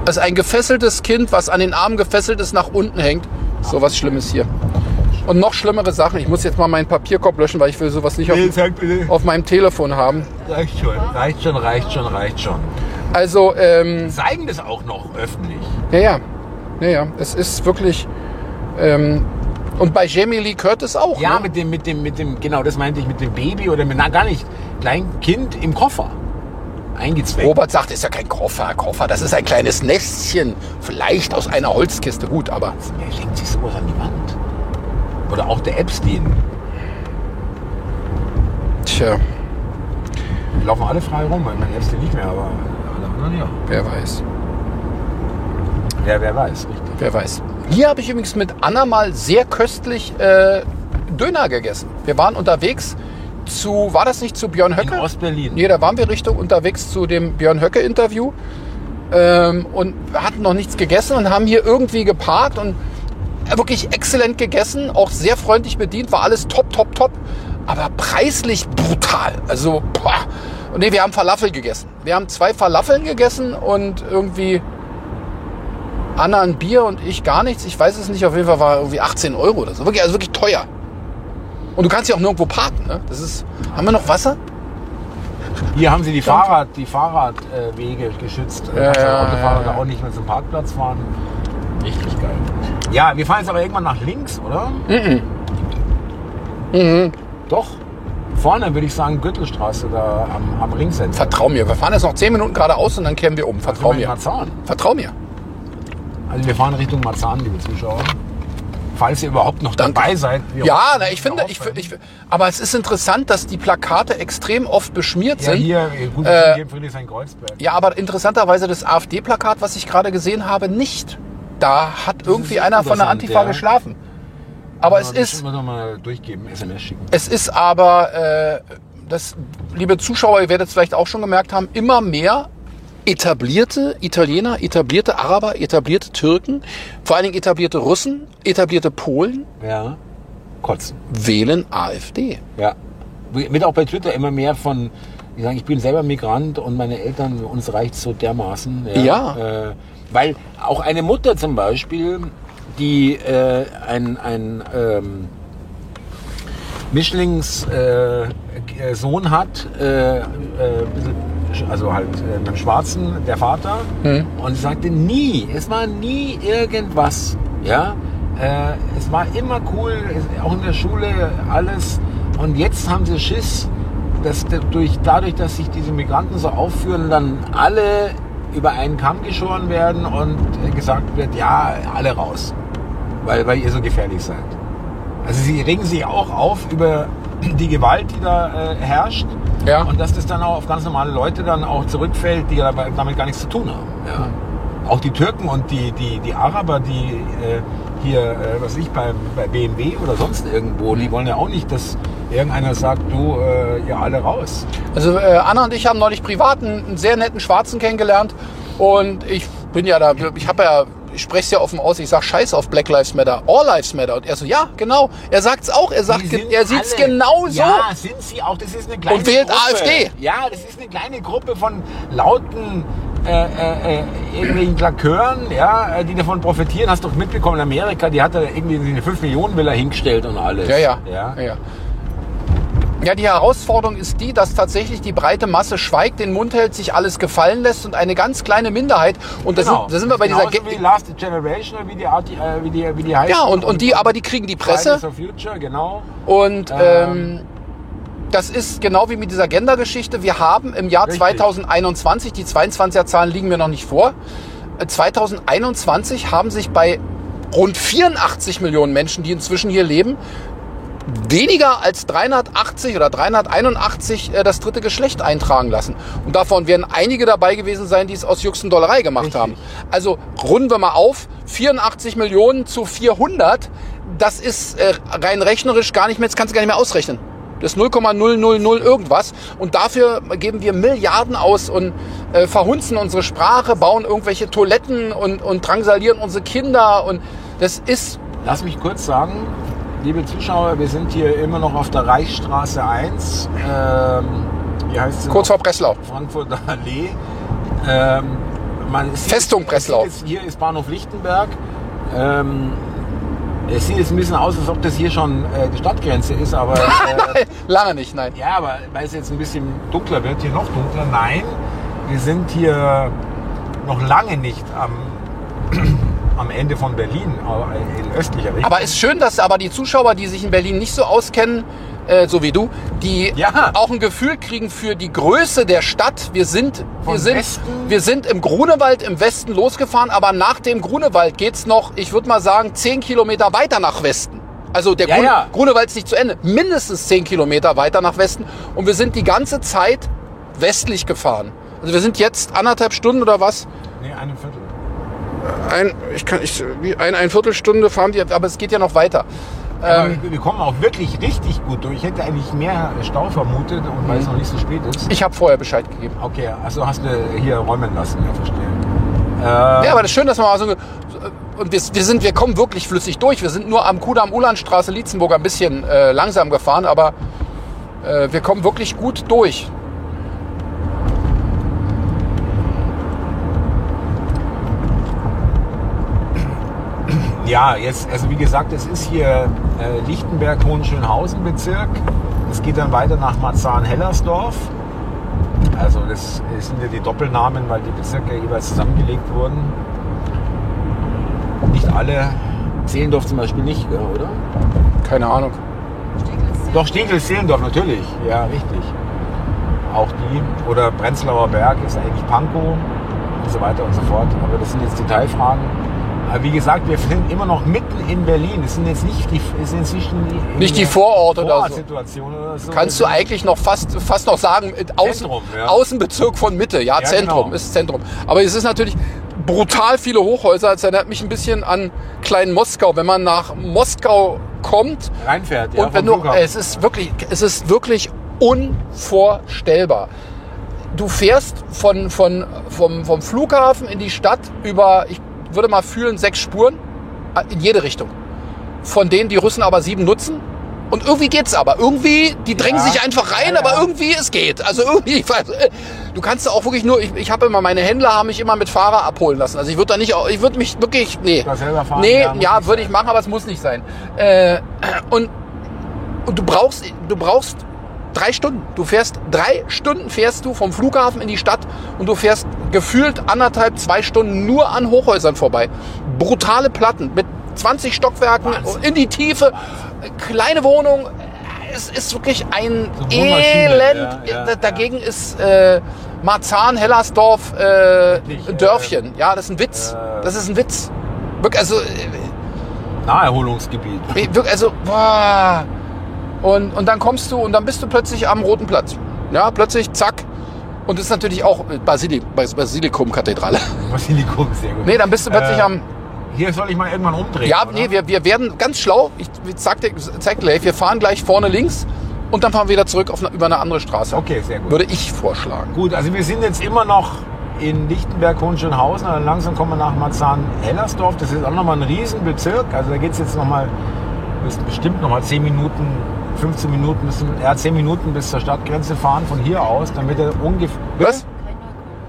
C: Das ist ein gefesseltes Kind, was an den Armen gefesselt ist, nach unten hängt. So was Schlimmes hier. Und noch schlimmere Sachen. Ich muss jetzt mal meinen Papierkorb löschen, weil ich will sowas nicht auf,
B: sag bitte.
C: auf meinem Telefon haben.
B: Reicht schon, reicht schon, reicht schon, reicht schon.
C: Also, ähm,
B: Zeigen das auch noch öffentlich.
C: ja, ja. Ja, ja. Es ist wirklich. Ähm, und bei Jamie Lee Curtis auch.
B: Ja,
C: ne?
B: mit dem, mit dem, mit dem, genau, das meinte ich mit dem Baby oder mit, na gar nicht, klein Kind im Koffer. eingezwängt.
C: Robert sagt, ist ja kein Koffer, Koffer, das ist ein kleines Nestchen, vielleicht aus einer Holzkiste. Gut, aber
B: Der legt sich sowas an die Wand. Oder auch der Epstein.
C: tja,
B: Die laufen alle frei rum. Ich meine, Epstein nicht mehr, aber alle anderen ja.
C: wer weiß.
B: Ja, wer weiß, richtig.
C: Wer weiß. Hier habe ich übrigens mit Anna mal sehr köstlich äh, Döner gegessen. Wir waren unterwegs zu, war das nicht zu Björn Höcke?
B: In Ostberlin.
C: Nee, da waren wir Richtung unterwegs zu dem Björn Höcke-Interview ähm, und hatten noch nichts gegessen und haben hier irgendwie geparkt und wirklich exzellent gegessen, auch sehr freundlich bedient, war alles top, top, top, aber preislich brutal. Also, boah. Und nee, wir haben Falafel gegessen. Wir haben zwei Falafeln gegessen und irgendwie Anna ein Bier und ich gar nichts. Ich weiß es nicht, auf jeden Fall war irgendwie 18 Euro oder so. Wirklich, also wirklich teuer. Und du kannst ja auch nirgendwo parken, ne? Das ist. Haben wir noch Wasser?
B: Hier haben sie die Fahrrad, die Fahrradwege geschützt.
C: Ja,
B: Dass
C: ja,
B: Autofahrer
C: ja, ja.
B: da auch nicht mehr zum Parkplatz fahren. Richtig geil. Ja, wir fahren jetzt aber irgendwann nach links, oder? Mhm.
C: Mhm.
B: Doch. Vorne würde ich sagen Gürtelstraße da am, am Ringcenter.
C: Vertrau mir, wir fahren jetzt noch 10 Minuten geradeaus und dann kehren wir um. Vertrau
B: Also wir in
C: mir.
B: Marzahn.
C: Vertrau mir.
B: Also wir fahren Richtung Marzahn, liebe Zuschauer. Falls ihr überhaupt noch
C: Danke.
B: dabei seid. wir
C: Ja,
B: hoffen,
C: na, ich
B: wir
C: finde, ich,
B: hoffen.
C: ich, aber es ist interessant, dass die Plakate extrem oft beschmiert
B: ja,
C: sind.
B: hier, gut,
C: Äh,
B: hier in Friedrichshain-Kreuzberg.
C: Ja, aber interessanterweise das AfD-Plakat, was ich gerade gesehen habe, nicht. Da hat irgendwie einer von
B: interessant,
C: der Antifa
B: ja.
C: geschlafen. Aber es ist,
B: Müssen wir mal durchgeben, SMS schicken.
C: Es ist aber, äh, das, liebe Zuschauer, ihr werdet es vielleicht auch schon gemerkt haben, immer mehr etablierte Italiener, etablierte Araber, etablierte Türken, vor allen Dingen etablierte Russen, etablierte Polen
B: Ja. Kotzen.
C: wählen AfD.
B: Ja. Wird auch bei Twitter immer mehr von, die sagen, ich bin selber Migrant und meine Eltern, uns reicht so dermaßen.
C: Ja.
B: Äh, weil auch eine Mutter zum Beispiel, die äh, ein, ein ähm, Mischlings äh, äh, Sohn hat, äh, äh, bisschen- also halt äh, einen Schwarzen, der Vater, und sie sagte nie, es war nie irgendwas, ja, äh, es war immer cool, es- auch in der Schule alles, und jetzt haben sie Schiss, dass da- durch, dadurch, dass sich diese Migranten so aufführen, dann alle über einen Kamm geschoren werden und äh, gesagt wird, ja, alle raus, weil, weil ihr so gefährlich seid. Also sie regen sich auch auf über die Gewalt, die da äh, herrscht.
C: Ja.
B: Und dass das dann auch auf ganz normale Leute dann auch zurückfällt, die dabei, damit gar nichts zu tun haben. Ja. Auch die Türken und die, die, die Araber, die äh, hier, äh, was weiß ich, bei, bei BMW oder sonst irgendwo, die wollen ja auch nicht, dass irgendeiner sagt, du, äh, ja, alle raus.
C: Also äh, Anna und ich haben neulich privat einen, einen sehr netten Schwarzen kennengelernt und ich bin ja da, ich habe ja, ich spreche es ja offen aus, ich sag Scheiß auf Black Lives Matter, All Lives Matter und er so, ja, genau, er sagt's auch, er sagt,
B: Die
C: ge-
B: sind
C: er sieht's
B: alle-
C: genau so.
B: Ja, sind sie auch. Das ist eine kleine
C: Und wählt
B: Gruppe.
C: AfD.
B: Ja, das ist eine kleine Gruppe von lauten äh, äh, äh, irgendwelchen Klakeuren, ja, äh, die davon profitieren. Hast du doch mitbekommen in Amerika, die hat da irgendwie eine 5-Millionen-Villa hingestellt und alles.
C: Ja, ja.
B: ja.
C: ja. ja. Ja, die Herausforderung ist die, dass tatsächlich die breite Masse schweigt, den Mund hält, sich alles gefallen lässt und eine ganz kleine Minderheit. Und da
B: Genau.
C: sind, da sind wir bei dieser.
B: Genauso wie Last Generation oder wie die, Art, äh, wie die, wie die heißt.
C: ja, und, und die, aber die kriegen die Presse.
B: Fridays for Future, genau.
C: Und ähm,
B: Ähm.
C: das ist genau wie mit dieser Gender-Geschichte. Wir haben im Jahr
B: Richtig.
C: 2021, die 22er-Zahlen liegen mir noch nicht vor, äh, 2021 haben sich bei rund 84 Millionen Menschen, die inzwischen hier leben, weniger als 380 oder 381 äh, das dritte Geschlecht eintragen lassen. Und davon werden einige dabei gewesen sein, die es aus Juxendollerei gemacht
B: Richtig.
C: haben. Also runden wir mal auf, 84 Millionen zu 400, das ist äh, rein rechnerisch gar nicht mehr, das kannst du gar nicht mehr ausrechnen. Das ist 0,000 irgendwas. Und dafür geben wir Milliarden aus und äh, verhunzen unsere Sprache, bauen irgendwelche Toiletten und, und drangsalieren unsere Kinder. Und das ist
B: Lass mich kurz sagen, liebe Zuschauer, wir sind hier immer noch auf der Reichsstraße 1. Ähm, wie heißt sie
C: kurz
B: noch?
C: vor Breslau.
B: Frankfurter Allee. Ähm, man sieht-
C: Festung Breslau.
B: Sieht jetzt, hier ist Bahnhof Lichtenberg. Ähm, es sieht jetzt ein bisschen aus, als ob das hier schon äh, die Stadtgrenze ist, aber äh,
C: Lange nicht, nein.
B: ja, aber weil es jetzt ein bisschen dunkler wird, hier noch dunkler. Nein, wir sind hier noch lange nicht am, am Ende von Berlin, aber äh, in östlicher Richtung.
C: Aber ist schön, dass aber die Zuschauer, die sich in Berlin nicht so auskennen, äh, so wie du, die
B: Ja.
C: auch ein Gefühl kriegen für die Größe der Stadt. Wir sind,
B: Vom
C: wir sind,
B: Westen?
C: wir sind im Grunewald im Westen losgefahren, aber nach dem Grunewald geht's noch, ich würde mal sagen, zehn Kilometer weiter nach Westen. Also der
B: Ja,
C: Grune,
B: ja.
C: Grunewald ist nicht zu Ende. Mindestens zehn Kilometer weiter nach Westen. Und wir sind die ganze Zeit westlich gefahren. Also wir sind jetzt anderthalb Stunden oder was?
B: nee, einem Viertel.
C: Ein, ich kann, ich, wie ein, ein Viertelstunde fahren wir, aber es geht ja noch weiter. Ähm.
B: Aber wir- wir kommen auch wirklich richtig gut durch. Ich hätte eigentlich mehr Stau vermutet und
C: Mhm.
B: weil es noch nicht so spät ist.
C: Ich habe vorher Bescheid gegeben.
B: Okay, also hast du hier räumen lassen, ja, verstehe.
C: Ja, aber das ist schön, dass man mal so. ge- Und wir, wir sind, wir kommen wirklich flüssig durch. Wir sind nur am kudamm ulandstraße Lietzenburg ein bisschen äh, langsam gefahren, aber äh, wir kommen wirklich gut durch.
B: Ja, jetzt, also wie gesagt, es ist hier äh, Lichtenberg-Hohenschönhausen-Bezirk. Es geht dann weiter nach Marzahn-Hellersdorf. Also das sind ja die Doppelnamen, weil die Bezirke jeweils zusammengelegt wurden. Nicht alle. Zehlendorf zum Beispiel nicht, oder?
C: Keine Ahnung.
B: Doch, Stegel-Zehlendorf natürlich. Ja, richtig. Auch die. Oder Prenzlauer Berg ist eigentlich Pankow und so weiter und so fort. Aber das sind jetzt Detailfragen. Aber wie gesagt, wir sind immer noch mitten in Berlin. Es sind jetzt nicht die, es sind jetzt nicht, die-
C: Nicht die Vororte oder so.
B: Vorortsituation oder so.
C: Kannst du eigentlich noch fast, fast noch sagen, äh, Außen,
B: Zentrum, ja.
C: Außenbezirk von Mitte. Ja,
B: Ja,
C: Zentrum
B: genau.
C: ist Zentrum. Aber es ist natürlich brutal viele Hochhäuser. Es erinnert mich ein bisschen an Klein Moskau. Wenn man nach Moskau kommt,
B: reinfährt? Ja,
C: und wenn
B: vom
C: du,
B: Flughafen.
C: es ist wirklich, es ist wirklich unvorstellbar. Du fährst von, von, vom, vom Flughafen in die Stadt über, ich würde mal fühlen, sechs Spuren äh, in jede Richtung. Von denen die Russen aber sieben nutzen. Und irgendwie geht's aber. Irgendwie, die drängen
B: Ja.
C: sich einfach rein,
B: Ja,
C: aber
B: ja.
C: irgendwie es geht. Also irgendwie, ich weiß, äh, du kannst auch wirklich nur, ich, ich habe immer, meine Händler haben mich immer mit Fahrer abholen lassen. Also ich würde da nicht, au- ich würde mich wirklich, nee.
B: Da selber fahren,
C: nee,
B: ja, muss
C: ja,
B: nicht
C: würde
B: sein.
C: ich machen, aber es muss nicht sein. Äh, und und du brauchst, du brauchst drei Stunden. Du fährst drei Stunden fährst du vom Flughafen in die Stadt und du fährst gefühlt anderthalb, zwei Stunden nur an Hochhäusern vorbei. Brutale Platten mit 20 Stockwerken in die Tiefe, kleine Wohnung. Es ist wirklich ein
B: So eine Wohnmaschine,
C: Elend.
B: ja, ja,
C: Da-
B: ja.
C: Dagegen ist äh, Marzahn, Hellersdorf äh,
B: Wirklich,
C: ein Dörfchen. Ja, das ist ein Witz.
B: äh,
C: Das ist ein Witz. Wirklich, Also äh,
B: Naherholungsgebiet.
C: Nee, wirklich, Also, boah. Und, und dann kommst du und dann bist du plötzlich am Roten Platz. Ja, plötzlich, zack. Und das ist natürlich auch äh, Basili Bas- Basilikum-Kathedrale.
B: Basilikum, sehr gut.
C: Nee, dann bist du plötzlich
B: Äh,
C: am.
B: Hier soll ich mal irgendwann umdrehen.
C: Ja,
B: oder?
C: nee, wir, wir werden ganz schlau. Ich, ich zeig dir, zeig dir gleich, wir fahren gleich vorne links und dann fahren wir wieder zurück auf, eine- über eine andere Straße.
B: Okay, sehr gut.
C: Würde ich vorschlagen.
B: Gut, also wir sind jetzt immer noch in Lichtenberg-Hohenschönhausen, dann langsam kommen wir nach Marzahn-Hellersdorf. Das ist auch nochmal ein Riesenbezirk. Also da geht es jetzt nochmal, bestimmt nochmal 10 Minuten, 15 Minuten, bis, zum- ja, 10 Minuten bis zur Stadtgrenze fahren von hier aus, damit er ungefähr.
C: Was?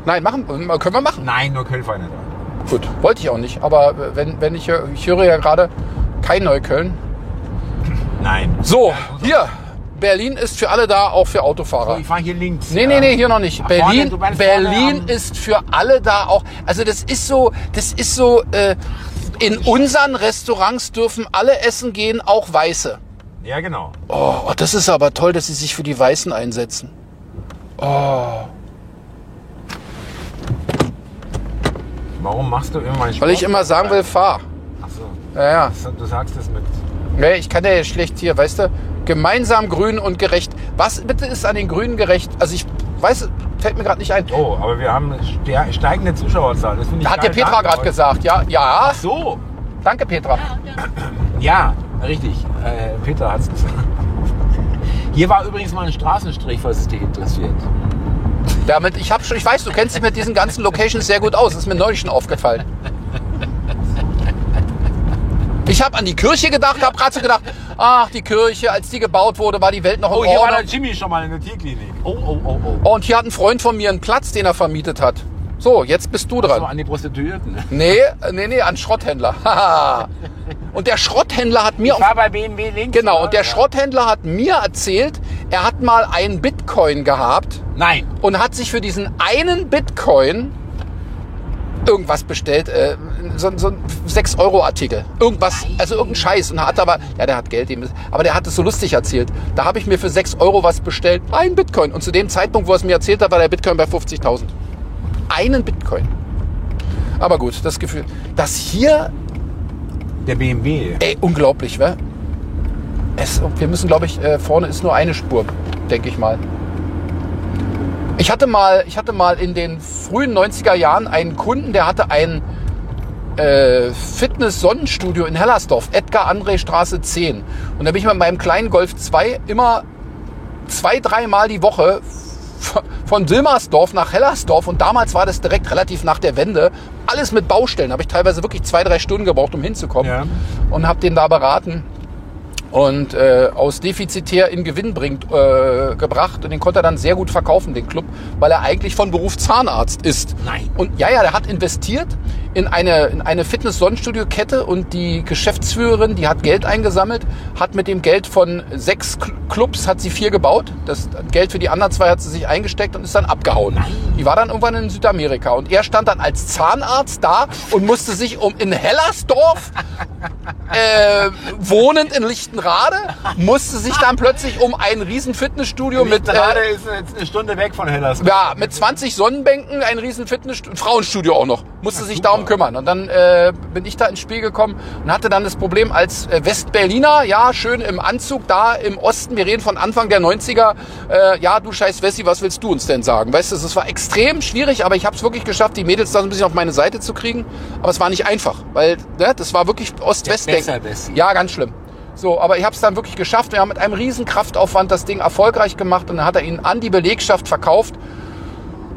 C: Nein, machen, äh, können wir machen.
B: Nein, nur Köln fahren nicht. rein.
C: Gut, wollte ich auch nicht. Aber äh, wenn, wenn ich, hö- ich höre ja gerade kein Neukölln.
B: Nein.
C: So,
B: also
C: hier. Berlin ist für alle da, auch für Autofahrer.
B: So, ich fahre hier links.
C: Ah. Nee,
B: ja.
C: nee, nee, hier noch nicht.
B: Ach, vorne,
C: Berlin,
B: du meinst vorne
C: Berlin
B: am-
C: ist für alle da auch. Also das ist so, das ist so, äh, in unseren Restaurants dürfen alle essen gehen, auch Weiße.
B: Ja, genau.
C: Oh, oh, das ist aber toll, dass sie sich für die Weißen einsetzen.
B: Warum machst du immer meinen Sport?
C: Weil ich immer sagen will, fahr.
B: Achso,
C: Ja, ja.
B: du sagst es mit.
C: Nee, ich kann ja jetzt schlecht hier, weißt du? Gemeinsam grün und gerecht. Was bitte ist an den Grünen gerecht? Also ich weiß, fällt mir gerade nicht ein.
B: Oh, aber wir haben ste- steigende Zuschauerzahl. Das finde ich
C: Da hat dir
B: geil.
C: Petra
B: Danke
C: gerade
B: euch.
C: gesagt, ja? Ja,
B: Ach so.
C: danke Petra.
B: Ja, richtig. Äh, Peter hat es gesagt. Hier war übrigens mal ein Straßenstrich, falls es dich interessiert.
C: Damit, ich, hab schon, ich weiß, du kennst dich mit diesen ganzen Locations sehr gut aus. Ist mir neulich schon aufgefallen. Ich habe an die Kirche gedacht, habe gerade so gedacht, ach, die Kirche, als die gebaut wurde, war die Welt noch in
B: Oh, hier war
C: Ordnung.
B: der Jimmy schon mal in der Tierklinik. Oh, oh, oh, oh.
C: Oh, und hier hat ein Freund von mir einen Platz, den er vermietet hat. So, jetzt bist du
B: Das war
C: dran.
B: an die Prostituierten.
C: Nee, nee, nee, an Schrotthändler. Haha. und der Schrotthändler hat mir auf
B: War bei BMW links.
C: Genau,
B: oder?
C: und der
B: Ja.
C: Schrotthändler hat mir erzählt, er hat mal einen Bitcoin gehabt
B: Nein.
C: und hat sich für diesen einen Bitcoin irgendwas bestellt, äh, so, so ein 6-Euro-Artikel. Irgendwas, also irgendein Scheiß. Und hat aber, ja, der hat Geld, dem ist- aber der hat es so lustig erzählt. Da habe ich mir für 6 Euro was bestellt, ein Bitcoin. Und zu dem Zeitpunkt, wo er es mir erzählt hat, war der Bitcoin bei 50.000. Einen Bitcoin. Aber gut, das Gefühl, dass hier,
B: Der BMW.
C: ey, unglaublich, wa? Es, wir müssen, glaube ich, äh, vorne ist nur eine Spur, denke ich mal. Ich hatte mal, ich hatte mal in den frühen 90er Jahren einen Kunden, der hatte ein äh, Fitness-Sonnenstudio in Hellersdorf, Edgar-André-Straße 10. Und da bin ich mit meinem kleinen Golf 2 immer zwei, dreimal die Woche f- von Wilmersdorf nach Hellersdorf und damals war das direkt relativ nach der Wende. Alles mit Baustellen. Habe ich teilweise wirklich zwei, drei Stunden gebraucht, um hinzukommen.
B: Ja.
C: Und habe den da beraten und äh, aus defizitär in Gewinn bringt, äh, gebracht. Und den konnte er dann sehr gut verkaufen, den Club, weil er eigentlich von Beruf Zahnarzt ist.
B: Nein.
C: Und ja, ja, der hat investiert in eine, in eine Fitness-Sonnenstudio-Kette und die Geschäftsführerin, die hat Geld eingesammelt, hat mit dem Geld von sechs Cl- Clubs, hat sie vier gebaut. Das Geld für die anderen zwei hat sie sich eingesteckt und ist dann abgehauen. Die war dann irgendwann in Südamerika. Und er stand dann als Zahnarzt da und musste sich um in Hellersdorf äh, wohnend in Lichtenrade, musste sich dann plötzlich um ein riesen Fitnessstudio mit,
B: Gerade
C: äh,
B: ist jetzt eine Stunde weg von Hellas.
C: ja, mit 20 Sonnenbänken, ein riesen Fitnessstudio, Frauenstudio auch noch, musste sich
B: super.
C: darum kümmern. Und dann äh, bin ich da ins Spiel gekommen und hatte dann das Problem als äh, Westberliner, ja, schön im Anzug da im Osten, wir reden von Anfang der 90er, äh, ja, du scheiß Wessi, was willst du uns denn sagen? Weißt du, es war extrem schwierig, aber ich habe es wirklich geschafft, die Mädels da so ein bisschen auf meine Seite zu kriegen. Aber es war nicht einfach, weil ne, das war wirklich
B: Besser
C: Ost-West-Denken.
B: Wessi.
C: Ja, ganz schlimm. So, aber ich habe es dann wirklich geschafft. Wir haben mit einem riesen Kraftaufwand das Ding erfolgreich gemacht und dann hat er ihn an die Belegschaft verkauft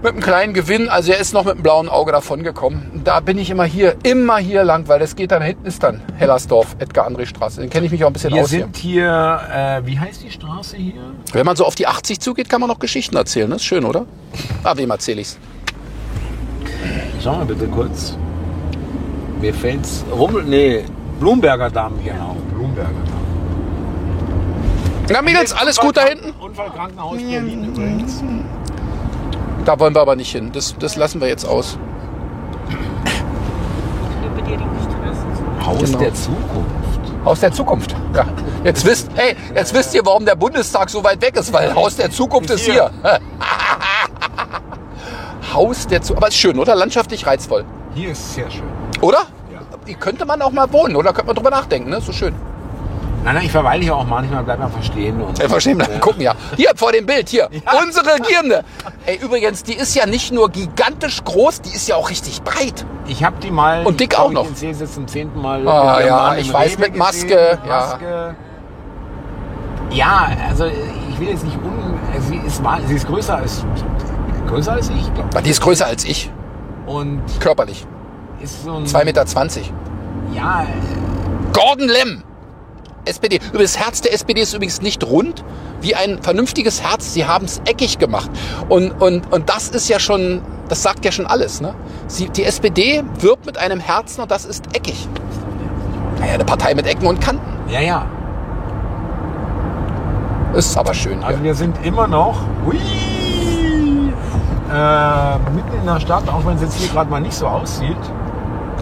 C: mit einem kleinen Gewinn. Also er ist noch mit einem blauen Auge davongekommen. Und Da bin ich immer hier, immer hier lang, weil das geht dann hinten ist dann Hellersdorf, Edgar-André-Straße. Den kenne ich mich auch ein bisschen
B: Wir
C: aus hier.
B: sind hier, äh, wie heißt die Straße hier?
C: Wenn man so auf die 80 zugeht, kann man noch Geschichten erzählen. Das ist schön, oder? Ah, wem erzähle ich's?
B: Schauen wir bitte kurz. Mir fällt's. Rummel, nee, Blumberger Damm, genau. Blumberger Damm.
C: Na Mädels, alles gut da hinten?
B: Unfallkrankenhaus Berlin übrigens.
C: Da wollen wir aber nicht hin. Das, das lassen wir jetzt aus.
A: über die Ringstraße zu.
B: Haus
C: Genau.
B: der Zukunft.
C: Aus der Zukunft. Ja. Jetzt wisst, hey, jetzt wisst ihr, warum der Bundestag so weit weg ist, weil Haus der Zukunft ist hier. Haus der Zukunft. Aber ist schön, oder? Landschaftlich reizvoll.
B: Hier ist sehr schön.
C: Oder?
B: Ja.
C: Hier Könnte man auch mal wohnen, oder? Könnte man drüber nachdenken, ne? So schön.
B: Nein, nein, ich verweile hier auch manchmal, bleib einfach stehen. Und
C: Äh, verstehen bleiben, gucken ja. Hier vor dem Bild, hier. Unsere Regierende. Ey, übrigens, die ist ja nicht nur gigantisch groß, die ist ja auch richtig breit.
B: ich habe die mal.
C: Und dick
B: ich glaub,
C: auch noch.
B: Ich sehe jetzt zum zehnten Mal.
C: Ah,
B: Wir
C: ja,
B: waren im
C: ich weiß,
B: Rewe
C: mit
B: gesehen,
C: Maske,
B: mit
C: ja.
B: Maske. Ja, also ich will jetzt nicht un. Sie ist, wa- sie ist größer als. Größer als ich, glaube
C: Aber die ist größer als ich,
B: ich. Und
C: körperlich.
B: ist so ein.
C: 2,20 Meter.
B: Ja,
C: Gordon Lemm. SPD. Übrigens, Das Herz der SPD ist übrigens nicht rund wie ein vernünftiges Herz. Sie haben es eckig gemacht. Und, und, und das ist ja schon, das sagt ja schon alles. Ne? Sie, die SPD wirbt mit einem Herzen und das ist eckig. Naja, eine Partei mit Ecken und Kanten.
B: ja, ja.
C: Ist aber schön.
B: Also
C: Hier.
B: wir sind immer noch hui, äh, mitten in der Stadt, auch wenn es jetzt hier gerade mal nicht so aussieht.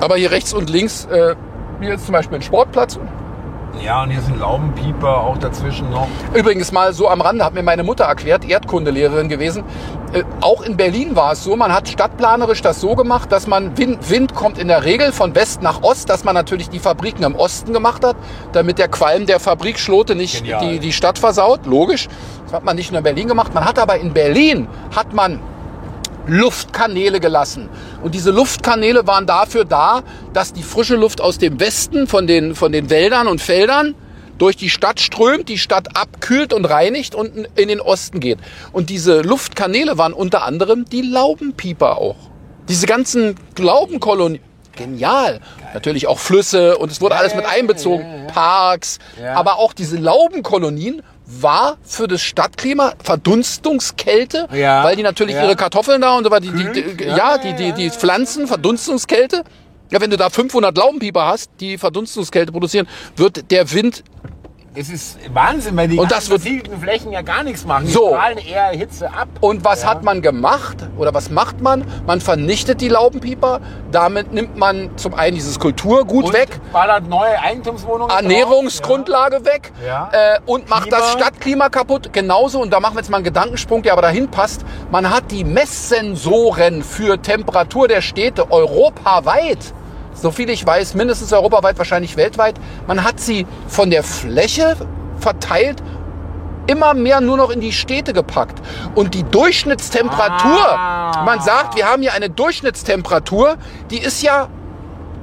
C: Aber hier rechts und links, äh, hier ist zum Beispiel ein Sportplatz.
B: Ja, und hier sind Laubenpieper auch dazwischen noch.
C: Übrigens mal so am Rande hat mir meine Mutter erklärt, Erdkundelehrerin gewesen. Äh, auch in Berlin war es so, man hat stadtplanerisch das so gemacht, dass man Wind, Wind kommt in der Regel von West nach Ost, dass man natürlich die Fabriken im Osten gemacht hat, damit der Qualm der Fabrikschlote nicht
B: Genial.
C: die, die Stadt versaut. Logisch. Das hat man nicht nur in Berlin gemacht. Man hat aber in Berlin hat man Luftkanäle gelassen. Und diese Luftkanäle waren dafür da, dass die frische Luft aus dem Westen von den, von den Wäldern und Feldern durch die Stadt strömt, die Stadt abkühlt und reinigt und in den Osten geht. Und diese Luftkanäle waren unter anderem die Laubenpieper auch. Diese ganzen Laubenkolonien. Genial. Natürlich auch Flüsse und es wurde alles mit einbezogen. Parks. Aber auch diese Laubenkolonien war für das Stadtklima Verdunstungskälte,
B: Ja.
C: weil die natürlich
B: Ja.
C: ihre Kartoffeln da und so weiter. Die, die, die, ja, die, die, die Pflanzen, Verdunstungskälte. Ja, wenn du da 500 Laubenpieper hast, die Verdunstungskälte produzieren, wird der Wind
B: Es ist Wahnsinn, weil die
C: Und das
B: ganzen
C: wird-
B: versiegelten Flächen ja gar nichts machen. Die
C: So.
B: strahlen eher Hitze ab.
C: Und was
B: Ja.
C: hat man gemacht oder was macht man? Man vernichtet die Laubenpieper. Damit nimmt man zum einen dieses Kulturgut
B: Und
C: weg,
B: Ballert neue Eigentumswohnungen. drauf.
C: Ernährungsgrundlage weg
B: Ja.
C: äh, und macht
B: Klima.
C: das Stadtklima kaputt. Genauso, und da machen wir jetzt mal einen Gedankensprung, der aber dahin passt. Man hat die Messsensoren für Temperatur der Städte europaweit, so viel ich weiß, mindestens europaweit, wahrscheinlich weltweit. Man hat sie von der Fläche verteilt immer mehr nur noch in die Städte gepackt. Und die Durchschnittstemperatur,
B: Ah.
C: man sagt, wir haben hier eine Durchschnittstemperatur, die ist ja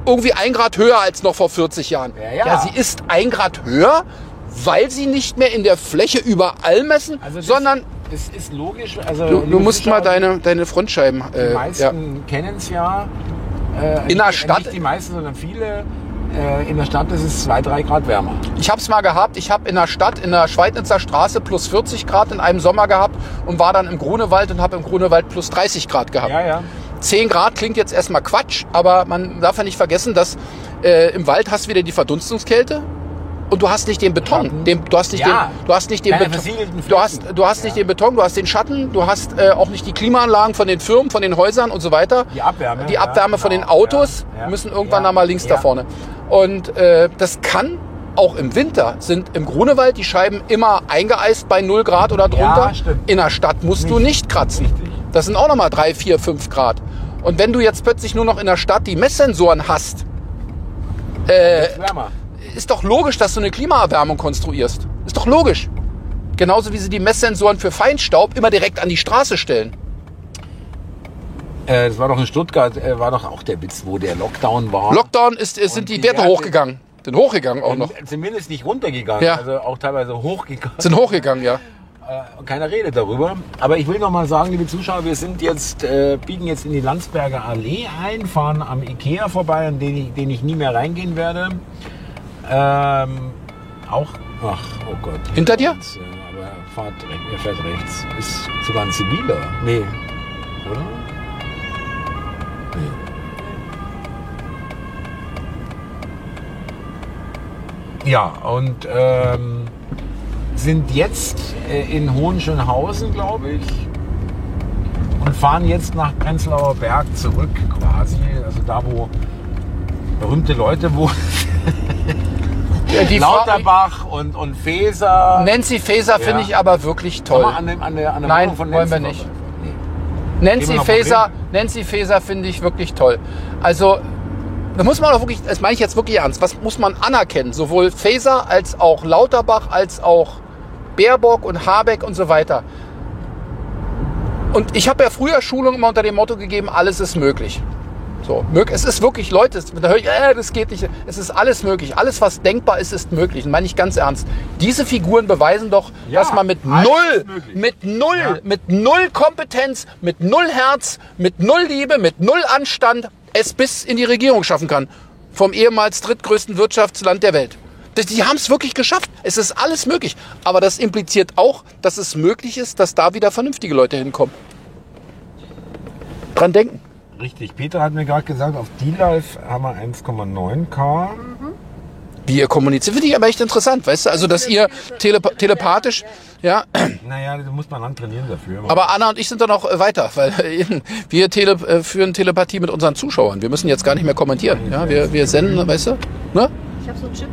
C: irgendwie ein Grad höher als noch vor 40 Jahren.
B: Ja, ja.
C: sie ist ein Grad höher, weil sie nicht mehr in der Fläche überall messen,
B: Also das,
C: sondern
B: Es ist logisch. Also
C: du,
B: liebe
C: du musst
B: Zuschauer,
C: mal deine, deine Frontscheiben.
B: Die
C: Äh, ja.
B: meisten kennen es ja. Äh,
C: In der
B: nicht-
C: Stadt-
B: Nicht die meisten, sondern viele. Äh, in der Stadt ist es 2, 3 Grad wärmer.
C: Ich habe es mal gehabt, ich habe in der Stadt, in der Schweidnitzer Straße plus 40 Grad in einem Sommer gehabt und war dann im Grunewald und habe im Grunewald plus 30 Grad gehabt.
B: Ja, ja.
C: 10 Grad klingt jetzt erstmal Quatsch, aber man darf ja nicht vergessen, dass äh, im Wald hast du wieder die Verdunstungskälte und du hast nicht den Beton,
B: Schatten.
C: den, du hast nicht
B: Ja.
C: den, du hast nicht den
B: Keine
C: Beton,
B: versiegelten
C: du hast,
B: Flächen.
C: du hast nicht den Beton, du hast den Schatten, du hast äh, auch nicht die Klimaanlagen von den Firmen, von den Häusern und so weiter.
B: Die Abwärme,
C: die
B: ja,
C: Abwärme von den
B: genau,
C: Autos
B: ja, ja,
C: müssen irgendwann
B: ja,
C: da mal links da
B: ja.
C: vorne. Und äh, das kann auch im Winter sind im Grunewald die Scheiben immer eingeeist bei 0 Grad oder drunter.
B: stimmt.
C: In der Stadt musst du nicht kratzen.
B: Richtig.
C: Das sind auch nochmal 3, 4, 5 Grad. Und wenn du jetzt plötzlich nur noch in der Stadt die Messsensoren hast, Äh,
B: Ist wärmer.
C: ist doch logisch, dass du eine Klimaerwärmung konstruierst. Ist doch logisch. Genauso wie sie die Messsensoren für Feinstaub immer direkt an die Straße stellen.
B: Äh, das war doch in Stuttgart, äh, war doch auch der Witz, wo der Lockdown war.
C: Lockdown ist, ist
B: Und
C: sind die
B: die
C: Werte
B: Werte-
C: hochgegangen. Sind hochgegangen auch noch.
B: Zumindest nicht runtergegangen,
C: Ja.
B: also auch teilweise hochgegangen.
C: Sind hochgegangen, ja.
B: Äh, keiner redet darüber. Aber ich will noch mal sagen, liebe Zuschauer, wir sind jetzt, äh, biegen jetzt in die Landsberger Allee ein, fahren am Ikea vorbei, in den ich, den ich nie mehr reingehen werde. Ähm, auch, ach, oh Gott.
C: Hinter dir?
B: Jetzt, äh, aber er fährt, re- er fährt rechts. Ist sogar ein ziviler. Nee. Oder? Nee. Ja, und ähm, sind jetzt äh, in Hohenschönhausen, glaube ich, und fahren jetzt nach Prenzlauer Berg zurück quasi. Also da, wo berühmte Leute wohnen.
C: Äh, Die Frau-
B: Lauterbach und, und Feser.
C: Nancy Faeser finde ich aber wirklich
B: Sollen
C: toll.
B: wir An dem, an der, an der
C: Nein,
B: Wohnung von
C: wollen wir
B: Nancy
C: nicht.
B: vorbei?
C: Nancy
B: Thema noch
C: Faeser,
B: Problem?
C: Nancy Faeser finde ich wirklich toll. Also, da muss man auch wirklich, das meine ich jetzt wirklich ernst, was muss man anerkennen? Sowohl Faeser als auch Lauterbach, als auch Baerbock und Habeck und so weiter. Und ich habe ja früher Schulung immer unter dem Motto gegeben, alles ist möglich. So, mög- es ist wirklich, Leute, es- da höre ich, äh, das geht nicht. Es ist alles möglich. Alles, was denkbar ist, ist möglich. Und meine ich ganz ernst. Diese Figuren beweisen doch,
B: Ja,
C: dass man mit
B: alles
C: null,
B: ist möglich.
C: mit null,
B: Ja.
C: mit null Kompetenz, mit null Herz, mit null Liebe, mit null Anstand es bis in die Regierung schaffen kann. Vom ehemals drittgrößten Wirtschaftsland der Welt. Das- Die haben es wirklich geschafft. Es ist alles möglich. Aber das impliziert auch, dass es möglich ist, dass da wieder vernünftige Leute hinkommen. Dran denken.
B: Richtig, Peter hat mir gerade gesagt, auf D-Live haben wir 1,9K.
C: wie ihr kommuniziert. Finde ich aber echt interessant, weißt du? Also, dass ihr telepa telepathisch, ja,
B: Naja, da muss man lang trainieren dafür.
C: aber Anna und ich sind dann auch äh, weiter, weil äh, wir tele äh, führen Telepathie mit unseren Zuschauern. Wir müssen jetzt gar nicht mehr kommentieren, ja? Wir, wir senden, weißt du? Ne?
D: Ich habe so einen Chip.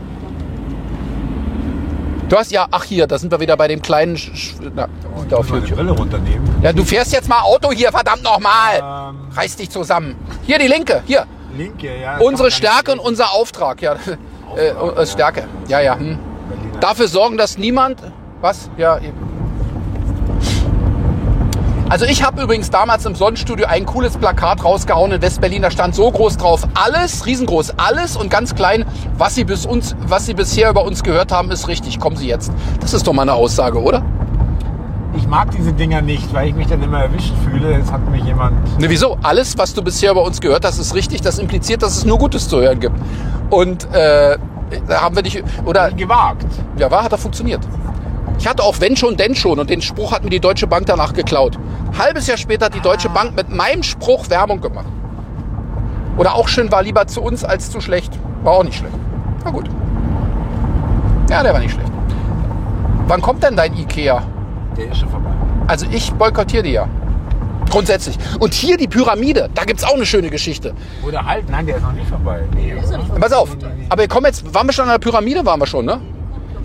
C: Du hast, ja, ach hier, da sind wir wieder bei dem kleinen, Sch Sch- na, da auf
B: ich muss die
C: YouTube.
B: Brille runternehmen.
C: Ja, du fährst jetzt mal Auto hier, verdammt nochmal!
B: Ähm,
C: Reiß dich zusammen. Hier, die Linke, hier.
B: Linke, ja. das
C: Unsere
B: kann man
C: Stärke und unser Auftrag, ja. Äh, äh, Stärke, ja, ja.
B: gar
C: Hm.
B: nicht-
C: dafür sorgen, dass niemand. Was? Ja, eben. Also ich habe übrigens damals im Sonnenstudio ein cooles Plakat rausgehauen in Westberlin. Da stand so groß drauf, alles, riesengroß, alles und ganz klein, was Sie, bis uns, was Sie bisher über uns gehört haben, ist richtig. Kommen Sie jetzt. Das ist doch mal eine Aussage, oder?
B: Ich mag diese Dinger nicht, weil ich mich dann immer erwischt fühle. Jetzt hat mich jemand.
C: Ne, wieso? Alles, was du bisher über uns gehört hast, ist richtig. Das impliziert, dass es nur Gutes zu hören gibt. Und äh, da haben wir dich... Oder
B: gewagt.
C: Ja, war, hat er funktioniert. Ich hatte auch wenn schon, denn schon und den Spruch hat mir die Deutsche Bank danach geklaut. Halbes Jahr später hat die Deutsche Bank mit meinem Spruch Werbung gemacht. Oder auch schön war lieber zu uns als zu schlecht. War auch nicht schlecht. Na gut. Ja, der war nicht schlecht. Wann kommt denn dein Ikea?
B: Der ist schon vorbei.
C: Also ich boykottiere die ja. Grundsätzlich. Und hier die Pyramide, da gibt's auch eine schöne Geschichte.
B: Oder halt, nein, der ist noch nicht vorbei. Nee,
D: Ist noch nicht vorbei.
C: Pass auf, aber wir kommen jetzt, waren wir schon an der Pyramide, waren wir schon, ne?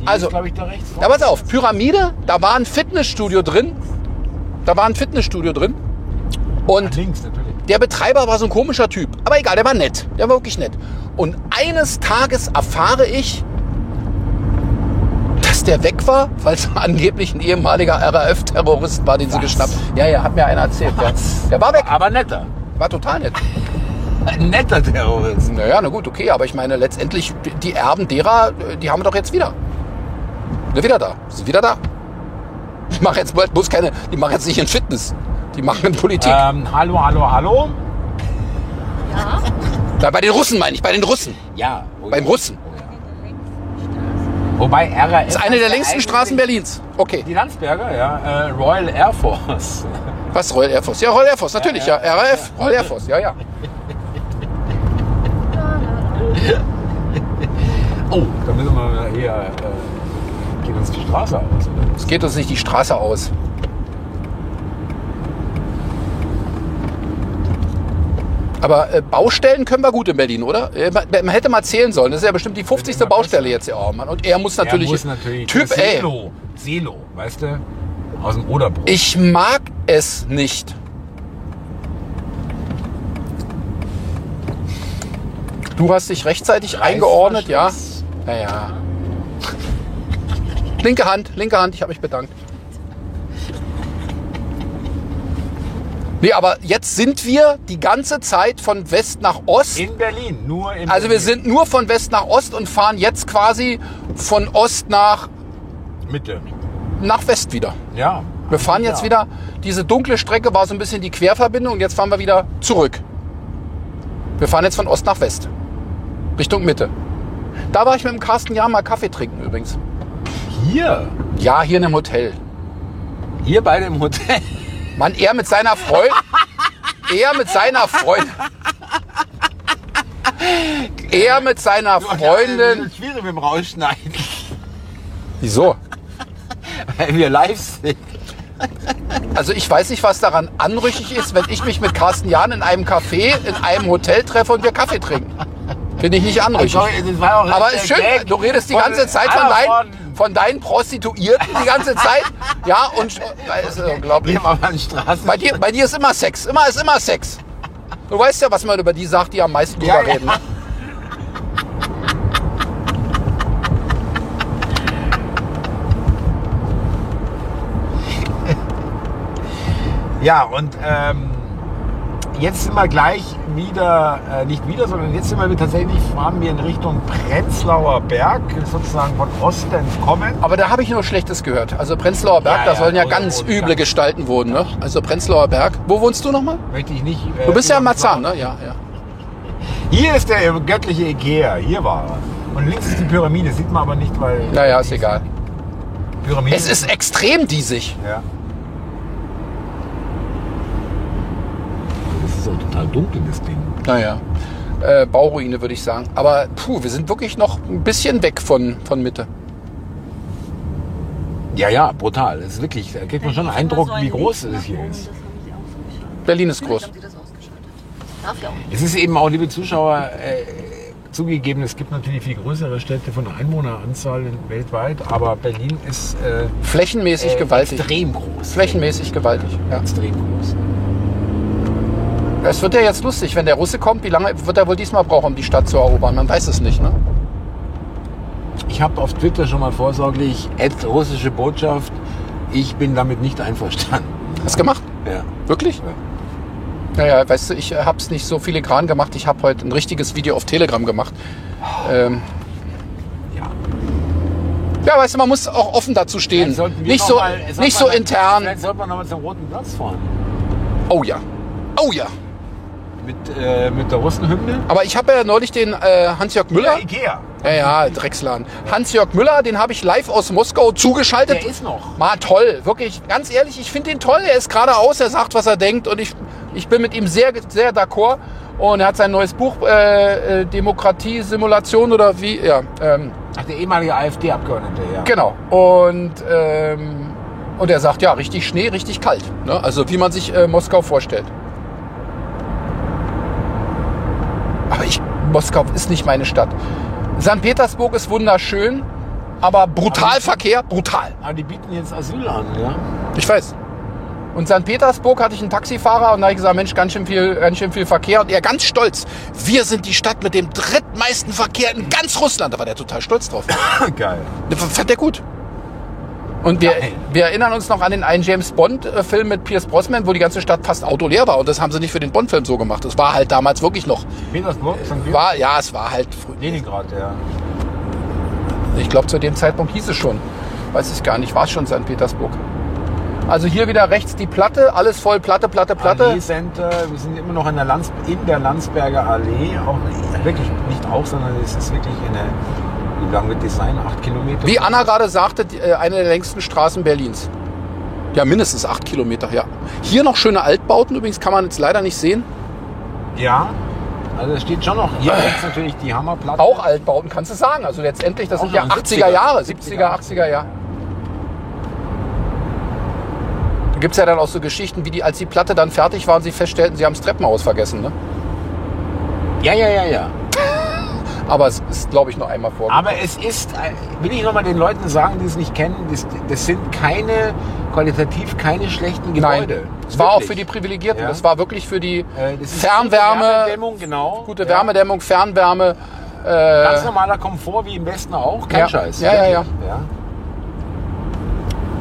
C: Also,
B: glaube ich, da rechts.
C: Ja, pass auf, Pyramide, da war ein Fitnessstudio drin. Da war ein Fitnessstudio drin. Und
B: Links natürlich.
C: der Betreiber war so ein komischer Typ. Aber egal, der war nett. Der war wirklich nett. Und eines Tages erfahre ich, dass der weg war, weil es angeblich ein ehemaliger RAF-Terrorist war, den sie
B: Was?
C: geschnappt. Ja, ja, hat mir einer erzählt. Ja.
B: Was?
C: Der war weg.
B: Aber netter.
C: War total nett.
B: Ein netter Terrorist.
C: Naja, na gut, okay, aber ich meine, letztendlich, die Erben derer, die haben wir doch jetzt wieder. Na, wieder da. Sind wieder da. Ich mache jetzt bloß keine, die machen jetzt nicht in Fitness. Die machen in Politik.
B: Ähm, hallo, hallo, hallo.
D: Ja.
C: Na, bei den Russen meine ich, bei den Russen.
B: Ja. oh
C: Beim
B: ja.
C: Russen.
B: Oh ja. Wobei RAF...
C: Das ist eine der längsten Straßen Berlins. Okay.
B: Die Landsberger, ja. Äh, Royal Air Force.
C: Was, Royal Air Force? Ja, Royal Air Force, natürlich, ja. RAF, Royal Air Force, ja, ja.
B: Oh, da müssen wir hier... Äh, geht uns die Straße aus. Oder?
C: Es geht uns nicht die Straße aus. Aber äh, Baustellen können wir gut in Berlin, oder? Äh, man, man hätte mal zählen sollen. Das ist ja bestimmt die 50.
B: Immer
C: Baustelle
B: besser.
C: jetzt hier. Oh Mann. Und er muss natürlich.
B: Er muss natürlich
C: typ, ey.
B: Selo. Selo, weißt du? Aus dem Oderbruch.
C: Ich mag es nicht. Du hast dich rechtzeitig eingeordnet, ja? Naja. Linke Hand, linke Hand, ich habe mich bedankt. Nee, aber jetzt sind wir die ganze Zeit von West nach Ost.
B: In Berlin, nur in
C: Also wir
B: Berlin.
C: sind nur von West nach Ost und fahren jetzt quasi von Ost nach,
B: Mitte.
C: nach West wieder.
B: Ja.
C: Wir fahren jetzt
B: Ja.
C: wieder, diese dunkle Strecke war so ein bisschen die Querverbindung und jetzt fahren wir wieder zurück. Wir fahren jetzt von Ost nach West. Richtung Mitte. Da war ich mit dem Carsten ja mal Kaffee trinken übrigens.
B: Hier.
C: Ja, hier in einem Hotel.
B: Hier bei dem Hotel.
C: Mann, er mit seiner Freundin. Er mit seiner Freundin. Er mit seiner Freundin.
B: Das ist schwierig mit dem Rausschneiden,
C: Wieso?
B: weil wir live sind.
C: Also ich weiß nicht, was daran anrüchig ist, wenn ich mich mit Carsten Jahn in einem Café, in einem Hotel treffe und wir Kaffee trinken. Finde ich nicht anrüchig.
B: Sorry, das war auch
C: Aber
B: der
C: ist schön,
B: Gag
C: du redest die
B: von
C: ganze Zeit von
B: Anna
C: deinen, von deinen Prostituierten die ganze Zeit. Ja, und äh, ist unglaublich.
B: Wir haben aber einen Straßen.
C: Bei dir, bei dir ist immer Sex. Immer ist immer Sex. Du weißt ja, was man über die sagt, die am meisten drüber
B: Ja, ja.
C: reden. ne?
B: Ja, und ähm, jetzt sind wir gleich wieder, äh, nicht wieder, sondern jetzt sind wir tatsächlich, fahren wir in Richtung Prenzlauer Berg, sozusagen von Osten kommend.
C: Aber da habe ich nur Schlechtes gehört. Also Prenzlauer Berg,
B: Ja,
C: da
B: ja,
C: sollen ja
B: und-
C: ganz
B: und
C: üble
B: ganz-
C: Gestalten wurden. Ne? Also Prenzlauer Berg. Wo wohnst du nochmal?
B: Möchte ich nicht. äh,
C: Du bist ja in
B: überfragen.
C: Marzahn, ne? Ja, ja.
B: Hier ist der göttliche Ägäer, hier war er. Und links ist die Pyramide, sieht man aber nicht, weil
C: Naja, ist egal.
B: Pyramide.
C: Es ist extrem diesig.
B: Ja. Das ist auch total dunkel, das Ding.
C: Naja. Äh, Bauruine würde ich sagen. Aber puh, wir sind wirklich noch ein bisschen weg von, von Mitte.
B: Ja, ja, brutal. Das ist wirklich, da kriegt man schon einen Eindruck, wie groß es hier ist.
C: Berlin ist groß.
D: Darf ja auch nicht.
B: Es ist eben auch, liebe Zuschauer, äh, zugegeben, es gibt natürlich viel größere Städte von der Einwohneranzahl in- weltweit, aber Berlin ist äh,
C: Flächenmäßig
B: äh,
C: gewaltig.
B: extrem groß.
C: Flächenmäßig gewaltig. Ja.
B: Extrem groß.
C: Es wird ja jetzt lustig, wenn der Russe kommt, wie lange wird er wohl diesmal brauchen, um die Stadt zu erobern? Man weiß es nicht, ne?
B: Ich habe auf Twitter schon mal vorsorglich, Ad russische Botschaft, ich bin damit nicht einverstanden.
C: Hast du gemacht?
B: Ja.
C: Wirklich?
B: Ja.
C: Naja, weißt du, ich äh, hab's nicht so filigran gemacht. Ich habe heute ein richtiges Video auf Telegram gemacht. Ähm,
B: ja.
C: ja, weißt du, man muss auch offen dazu stehen.
B: Vielleicht sollten wir
C: Nicht
B: noch
C: so,
B: mal- sollten
C: nicht
B: wir
C: so
B: noch-
C: intern.
B: Vielleicht sollten wir nochmal zum Roten Platz fahren.
C: Oh ja. Oh ja.
B: Mit, äh, mit der Russenhymne?
C: Aber ich habe ja neulich den äh, Hans-Jörg Müller.
B: Ikea.
C: Ja, ja, Drecksladen. Hans-Jörg Müller, den habe ich live aus Moskau zugeschaltet.
B: Der ist noch.
C: Mal toll, wirklich. Ganz ehrlich, ich finde ihn toll. Er ist geradeaus, er sagt, was er denkt. Und ich, ich bin mit ihm sehr, sehr d'accord. Und er hat sein neues Buch, äh, äh, Demokratie-Simulation oder wie, ja, ähm,
B: Ach, der ehemalige AfD-Abgeordnete, ja.
C: Genau. Und, ähm, und er sagt, ja, richtig Schnee, richtig kalt. Ne? Also wie man sich äh, Moskau vorstellt. Aber ich, Moskau ist nicht meine Stadt. St. Petersburg ist wunderschön, aber brutal Verkehr, brutal.
B: Aber die bieten jetzt Asyl an, ja?
C: Ich weiß. Und St. Petersburg hatte ich einen Taxifahrer und da habe ich gesagt, Mensch, ganz schön viel, ganz schön viel Verkehr. Und er ganz stolz, wir sind die Stadt mit dem drittmeisten Verkehr in ganz Russland. Da war der total stolz drauf.
B: Geil.
C: Das Fand der gut. Und wir,
B: Geil.
C: wir erinnern uns noch an den einen James Bond-Film mit Pierce Brosnan, wo die ganze Stadt fast autoleer war. Und das haben sie nicht für den Bond-Film so gemacht. Das war halt damals wirklich noch.
B: Petersburg, St. Petersburg.
C: War, ja, es war halt früh.
B: Leningrad, ja.
C: Ich glaube, zu dem Zeitpunkt hieß es schon. Weiß ich gar nicht, war es schon St. Petersburg. Also hier wieder rechts die Platte, alles voll Platte, Platte, Platte.
B: Allee Center, wir sind immer noch in der, Lands in der Landsberger Allee. Auch wirklich nicht auch, sondern es ist wirklich in der, wie lange wird das sein? Acht Kilometer?
C: Wie Anna gerade sagte, die, äh, eine der längsten Straßen Berlins. Ja, mindestens acht Kilometer, ja. Hier noch schöne Altbauten, übrigens kann man jetzt leider nicht sehen.
B: Ja. Also es steht schon noch, hier rechts natürlich die Hammerplatte.
C: Auch Altbauten, kannst du sagen. Also letztendlich, das
B: Auch
C: sind ja
B: noch
C: 80er Jahre, 70er, 80er
B: 80er
C: Jahre. Da gibt es ja dann auch so Geschichten, wie die, als die Platte dann fertig war und sie feststellten, sie haben das Treppenhaus vergessen. Ne?
B: Ja, ja, ja, ja.
C: Aber es ist, glaube ich, nur einmal vor.
B: Aber es ist, äh, will ich nochmal den Leuten sagen, die es nicht kennen, das, das sind keine, qualitativ keine schlechten
C: Nein,
B: Gebäude.
C: es war auch
B: Wirklich.
C: für die Privilegierten,
B: Ja.
C: das war wirklich für die
B: Äh, das ist
C: Fernwärme,
B: gute Wärmedämmung, genau.
C: gute Wärmedämmung, Fernwärme.
B: Ja. Ganz normaler Komfort wie im Westen auch, kein
C: Ja.
B: Scheiß.
C: Ja, ja,
B: wirklich. ja.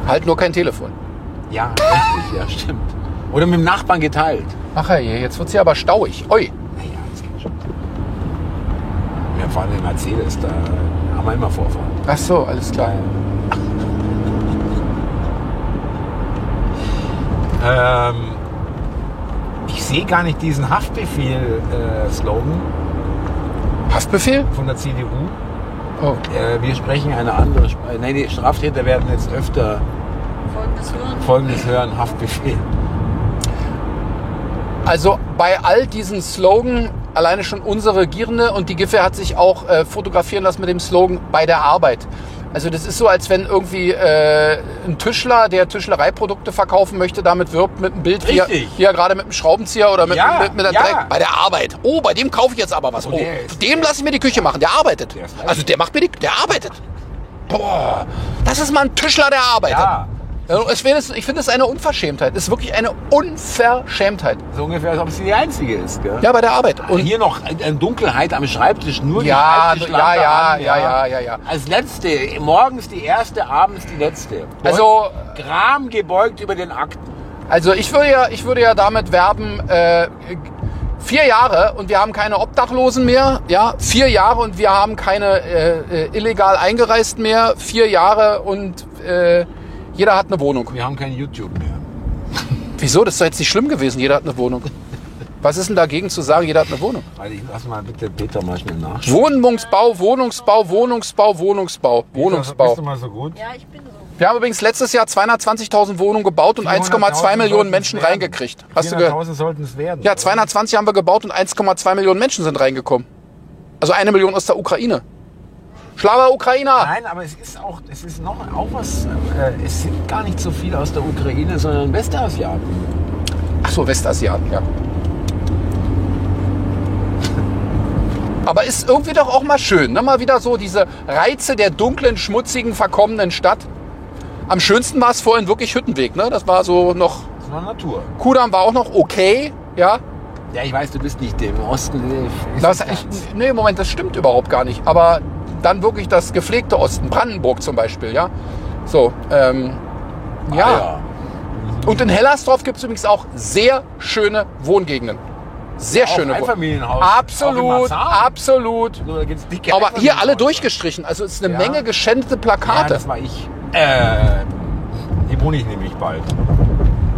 C: Halt nur kein Telefon.
B: Ja, richtig, ja, stimmt. Oder mit dem Nachbarn geteilt.
C: Ach je, jetzt wird's hier aber stauig. Ui.
B: Naja, das geht schon. Wir fahren den Mercedes, da haben wir immer Vorfahrt.
C: Ach so, alles klar.
B: Ähm, ich sehe gar nicht diesen Haftbefehl-Slogan
C: Haftbefehl?
B: von der CDU.
C: Oh.
B: Äh, wir sprechen eine andere Sp äh, Nein, die Straftäter werden jetzt öfter
D: Folgendes hören.
B: Folgendes hören, Haftbefehl.
C: Also bei all diesen Slogan, alleine schon unsere Regierende und die Giffe hat sich auch äh, fotografieren lassen mit dem Slogan bei der Arbeit. Also das ist so, als wenn irgendwie äh, ein Tischler, der Tischlereiprodukte verkaufen möchte, damit wirbt mit einem Bild, wie er,
B: Richtig.
C: wie er gerade mit einem Schraubenzieher oder mit,
B: Ja,
C: mit, mit einer
B: ja.
C: Dreck. Bei der Arbeit. Oh, bei dem kaufe ich jetzt aber was.
B: Oh,
C: Oh,
B: der ist-
C: dem lasse ich mir die Küche machen, der arbeitet.
B: Der ist
C: Also der macht mir die, der arbeitet. Boah, das ist mal ein Tischler, der arbeitet.
B: Ja,
C: Ja, es wäre- Ich finde es eine Unverschämtheit. Es ist wirklich eine Unverschämtheit.
B: so ungefähr, als ob sie die einzige ist. Gell?
C: Ja, bei der Arbeit.
B: Und
C: Und
B: hier noch äh, Dunkelheit am Schreibtisch, nur die
C: Ja,
B: Schreibtischlampe
C: ja,
B: an,
C: ja, ja, ja, ja.
B: Als letzte, morgens die erste, abends die letzte.
C: Also-
B: Gram gebeugt über den Akten.
C: also ich würde ja, ich würde ja damit werben, äh, vier Jahre und wir haben keine Obdachlosen mehr. Ja, vier Jahre und wir haben keine äh, äh, illegal Eingereisten mehr. Vier Jahre und äh, jeder hat eine Wohnung.
B: Wir haben kein YouTube mehr.
C: Wieso? Das ist doch jetzt nicht schlimm gewesen. Jeder hat eine Wohnung. Was ist denn dagegen zu sagen, jeder hat eine Wohnung?
B: Also ich lass mal bitte Peter mal schnell nachschauen.
C: Wohnungsbau, Wohnungsbau, Wohnungsbau, Wohnungsbau, Wohnungsbau.
B: Bist du mal so gut?
D: Ja, ich bin so.
C: Wir haben übrigens letztes Jahr 220.000 Wohnungen gebaut und 1,2 Millionen Menschen reingekriegt. Hast du gehört?
B: 400.000 sollten es werden.
C: Ja, 220 haben wir gebaut und 1,2 Millionen Menschen sind reingekommen. Also eine Million aus der Ukraine. Schlauer Ukrainer!
B: Nein, aber es ist auch, es ist noch auch was, äh, es sind gar nicht so viele aus der Ukraine, sondern Westasiaten.
C: Ach so, Westasiaten, ja. Aber ist irgendwie doch auch mal schön, ne? Mal wieder so diese Reize der dunklen, schmutzigen, verkommenen Stadt. Am schönsten war es vorhin wirklich Hüttenweg, ne? Das war so noch.
B: Das ist nur Natur.
C: Kudam war auch noch okay, ja.
B: Ja, ich weiß, du bist nicht im Osten. äh, ist
C: Das,
B: nicht
C: ich,
B: ganz.
C: nee, Moment, das stimmt überhaupt gar nicht. Aber dann wirklich das gepflegte Osten, Brandenburg zum Beispiel, ja. So, ähm, ja.
B: Ah,
C: Und in Hellersdorf gibt es übrigens auch sehr schöne Wohngegenden. Sehr
B: Auch
C: schöne Wohn-
B: Einfamilienhaus. Auch in
C: Absolut,
B: Marzahn.
C: absolut.
B: So, da gibt's dicke
C: Aber
B: Einfamilienhäuser.
C: hier alle durchgestrichen. Also es ist eine
B: Ja.
C: Menge geschändete
B: Ja,
C: Plakate.
B: das war ich. Äh, hier wohne ich nämlich bald.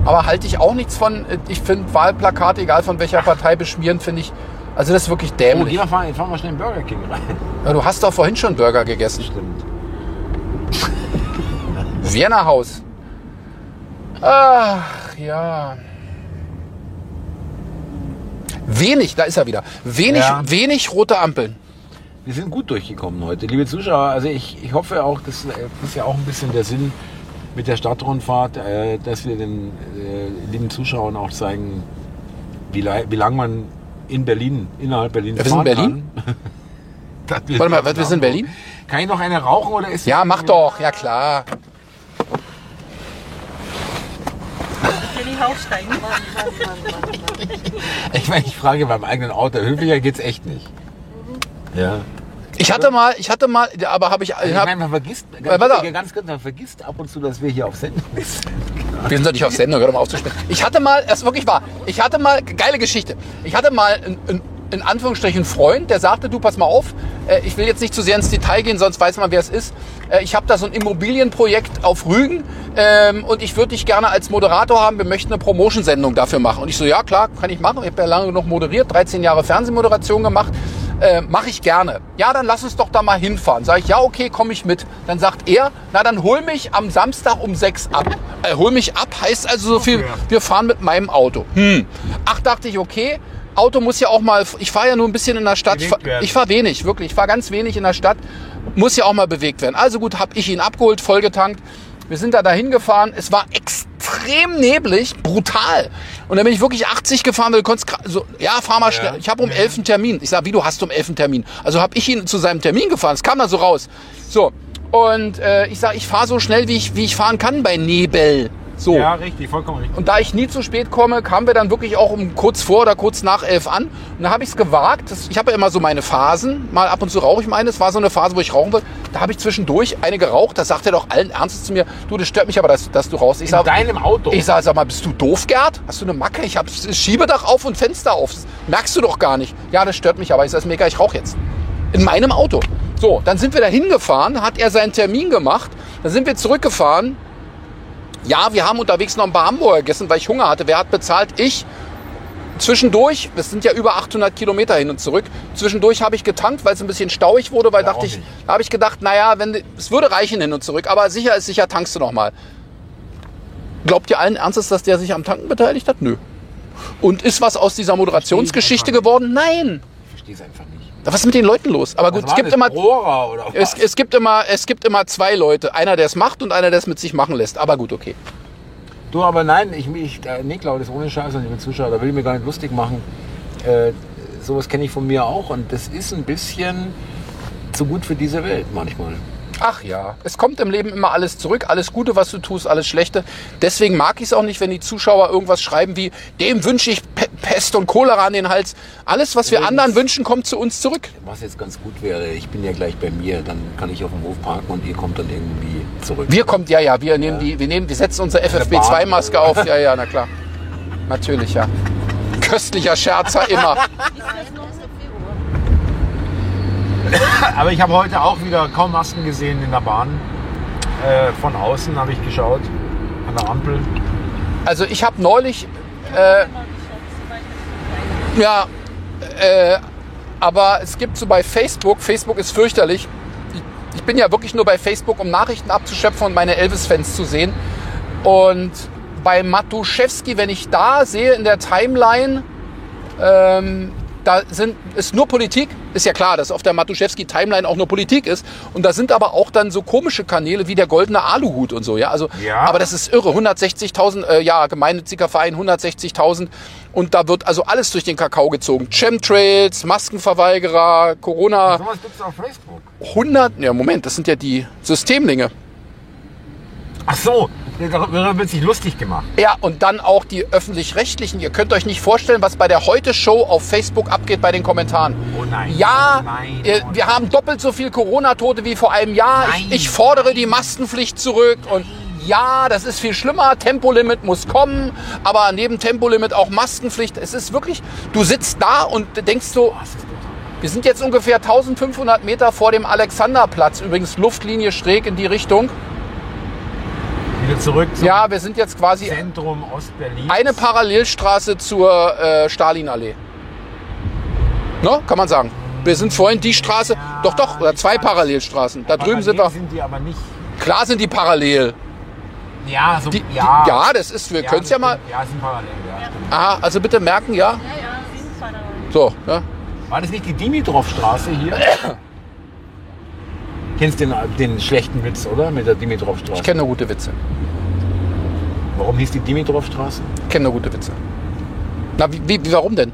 C: Aber halte ich auch nichts von. Ich finde Wahlplakate, egal von welcher Partei beschmieren, finde ich. Also das ist wirklich
B: Oh,
C: dämlich.
B: hier fahren, fahren wir schnell in Burger King rein.
C: Ja, du hast doch vorhin schon Burger gegessen.
B: Stimmt.
C: Vienna Haus. Ach ja. Wenig, da ist er wieder. Wenig,
B: Ja.
C: wenig rote Ampeln.
B: wir sind gut durchgekommen heute. Liebe Zuschauer, also ich, ich hoffe auch, das äh, ist ja auch ein bisschen der Sinn mit der Stadtrundfahrt, äh, dass wir den äh, lieben Zuschauern auch zeigen, wie, lei- wie lange man in Berlin, innerhalb Berlin
C: Ja, wir sind in Berlin?
B: kann. Das wir
C: Warte mal, was, wir sind in Berlin?
B: Kann ich noch eine rauchen oder ist
C: Ja, mach doch, ja klar.
A: Ich will nicht aufsteigen.
B: Ich meine, ich frage beim eigenen Auto, höflicher geht's echt nicht. Ja.
C: Ich hatte mal, ich hatte mal, ja, aber habe ich,
B: Ich
C: hab, Äh,
B: meine, man vergisst,
C: Warte.
B: ganz, ganz kurz, man vergisst ab und zu, dass wir hier auf Sendung sind.
C: Oh. Wir sind doch nicht auf Sendung, hör doch mal aufzuspielen. Ich hatte mal, das ist wirklich wahr, ich hatte mal, geile Geschichte, ich hatte mal einen, einen, in Anführungsstrichen Freund, der sagte, du pass mal auf, äh, ich will jetzt nicht zu sehr ins Detail gehen, sonst weiß man, wer es ist. Äh, ich habe da so ein Immobilienprojekt auf Rügen ähm, und ich würde dich gerne als Moderator haben, wir möchten eine Promotion-Sendung dafür machen. Und ich so, ja klar, kann ich machen, ich habe ja lange genug moderiert, 13 Jahre Fernsehmoderation gemacht. Äh, mache ich gerne. Ja, dann lass uns doch da mal hinfahren. Sag ich, ja, okay, komme ich mit. Dann sagt er, na dann hol mich am Samstag um sechs ab. Äh, hol mich ab heißt also so viel, wir fahren mit meinem Auto. Hm. Ach, dachte ich, okay, Auto muss ja auch mal, ich fahre ja nur ein bisschen in der Stadt.
B: Bewegt werden.
C: Ich fahre wenig, wirklich, ich fahre ganz wenig in der Stadt. Muss ja auch mal bewegt werden. Also gut, habe ich ihn abgeholt, vollgetankt. Wir sind da dahin gefahren. Es war extrem neblig, brutal. Und dann bin ich wirklich 80 gefahren, weil du konntest gra- so, ja, fahr mal schnell. Ich habe um 11 einen Termin. Ich sag, wie, du hast um 11 einen Termin? Also habe ich ihn zu seinem Termin gefahren. Es kam da so raus. So, und äh, ich sag, ich fahre so schnell, wie ich, wie ich fahren kann bei Nebel. So.
B: richtig, vollkommen richtig.
C: Und da ich nie zu spät komme, kamen wir dann wirklich auch um kurz vor oder kurz nach elf an. Und da habe ich es gewagt. Das, ich habe ja immer so meine Phasen. Mal ab und zu rauche ich meine. Es war so eine Phase, wo ich rauchen wollte. Da habe ich zwischendurch eine geraucht. Da sagte er doch allen Ernstes zu mir, du, das stört mich aber, dass, dass du rauchst. Ich
B: In
C: sage,
B: deinem Auto.
C: ich sag, sag mal, bist du doof, Gerd? Hast du eine Macke? Ich habe Schiebedach auf und Fenster auf. Das merkst du doch gar nicht. Ja, das stört mich aber. Ich sage, ist mega, ich rauche jetzt. In meinem Auto. So, dann sind wir da hingefahren, hat er seinen Termin gemacht. Dann sind wir zurückgefahren. Ja, wir haben unterwegs noch ein paar Hamburger gegessen, weil ich Hunger hatte. Wer hat bezahlt? Ich. Zwischendurch, das sind ja über 800 Kilometer hin und zurück, zwischendurch habe ich getankt, weil es ein bisschen stauig wurde, weil
B: Ja, auch
C: dachte ich,
B: nicht.
C: da habe ich gedacht, naja, wenn, du- es würde reichen hin und zurück, aber sicher ist sicher, tankst du nochmal. Glaubt ihr allen Ernstes, dass der sich am Tanken beteiligt hat? Nö. Und ist was aus dieser Moderationsgeschichte geworden? Nein.
B: Ich verstehe es einfach nicht.
C: Was ist mit den Leuten los? Aber gut,
B: Was
C: es
B: war
C: gibt
B: das?
C: immer
B: Rohrer oder was?
C: es, es gibt immer es gibt immer zwei Leute, einer der es macht und einer der es mit sich machen lässt. Aber gut, okay.
B: Du, aber nein, ich, ich äh, nee, Claudia, das ist ohne Scheiß, und liebe Zuschauer, da will ich mir gar nicht lustig machen. Äh, sowas kenne ich von mir auch und das ist ein bisschen zu gut für diese Welt manchmal.
C: Ach ja, es kommt im Leben immer alles zurück. Alles Gute, was du tust, alles Schlechte. Deswegen mag ich es auch nicht, wenn die Zuschauer irgendwas schreiben wie, dem wünsche ich Pe Pest und Cholera an den Hals. Alles, was wir anderen wünschen, kommt zu uns zurück.
B: Was jetzt ganz gut wäre, ich bin ja gleich bei mir, dann kann ich auf dem Hof parken und ihr kommt dann irgendwie zurück.
C: Wir kommt, ja, ja, wir nehmen die, wir nehmen, wir setzen unsere FFP2-Maske auf. Ja, ja, na klar. Natürlich, ja. Köstlicher Scherzer immer.
B: Aber ich habe heute auch wieder kaum Masken gesehen in der Bahn. Äh, von außen habe ich geschaut, an der Ampel.
C: Also ich habe neulich, äh, ja, äh, aber es gibt so bei Facebook, Facebook ist fürchterlich. Ich- Ich bin ja wirklich nur bei Facebook, um Nachrichten abzuschöpfen und meine Elvis-Fans zu sehen. Und bei Matuszewski, wenn ich da sehe in der Timeline, ähm, da sind, ist nur Politik. Ist ja klar, dass auf der Matuszewski-Timeline auch nur Politik ist. Und da sind aber auch dann so komische Kanäle wie der goldene Aluhut und so. Ja, also,
B: Ja.
C: aber das ist irre. 160.000, äh, ja, gemeinnütziger Verein, 160.000. Und da wird also alles durch den Kakao gezogen. Chemtrails, Maskenverweigerer, Corona.
B: Sowas gibt es auf Facebook.
C: 100, ja, Moment, das sind ja die Systemlinge.
B: Ach so, darüber wird sich lustig gemacht.
C: Ja, und dann auch die öffentlich-rechtlichen. Ihr könnt euch nicht vorstellen, was bei der Heute-Show auf Facebook abgeht bei den Kommentaren.
B: Oh nein.
C: Ja,
B: Oh nein.
C: ihr- wir haben doppelt so viel Corona-Tote wie vor einem Jahr.
B: Nein.
C: Ich, ich fordere die Maskenpflicht zurück und ja, das ist viel schlimmer. Tempolimit muss kommen, aber neben Tempolimit auch Maskenpflicht. Es ist wirklich, du sitzt da und denkst so, wir sind jetzt ungefähr 1500 Meter vor dem Alexanderplatz. Übrigens Luftlinie schräg in die Richtung.
B: Wieder zurück zum
C: Ja, wir sind jetzt quasi
B: Zentrum Ostberlin.
C: eine Parallelstraße zur äh, Stalinallee. Ne, kann man sagen. Wir sind vorhin die Straße,
B: Ja,
C: doch, doch, oder
B: die
C: zwei
B: Straße.
C: Parallelstraßen. Da drüben sind wir,
B: sind die aber nicht.
C: klar sind die parallel.
B: Ja, so,
C: Die,
B: ja.
C: Die, ja, das ist, wir können es ja mal,
B: Ja, sind parallel, ja.
C: aha, also bitte merken, ja,
A: Ja, ja, wir sind zwar da noch nicht.
C: so, ne? ja.
B: War das nicht die Dimitrov-Straße hier?
F: Kennst den, den schlechten Witz, oder? Mit der Dimitrovstraße.
C: Ich kenne nur gute Witze.
F: Warum hieß die Dimitrovstraße?
C: Ich kenne nur gute Witze. Na, wie, wie, warum denn?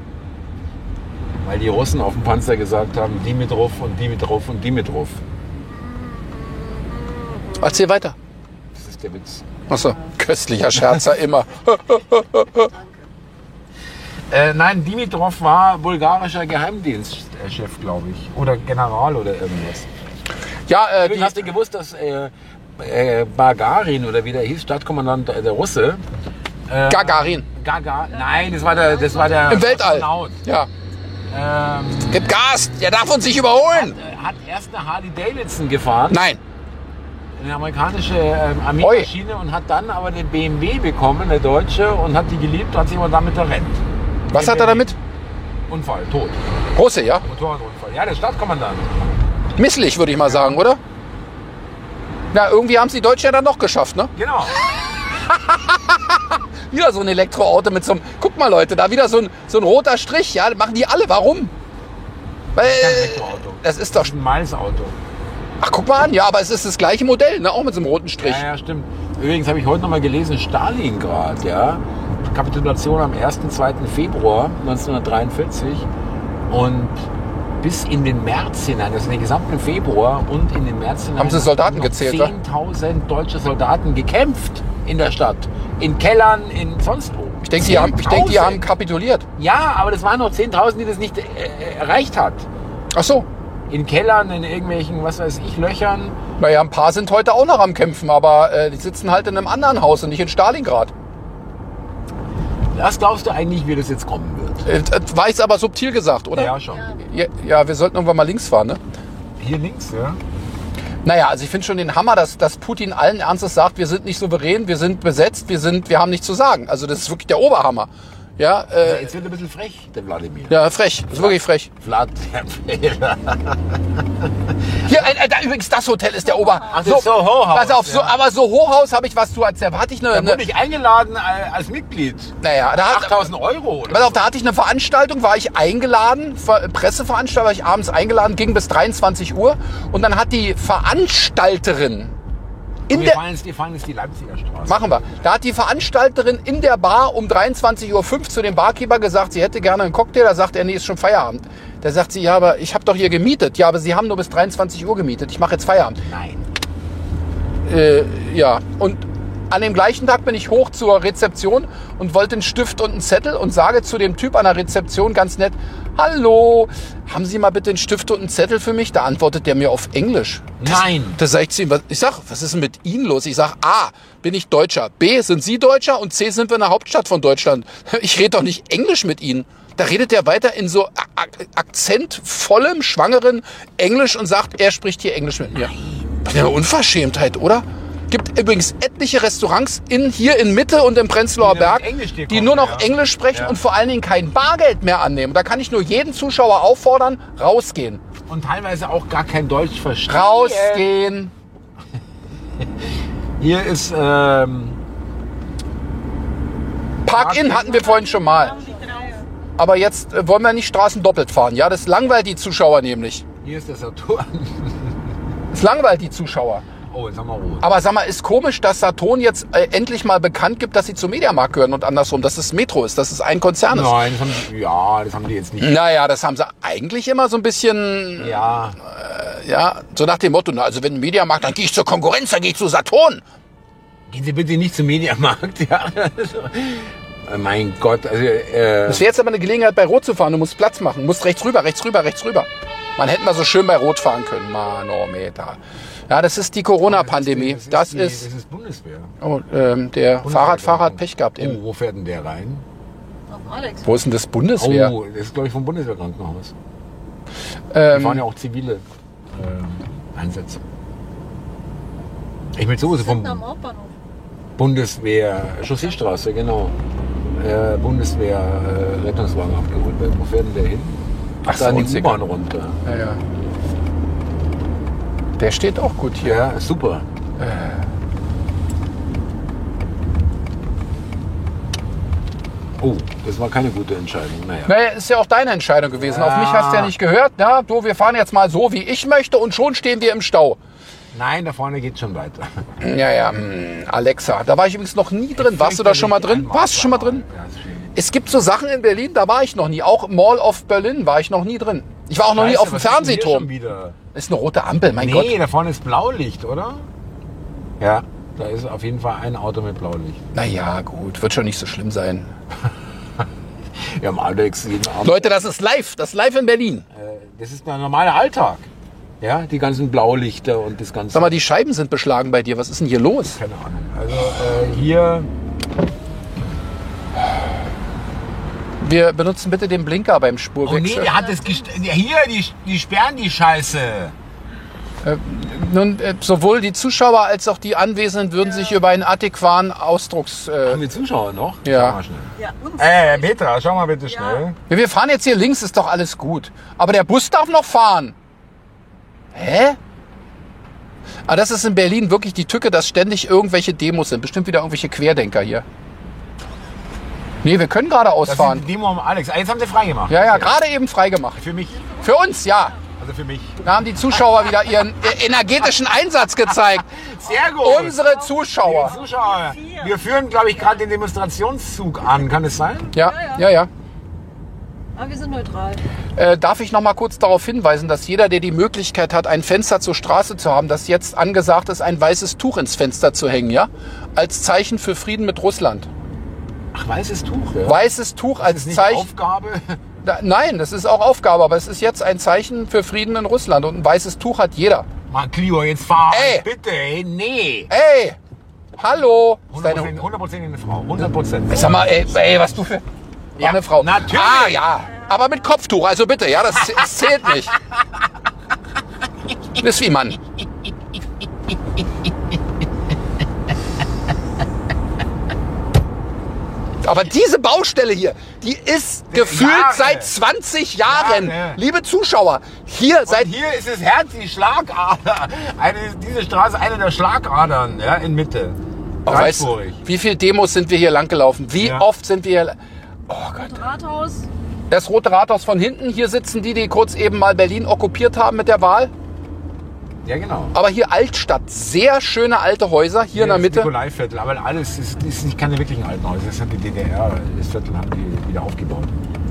F: Weil die Russen auf dem Panzer gesagt haben, Dimitrov und Dimitrov und Dimitrov.
C: Erzähl weiter.
F: Das ist der Witz.
C: Achso, köstlicher Scherzer immer.
F: Äh, nein, Dimitrov war bulgarischer Geheimdienstchef, glaube ich. Oder General oder irgendwas.
C: Ja, äh,
F: Übrigens
C: die,
F: hast du gewusst, dass äh, äh, Bagarin oder wie der hieß, Stadtkommandant äh, der Russe. Äh,
C: Gagarin.
F: Gaga. Nein, das war der. Das war der
C: Im Weltall.
F: Astronaut.
C: Ja.
F: Ähm,
C: Gib Gas, der darf uns nicht überholen.
F: äh, hat erst eine Harley Davidson gefahren,
C: Nein.
F: eine amerikanische ähm, Armeemaschine, und hat dann aber den BMW bekommen, eine deutsche, und hat die geliebt und hat sich immer damit verrennt.
C: Was hat er damit?
F: Unfall, tot.
C: Russe, ja?
F: Motorradunfall. Ja, der Stadtkommandant.
C: Misslich, würde ich mal sagen, oder? Na, irgendwie haben es die Deutschen ja dann noch geschafft, ne?
F: Genau.
C: Wieder so ein Elektroauto mit so einem. Guck mal, Leute, da wieder so ein, so ein roter Strich, ja? Machen die alle. Warum? Weil.
F: Elektroauto.
C: Das ist doch.
F: Ein Malz-Auto.
C: Ach, guck mal an, ja, aber es ist das gleiche Modell, ne? Auch mit so einem roten Strich.
F: Ja, ja, stimmt. Übrigens habe ich heute nochmal gelesen, Stalingrad, ja. Kapitulation am 1. 2. Februar 1943 und bis in den März hinein, also in den gesamten Februar und in den März hinein.
C: Haben sie Soldaten
F: noch
C: gezählt, wa?
F: 10.000 deutsche Soldaten gekämpft in der Stadt. In Kellern, in sonst wo.
C: Ich denke, die, haben- ich denk, die
F: 10.000.
C: haben kapituliert.
F: Ja, aber das waren noch 10.000, die das nicht äh, erreicht hat.
C: Ach so.
F: In Kellern, in irgendwelchen, was weiß ich, Löchern.
C: Naja, ein paar sind heute auch noch am Kämpfen, aber äh, die sitzen halt in einem anderen Haus und nicht in Stalingrad.
F: Was glaubst du eigentlich, wie das jetzt kommen wird?
C: Äh, das war jetzt aber subtil gesagt, oder?
F: Ja, schon.
C: Ja, ja, wir sollten irgendwann mal links fahren, ne?
F: Hier links, ja.
C: Naja, also ich finde schon den Hammer, dass, dass Putin allen Ernstes sagt, wir sind nicht souverän, wir sind besetzt, wir, sind, wir haben nichts zu sagen. Also das ist wirklich der Oberhammer. Ja,
F: Ja,
C: äh,
F: Jetzt wird er ein bisschen frech, der Wladimir.
C: ja frech, ist wirklich frech.
F: Vlad, der Fehler.
C: Hier, ein, äh, da, übrigens, das Hotel ist der Ober...
F: das ist so Hochhaus,
C: Pass auf, so,
F: ja.
C: aber so Hochhaus habe ich was zu erzählen. Hatte ich eine...
F: Da
C: eine
F: wurde ich eingeladen äh, als Mitglied.
C: naja, da hat,
F: 8000 Euro. Oder?
C: Pass auf, da hatte ich eine Veranstaltung, war ich eingeladen, Ver- Presseveranstaltung, war ich abends eingeladen, ging bis 23 Uhr und dann hat die Veranstalterin in
F: wir,
C: der
F: fahren jetzt, wir fahren jetzt die Leipziger Straße.
C: Machen wir. Da hat die Veranstalterin in der Bar um 23.05 Uhr zu dem Barkeeper gesagt, sie hätte gerne einen Cocktail. Da sagt er, nee, ist schon Feierabend. Da sagt sie, ja, aber ich habe doch hier gemietet. Ja, aber Sie haben nur bis 23 Uhr gemietet. Ich mache jetzt Feierabend.
F: Nein.
C: Äh, ja, und an dem gleichen Tag bin ich hoch zur Rezeption und wollte einen Stift und einen Zettel und sage zu dem Typ an der Rezeption ganz nett, hallo, haben Sie mal bitte einen Stift und einen Zettel für mich? Da antwortet der mir auf Englisch.
F: Nein.
C: Da sag ich zu ihm, was- ich sag, was ist denn mit Ihnen los? Ich sag, A, bin ich Deutscher, B, sind Sie Deutscher und C, sind wir in der Hauptstadt von Deutschland. Ich rede doch nicht Englisch mit Ihnen. Da redet er weiter in so a- a- akzentvollem, schwangeren Englisch und sagt, er spricht hier Englisch mit mir. Das ist eine Unverschämtheit, oder? Gibt übrigens etliche Restaurants in, hier in Mitte und im Prenzlauer
F: Die nur noch
C: Berg,
F: Englisch dir
C: die
F: kochen,
C: nur noch
F: ja.
C: Englisch sprechen
F: Ja.
C: und vor allen Dingen kein Bargeld mehr annehmen. Da kann ich nur jeden Zuschauer auffordern, rausgehen.
F: Und teilweise auch gar kein Deutsch verstehen.
C: Rausgehen.
F: Hier ist, ähm,
C: Park-In hatten wir vorhin schon mal. Aber jetzt äh, wollen wir nicht Straßen doppelt fahren. Ja, das langweilt die Zuschauer nämlich.
F: hier ist der Saturn.
C: Das langweilt die Zuschauer.
F: Oh, jetzt haben wir rot.
C: Aber sag mal, ist komisch, dass Saturn jetzt äh, endlich mal bekannt gibt, dass sie zum Mediamarkt gehören und andersrum, dass es Metro ist, dass es ein Konzern ist.
F: Nein, das haben die, ja, das haben die jetzt nicht.
C: Naja, das haben sie eigentlich immer so ein bisschen,
F: Ja,
C: ja, so nach dem Motto, na, also wenn ein Mediamarkt, dann gehe ich zur Konkurrenz, dann gehe ich zu Saturn.
F: gehen Sie bitte nicht zum Mediamarkt. Ja. Also, äh, mein Gott, also, äh,
C: Das wäre jetzt aber eine Gelegenheit, bei Rot zu fahren. Du musst Platz machen. Du musst rechts rüber, rechts rüber, rechts rüber. Man hätte mal so schön bei Rot fahren können. Manometer. Ja, das ist die Corona-Pandemie. Das
F: die-
C: ist,
F: das ist Bundeswehr.
C: oh, ähm, der Fahrradfahrer hat Pech gehabt.
F: Oh,
C: Eben.
F: wo fährt denn der rein?
D: Auf Alex.
C: Wo ist denn das Bundeswehr?
F: Oh, das ist, glaube ich, vom Bundeswehrkrankenhaus. Da waren
C: ähm,
F: ja auch zivile äh, Einsätze. Ich meine, so ist es vom
D: Hinten am Hauptbahnhof.
F: Bundeswehr, Chausseestraße, genau. Äh, Bundeswehr äh, Rettungswagen abgeholt werden. Wo fährt denn der hin?
C: Ach, so,
F: da in die
C: Unsicker.
F: U-Bahn runter.
C: ja, ja. Der steht auch gut hier.
F: Ja, super. Oh, das war keine gute Entscheidung. Naja.
C: Naja, ist ja auch deine Entscheidung gewesen. Auf
F: Ja.
C: mich hast du ja nicht gehört. Na, du, wir fahren jetzt mal so, wie ich möchte und schon stehen wir im Stau.
F: Nein, da vorne geht schon weiter.
C: Ja, ja, mh, Alexa. Da war ich übrigens noch nie drin. Warst du da schon mal drin? Warst du schon mal drin?
F: Ja, ist schön.
C: Es gibt so Sachen in Berlin, da war ich noch nie. Auch Mall of Berlin war ich noch nie drin. Ich war auch noch nie
F: Scheiße,
C: auf dem
F: was ist denn hier schon
C: Fernsehturm.
F: wieder?
C: Ist eine rote Ampel, mein
F: Nee,
C: Gott.
F: da vorne ist Blaulicht, oder? Ja, da ist auf jeden Fall ein Auto mit Blaulicht.
C: Naja, gut, wird schon nicht so schlimm sein.
F: Wir haben Alex jeden Abend.
C: Leute, das ist live. Das ist live in Berlin.
F: Äh, das ist der normale Alltag. Ja, die ganzen Blaulichter und das ganze.
C: Sag mal, die Scheiben sind beschlagen bei dir. Was ist denn hier los?
F: Keine Ahnung. Also äh, hier.
C: Wir benutzen bitte den Blinker beim Spurwechsel.
F: Oh, hat es Hier, die, die sperren die Scheiße.
C: Nun, äh, sowohl die Zuschauer als auch die Anwesenden würden sich über einen adäquaten Ausdrucks... Äh,
F: Haben wir Zuschauer noch?
C: Ja.
F: Schau mal schnell.
G: Ja, uns.
F: Äh, Petra, schau mal bitte schnell.
C: wir fahren jetzt hier links, ist doch alles gut. Aber der Bus darf noch fahren. Hä? Aber das ist in Berlin wirklich die Tücke, dass ständig irgendwelche Demos sind. Bestimmt wieder irgendwelche Querdenker hier. Nee, wir können geradeaus
F: Das
C: fahren.
F: sind die Demo um Alex. Ah, jetzt haben sie freigemacht.
C: Ja, ja, gerade eben freigemacht.
F: Für mich.
C: Für uns, ja.
F: Also für mich.
C: Da haben die Zuschauer wieder ihren äh, energetischen Einsatz gezeigt.
F: Sehr gut.
C: Unsere Zuschauer.
F: Zuschauer, wir führen, glaube ich, gerade den Demonstrationszug an. Kann es sein?
C: Ja, ja, ja.
D: Aber Ah, wir sind neutral.
C: Äh, darf ich noch mal kurz darauf hinweisen, dass jeder, der die Möglichkeit hat, ein Fenster zur Straße zu haben, dass jetzt angesagt ist, ein weißes Tuch ins Fenster zu hängen, ja? Als Zeichen für Frieden mit Russland.
F: Ach, weißes Tuch. Ja.
C: Weißes Tuch
F: ist
C: als
F: nicht
C: Zeichen.
F: Aufgabe.
C: Da, nein, das ist auch Aufgabe, aber es ist jetzt ein Zeichen für Frieden in Russland und ein weißes Tuch hat jeder.
F: Mann, Clio, jetzt fahr.
C: Ey.
F: Bitte, ey, nee.
C: Ey! Hallo! Ist deine,
F: 100%, 100 eine Frau. 100
C: sag mal, ey, ey was du für. Ja, eine Frau.
F: natürlich.
C: Ah, ja. Aber mit Kopftuch, also bitte, ja, das, z- das zählt nicht. Ist wie Mann. Aber diese Baustelle hier, die ist gefühlt
F: Jahre.
C: seit 20 Jahren.
F: Jahre.
C: Liebe Zuschauer, hier seit
F: Und hier ist das Herz, die Schlagader. Eine, diese Straße, eine der Schlagadern ja, in Mitte.
C: Oh, weißt du,
F: Salzburg.
C: wie viele Demos sind wir hier langgelaufen? Wie
F: Ja.
C: oft sind wir hier. la-
D: Und Rathaus.
C: Das Rote Rathaus von hinten, hier sitzen die, die kurz eben mal Berlin okkupiert haben mit der Wahl.
F: Ja, genau.
C: Aber hier Altstadt, sehr schöne alte Häuser, hier in der
F: das
C: Mitte.
F: Nikolaiviertel, aber alles ist, ist nicht keine wirklichen alten Häuser. Das hat die DDR, das Viertel haben die wieder aufgebaut.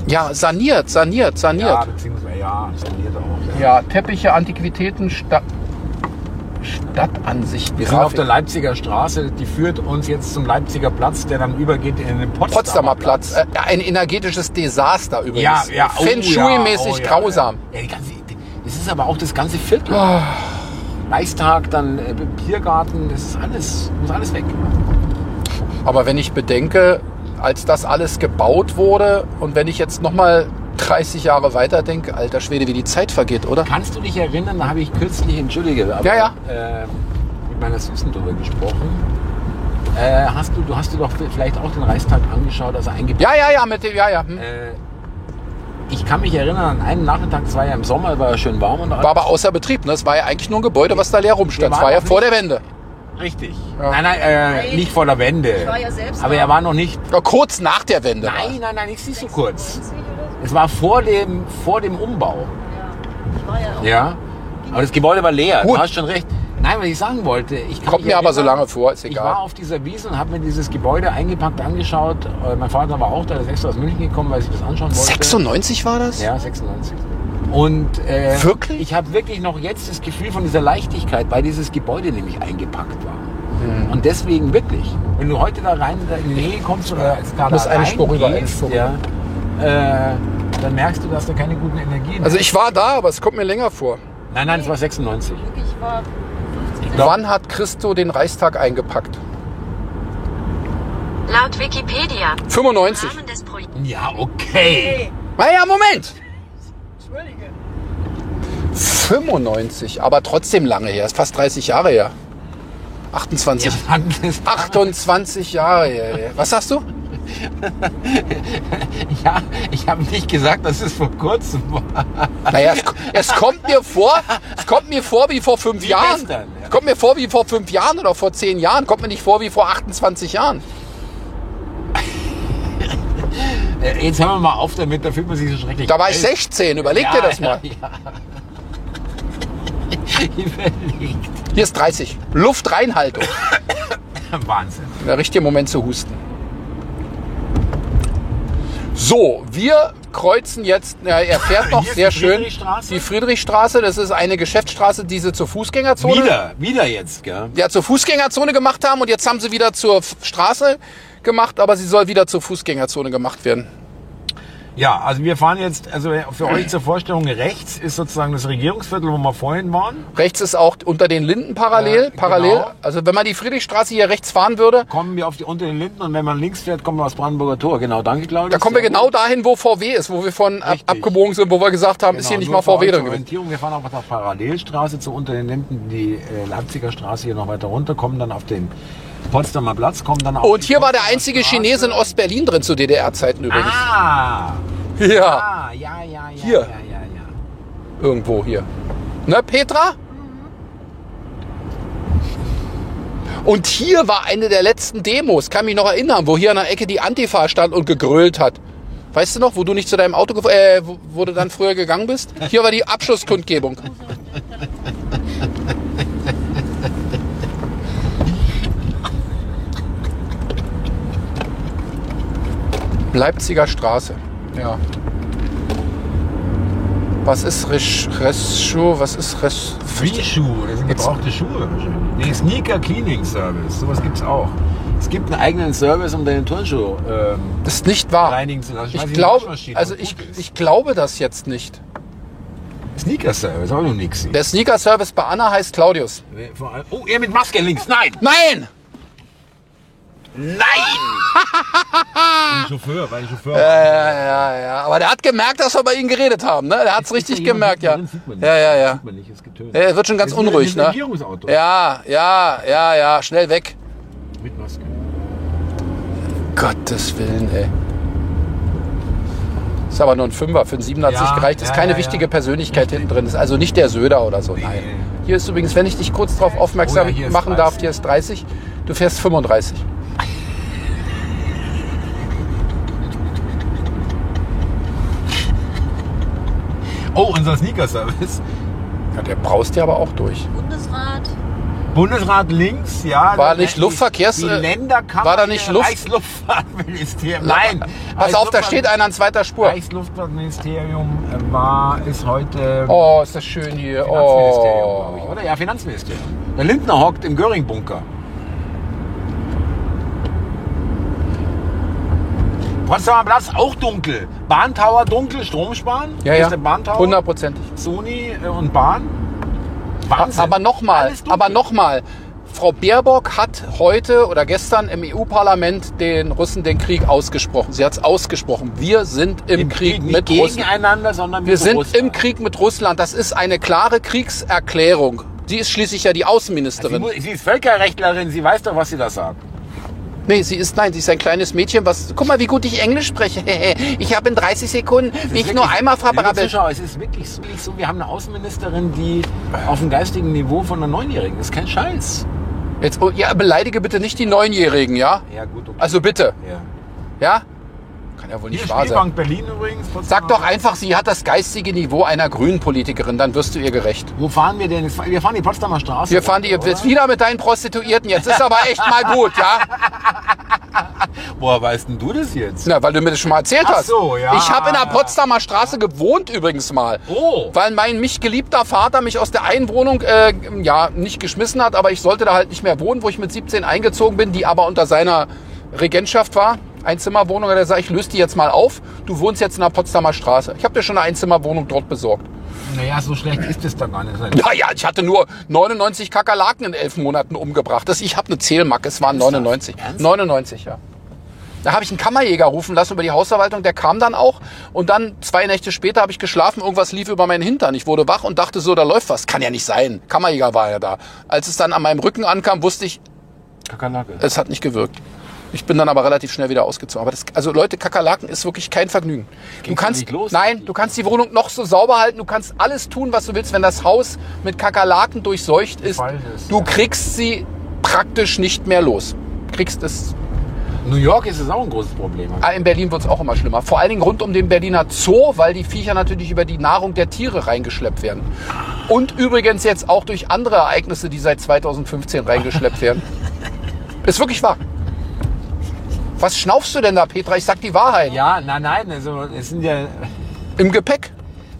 C: Ja, saniert, saniert,
F: Ja,
C: saniert.
F: beziehungsweise, ja, saniert auch.
C: Ja, Teppiche, Antiquitäten, Sta Stadtansicht,
F: Wir sind auf der
C: Grafik.
F: Leipziger Straße, die führt uns jetzt zum Leipziger Platz, der dann übergeht in den Potsdamer,
C: Potsdamer Platz, äh, ein energetisches Desaster übrigens. äh,
F: Ja, ja, oh,
C: Feng Shui-mäßig
F: ja, oh, ja,
C: grausam. Ah.
F: Ja, die ganze, die, es ist aber auch das ganze Viertel. Reichstag, dann äh, Biergarten, das ist alles, muss alles weg.
C: Aber wenn ich bedenke, als das alles gebaut wurde und wenn ich jetzt nochmal 30 Jahre weiterdenke, alter Schwede, wie die Zeit vergeht, oder?
F: Kannst du dich erinnern, da habe ich kürzlich, entschuldige, aber,
C: Ja, ja.
F: ähm, mit meiner Süßen drüber gesprochen. Äh, hast du, du hast dir doch vielleicht auch den Reichstag angeschaut, also als er eingebaut
C: Ja, ja, ja, mit dem, ja, ja. Hm.
F: Äh, ich kann mich erinnern an einen Nachmittag, es war ja im Sommer, war ja schön warm und
C: War aber außer Betrieb, ne? Das war ja eigentlich nur ein Gebäude, was da leer rumstand. Das war ja vor der Wende.
F: richtig.
C: Ja.
F: Nein, nein, äh,
D: Nein.
F: nicht vor der Wende.
D: war ja selbst
F: aber
D: da.
F: er war noch nicht.
C: Ja, kurz nach der Wende.
F: Nein, nein, nein, nicht so kurz. Es war vor dem, vor dem Umbau.
D: Ich war ja auch.
F: Ja. Aber das Gebäude war leer.
C: Gut.
F: Du hast schon recht. Nein, was ich sagen wollte, ich kann
C: Kommt
F: mich
C: mir aber so
F: erinnern,
C: lange vor, ist
F: Ich war
C: egal.
F: auf dieser Wiese und habe mir dieses Gebäude eingepackt angeschaut. Äh, Mein Vater war auch da, der ist extra aus München gekommen, weil ich das anschauen wollte.
C: 96 war das?
F: Ja, 96. Und äh,
C: Wirklich?
F: ich habe wirklich noch jetzt das Gefühl von dieser Leichtigkeit, weil dieses Gebäude nämlich eingepackt war. Und deswegen wirklich, wenn du heute da rein da in die Nähe kommst oder jetzt da
C: Muss
F: da
C: eine
F: reingehst,
C: Spur rüber, eine Spur
F: ja, äh, dann merkst du, dass da keine guten Energien
C: Also
F: hast.
C: ich war da, aber es kommt mir länger vor.
F: Nein, nein, es war 96.
D: Ich war 50.
C: Wann hat Christo den Reichstag eingepackt?
E: Laut Wikipedia.
C: 95.
E: Rahmen des Projekts.
F: Ja, okay.
G: Hey,
C: Naja, Moment!
G: Entschuldige.
C: 95, aber trotzdem lange her. Ist fast 30 Jahre her. 28.
F: Ich fand das,
C: 28 Jahre her. Was sagst du?
F: ja, ich habe nicht gesagt, dass es vor kurzem war.
C: Naja, es, es kommt mir vor, es kommt mir vor wie vor fünf
F: Wie
C: Jahren.
F: gestern, ja.
C: Es kommt mir vor wie vor fünf Jahren oder vor zehn Jahren. Kommt mir nicht vor wie vor 28 Jahren.
F: Äh, Jetzt hören wir mal auf damit, da fühlt man sich so schrecklich.
C: Da war ich
F: Äh,
C: 16, überleg dir
F: ja,
C: das mal.
F: Ja, ja. Überlegt.
C: Hier ist 30. Luftreinhaltung.
F: Wahnsinn.
C: Der richtige Moment zu husten. So, wir kreuzen jetzt, ja, er fährt noch
F: Hier ist
C: sehr
F: die
C: schön
F: Friedrichstraße.
C: die Friedrichstraße. Das ist eine Geschäftsstraße, die sie zur Fußgängerzone
F: Wieder, wieder jetzt, gell?
C: ja, zur Fußgängerzone gemacht haben und jetzt haben sie wieder zur F- Straße gemacht, aber sie soll wieder zur Fußgängerzone gemacht werden.
F: Ja, also wir fahren jetzt, also für euch zur Vorstellung, rechts ist sozusagen das Regierungsviertel, wo wir vorhin waren.
C: Rechts ist auch unter den Linden parallel.
F: Ja,
C: parallel.
F: genau.
C: Also wenn man die Friedrichstraße hier rechts fahren würde,
F: Kommen wir auf die unter den Linden und wenn man links fährt, kommen wir aus Brandenburger Tor. Genau, danke, Claudia.
C: da kommen wir
F: Sehr
C: genau
F: gut.
C: dahin, wo VW ist, wo wir von ab
F: Richtig.
C: abgebogen sind, wo wir gesagt haben, ist hier nicht
F: Genau, nur
C: mal
F: für
C: VW
F: euch zur
C: drin gewesen.
F: Orientierung. Wir fahren auch auf der Parallelstraße zu unter den Linden, die äh, Leipziger Straße hier noch weiter runter, kommen dann auf den Potsdamer Platz, kommen dann auf
C: Und
F: die
C: hier war der
F: Potsdamer
C: einzige
F: Straße.
C: Chinese in Ostberlin drin zu DDR-Zeiten übrigens.
F: Ah,
C: Ja,
F: ah, ja, ja, ja,
C: Hier.
F: ja, ja, ja.
C: irgendwo hier. Ne, Petra? Und hier war eine der letzten Demos, kann mich noch erinnern, wo hier an der Ecke die Antifa stand und gegrölt hat. Weißt du noch, wo du nicht zu deinem Auto, gef- äh, wo, wo du dann früher gegangen bist? Hier war die Abschlusskundgebung. Leipziger Straße. Ja. Was ist Resch, Reschu, was ist Resch?
F: Free-Schuhe, das sind gebrauchte Schuhe wahrscheinlich. Nee, Sneaker Cleaning Service, sowas gibt's auch. Es gibt einen eigenen Service, um deine Turnschuhe ähm,
C: Das ist nicht wahr.
F: reinigen zu lassen.
C: Ich
F: weiß nicht,
C: glaube,
F: Waschmaschine,
C: also
F: ob
C: ich,
F: gut ist.
C: ich glaube das jetzt nicht.
F: Sneaker Service, auch noch nichts.
C: Der Sneaker Service bei Anna heißt Claudius.
F: Vor allem- Oh, er mit Maske links, nein!
C: Nein!
F: Ein Chauffeur, weil ein Chauffeur.
C: Ja, ja, ja. Aber der hat gemerkt, dass wir bei Ihnen geredet haben. Ne? Der hat's richtig
F: Ist da jemand
C: gemerkt, ja.
F: drin? Sieht man nicht.
C: Ja, ja, ja.
F: Sieht man nicht, ist getönt.
C: Ja, Er wird schon ganz
F: Das ist wieder
C: unruhig,
F: ein
C: ne?
F: Regierungsauto.
C: Ja, ja, ja, ja. Schnell weg.
F: Mit Maske.
C: Gottes Willen, ey. Ist aber nur ein Fünfer, für einen Siebener hat es
F: Ja,
C: nicht gereicht. Ist
F: ja,
C: keine
F: ja,
C: wichtige
F: ja.
C: Persönlichkeit hinten drin. Ist also nicht der Söder oder so. Nein. Hier ist übrigens, wenn ich dich kurz darauf aufmerksam
F: Oh ja, hier ist
C: machen darf,
F: 30.
C: hier ist 30. Du fährst 35.
F: Oh, unser Sneaker Service.
C: Ja, der braust ja aber auch durch.
D: Bundesrat.
F: Bundesrat links, ja.
C: War
F: Die-
C: nicht
F: die-
C: Luftverkehrs-
F: Die
C: äh,
F: Länderkammer.
C: war da nicht
F: der
C: Luft-
F: Reichsluftfahrtministerium. Nein.
C: Pass auf, da steht einer an zweiter Spur.
F: Reichsluftfahrtministerium äh, war, ist heute
C: Oh, ist das schön hier.
F: Finanzministerium, glaube ich,
C: Oh.
F: oder? Ja, Finanzministerium. Der Lindner hockt im Göring-Bunker. Potsdamer Platz auch dunkel. Bahntower dunkel, Strom sparen.
C: Ja,
F: Hier
C: ja.
F: Ist der Bahntower.
C: Hundertprozentig.
F: Sony äh, und Bahn. Wahnsinn.
C: Aber nochmal,
F: Alles dunkel.
C: aber nochmal. Frau Baerbock hat heute oder gestern im EU-Parlament den Russen den Krieg ausgesprochen. Sie hat es ausgesprochen. Wir sind im, Krieg,
F: nicht
C: mit Russland.
F: gegeneinander, sondern
C: Wir
F: mit
C: sind
F: Russland.
C: im Krieg mit Russland. Das ist eine klare Kriegserklärung. Sie ist schließlich ja die
F: Sie,
C: Außenministerin.
F: mu- sie ist Völkerrechtlerin, sie weiß doch, was sie da sagt.
C: Nee, sie ist, nein, sie ist ein kleines Mädchen, was, guck mal, wie gut ich Englisch spreche. Ich habe in 30 Sekunden mich nur
F: wirklich-
C: einmal
F: Liebe
C: verbrabbelt.
F: Zuschauer, es ist wirklich so, wirklich so, wir haben eine Außenministerin, die auf dem geistigen Niveau von einer Neunjährigen ist. Kein Scheiß.
C: Jetzt, oh, ja, beleidige bitte nicht die Neunjährigen, ja?
F: Ja, gut, okay.
C: Also bitte,
F: ja.
C: ja? Kann ja wohl
F: Hier
C: nicht wahr sein.
F: Spielbank Berlin übrigens.
C: Sag doch einfach, sie hat das geistige Niveau einer grünen Politikerin, dann wirst du ihr gerecht.
F: Wo fahren wir denn? Wir fahren die Potsdamer Straße.
C: Wir fahren die jetzt wieder mit deinen Prostituierten, jetzt ist aber echt mal gut, ja?
F: Woher weißt denn du das jetzt?
C: Na, weil du mir das schon mal erzählt
F: Ach
C: hast.
F: so, ja.
C: Ich habe in der Potsdamer Straße gewohnt übrigens mal.
F: Oh.
C: Weil mein mich geliebter Vater mich aus der einen Wohnung, äh, ja, nicht geschmissen hat, aber ich sollte da halt nicht mehr wohnen, wo ich mit 17 eingezogen bin, die aber unter seiner Regentschaft war. Einzimmerwohnung, und er sagt, ich löse die jetzt mal auf. Du wohnst jetzt in der Potsdamer Straße. Ich habe dir schon eine Einzimmerwohnung dort besorgt.
F: Naja, so schlecht ist es da gar nicht.
C: Naja, ich hatte nur 99 Kakerlaken in elf Monaten umgebracht. Das, ich habe eine Zählmacke, es waren 99.
F: Ernsthaft?
C: 99, ja. Da habe ich einen Kammerjäger rufen lassen über die Hausverwaltung, der kam dann auch. Und dann zwei Nächte später habe ich geschlafen, irgendwas lief über meinen Hintern. Ich wurde wach und dachte so, da läuft was. Kann ja nicht sein. Kammerjäger war ja da. Als es dann an meinem Rücken ankam, wusste ich,
F: Kakerlake.
C: es hat nicht gewirkt. Ich bin dann aber relativ schnell wieder ausgezogen. Aber das, also Leute, Kakerlaken ist wirklich kein Vergnügen. Du
F: doch
C: kannst,
F: nicht los.
C: nein, du kannst die Wohnung noch so sauber halten. Du kannst alles tun, was du willst. Wenn das Haus mit Kakerlaken durchseucht ist,
F: Befallen ist,
C: du
F: ja.
C: kriegst sie praktisch nicht mehr los. Kriegst es.
F: New York ist es auch ein großes Problem.
C: Ah, In Berlin wird es auch immer schlimmer. Vor allen Dingen rund um den Berliner Zoo, weil die Viecher natürlich über die Nahrung der Tiere reingeschleppt werden. Und übrigens jetzt auch durch andere Ereignisse, die seit 2015 reingeschleppt werden. Ist wirklich wahr. Was schnaufst du denn da, Petra? Ich sag die Wahrheit.
F: Ja, nein, nein, also es sind ja.
C: Im Gepäck.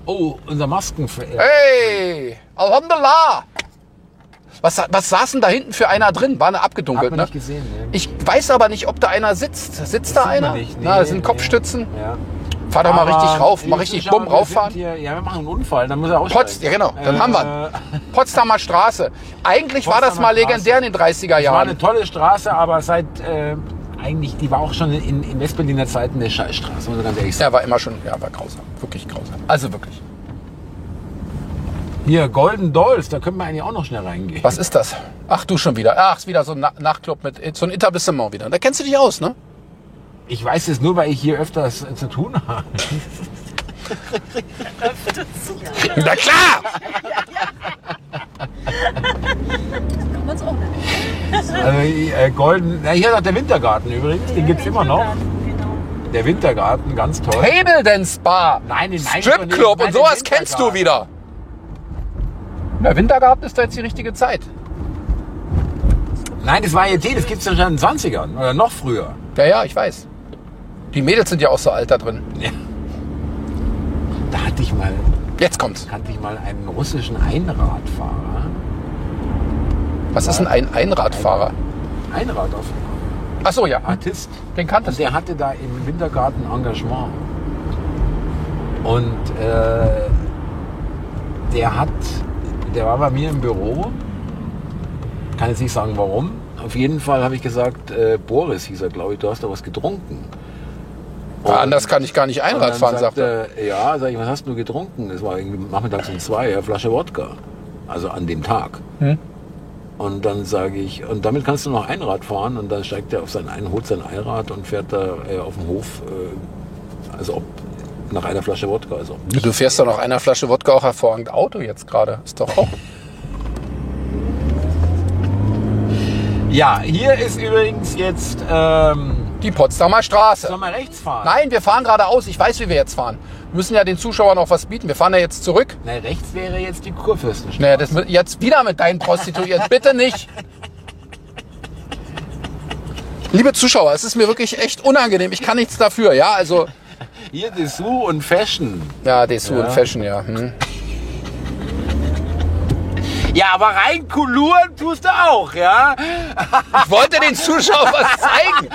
F: Oh, unser Masken. Äh,
C: Hey, Alhamdulillah. Was, sa- was saß denn da hinten für einer drin? War eine
F: hat
C: abgedunkelt,
F: man
C: ne?
F: nicht gesehen. Ne?
C: Ich weiß aber nicht, ob da einer sitzt. Sitzt da
F: Sieht man
C: einer?
F: nicht,
C: Na,
F: nee,
C: das sind
F: nee.
C: Kopfstützen.
F: Ja.
C: Fahr doch mal
F: Aber
C: richtig rauf. Mal
F: wir
C: richtig
F: müssen
C: bumm
F: schauen, wir
C: rauffahren.
F: sind Hier, ja, wir Äh, machen einen Unfall, dann muss er auch
C: Potz, ja genau, dann haben wir Potsdamer Straße. Eigentlich war das
F: Potsdamer
C: mal legendär in den 30er
F: Es war eine
C: Jahren.
F: tolle Straße, aber seit äh, eigentlich, die war auch schon in, in Westberliner Zeiten eine Scheißstraße, muss man ganz ehrlich sagen.
C: Ja, war immer schon, ja, war grausam. Wirklich grausam. Also wirklich.
F: Hier, Golden Dolls, da können wir eigentlich auch noch schnell reingehen.
C: Was ist das? Ach, du schon wieder. Ach, ist wieder so ein Na Nachtclub mit, so ein Etablissement wieder. Da kennst du dich aus, ne?
F: Ich weiß es nur, weil ich hier öfters äh, zu tun habe.
C: Na klar!
D: Kann man es auch nicht.
F: Also, äh, Golden, na, hier ist auch der Wintergarten übrigens, den gibt's immer noch.
H: Genau.
F: Der Wintergarten, ganz toll.
C: Table Dance Bar.
F: Nein, den meine ich doch nicht.
C: Stripclub
F: Nein,
C: und sowas
F: den
C: kennst du
F: Wintergarten.
C: wieder. Na, Wintergarten ist da jetzt die richtige Zeit.
F: Nein, das war jetzt, das gibt's ja schon in den 20ern oder noch früher.
C: Ja, ja, ich weiß. Die Mädels sind ja auch so alt da drin.
F: Da hatte ich mal,
C: Jetzt kommt's.
F: kannte ich mal einen russischen Einradfahrer.
C: Was ist denn ein Einradfahrer?
F: Einradaufnahme.
C: Ach so, ja.
F: Artist.
C: Den kanntest
F: Und
C: du.
F: der Also hatte da im Wintergarten Engagement. Und äh, der hat, der war bei mir im Büro. Kann jetzt nicht sagen, warum. Auf jeden Fall habe ich gesagt, äh, Boris hieß er, glaube ich, du hast da was getrunken.
C: Ah, Anders kann ich gar nicht
F: Und dann
C: Einrad fahren, sagt er.
F: er. Ja, sag ich, was hast du getrunken? Das war irgendwie nachmittags um zwei, ja, Flasche Wodka. Also an dem Tag. Und dann sage ich, und damit kannst du noch Einrad fahren. Und dann steigt er auf sein ein, holt sein Einrad und fährt da äh, auf dem Hof, äh, also ob nach einer Flasche Wodka. Also ob
C: Du fährst doch nach einer Flasche Wodka auch hervorragend Auto jetzt gerade. Ist doch auch.
F: ja, hier ist übrigens jetzt, ähm,
C: Die Potsdamer Straße.
F: sollen wir rechts fahren?
C: Nein, wir fahren geradeaus. Ich weiß, wie wir jetzt fahren. Wir müssen ja den Zuschauern auch was bieten. Wir fahren ja jetzt zurück.
F: Nein, rechts wäre jetzt die Kurfürstenstraße.
C: Naja, das mit, jetzt wieder mit deinen Prostituierten. Bitte nicht. Liebe Zuschauer, es ist mir wirklich echt unangenehm. Ich kann nichts dafür. Ja, also,
F: Hier Dessous und Fashion.
C: ja, Dessous und Fashion, ja. Hm.
F: Ja, aber rein kuluren tust du auch, ja?
C: Ich wollte den Zuschauern was zeigen.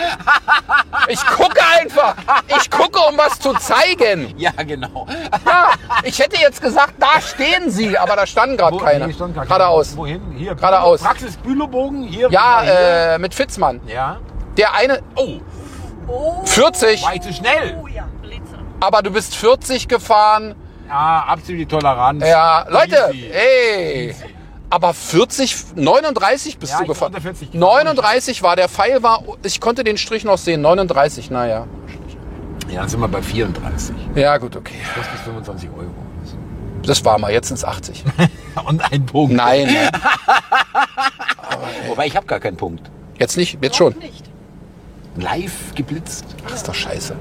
C: Ich gucke einfach. Ich gucke, um was zu zeigen.
F: Ja, genau.
C: Ja, ich hätte jetzt gesagt, da stehen sie, aber da standen gerade
F: Wo-
C: keine.
F: nee, stand gar keiner.
C: Geradeaus.
F: Wohin? Hier.
C: Geradeaus.
F: Praxis Bülowbogen hier.
C: Ja,
F: hier.
C: äh, mit Fitzmann.
F: Ja.
C: Der eine,
F: Oh,
C: 40,
F: war ich zu schnell?
H: Oh ja, Blitzer.
C: aber du bist 40 gefahren.
F: Ja, absolute Toleranz.
C: Ja, Leute, Äh.
F: Easy.
C: ey. Aber 40, 39 bist
F: Ja,
C: du
F: ich
C: gefahren.
F: war unter 40 gefahren.
C: 39 war der Pfeil, war, ich konnte den Strich noch sehen. 39, naja.
F: Ja, dann sind wir bei 34.
C: Ja, gut, okay.
F: Das ist 25 Euro.
C: Das war mal, jetzt ins 80.
F: Und ein Punkt.
C: Nein,
F: Wobei, ich habe gar keinen Punkt.
C: jetzt nicht, jetzt schon.
D: Nicht.
F: Live geblitzt.
C: Ach, ist doch scheiße.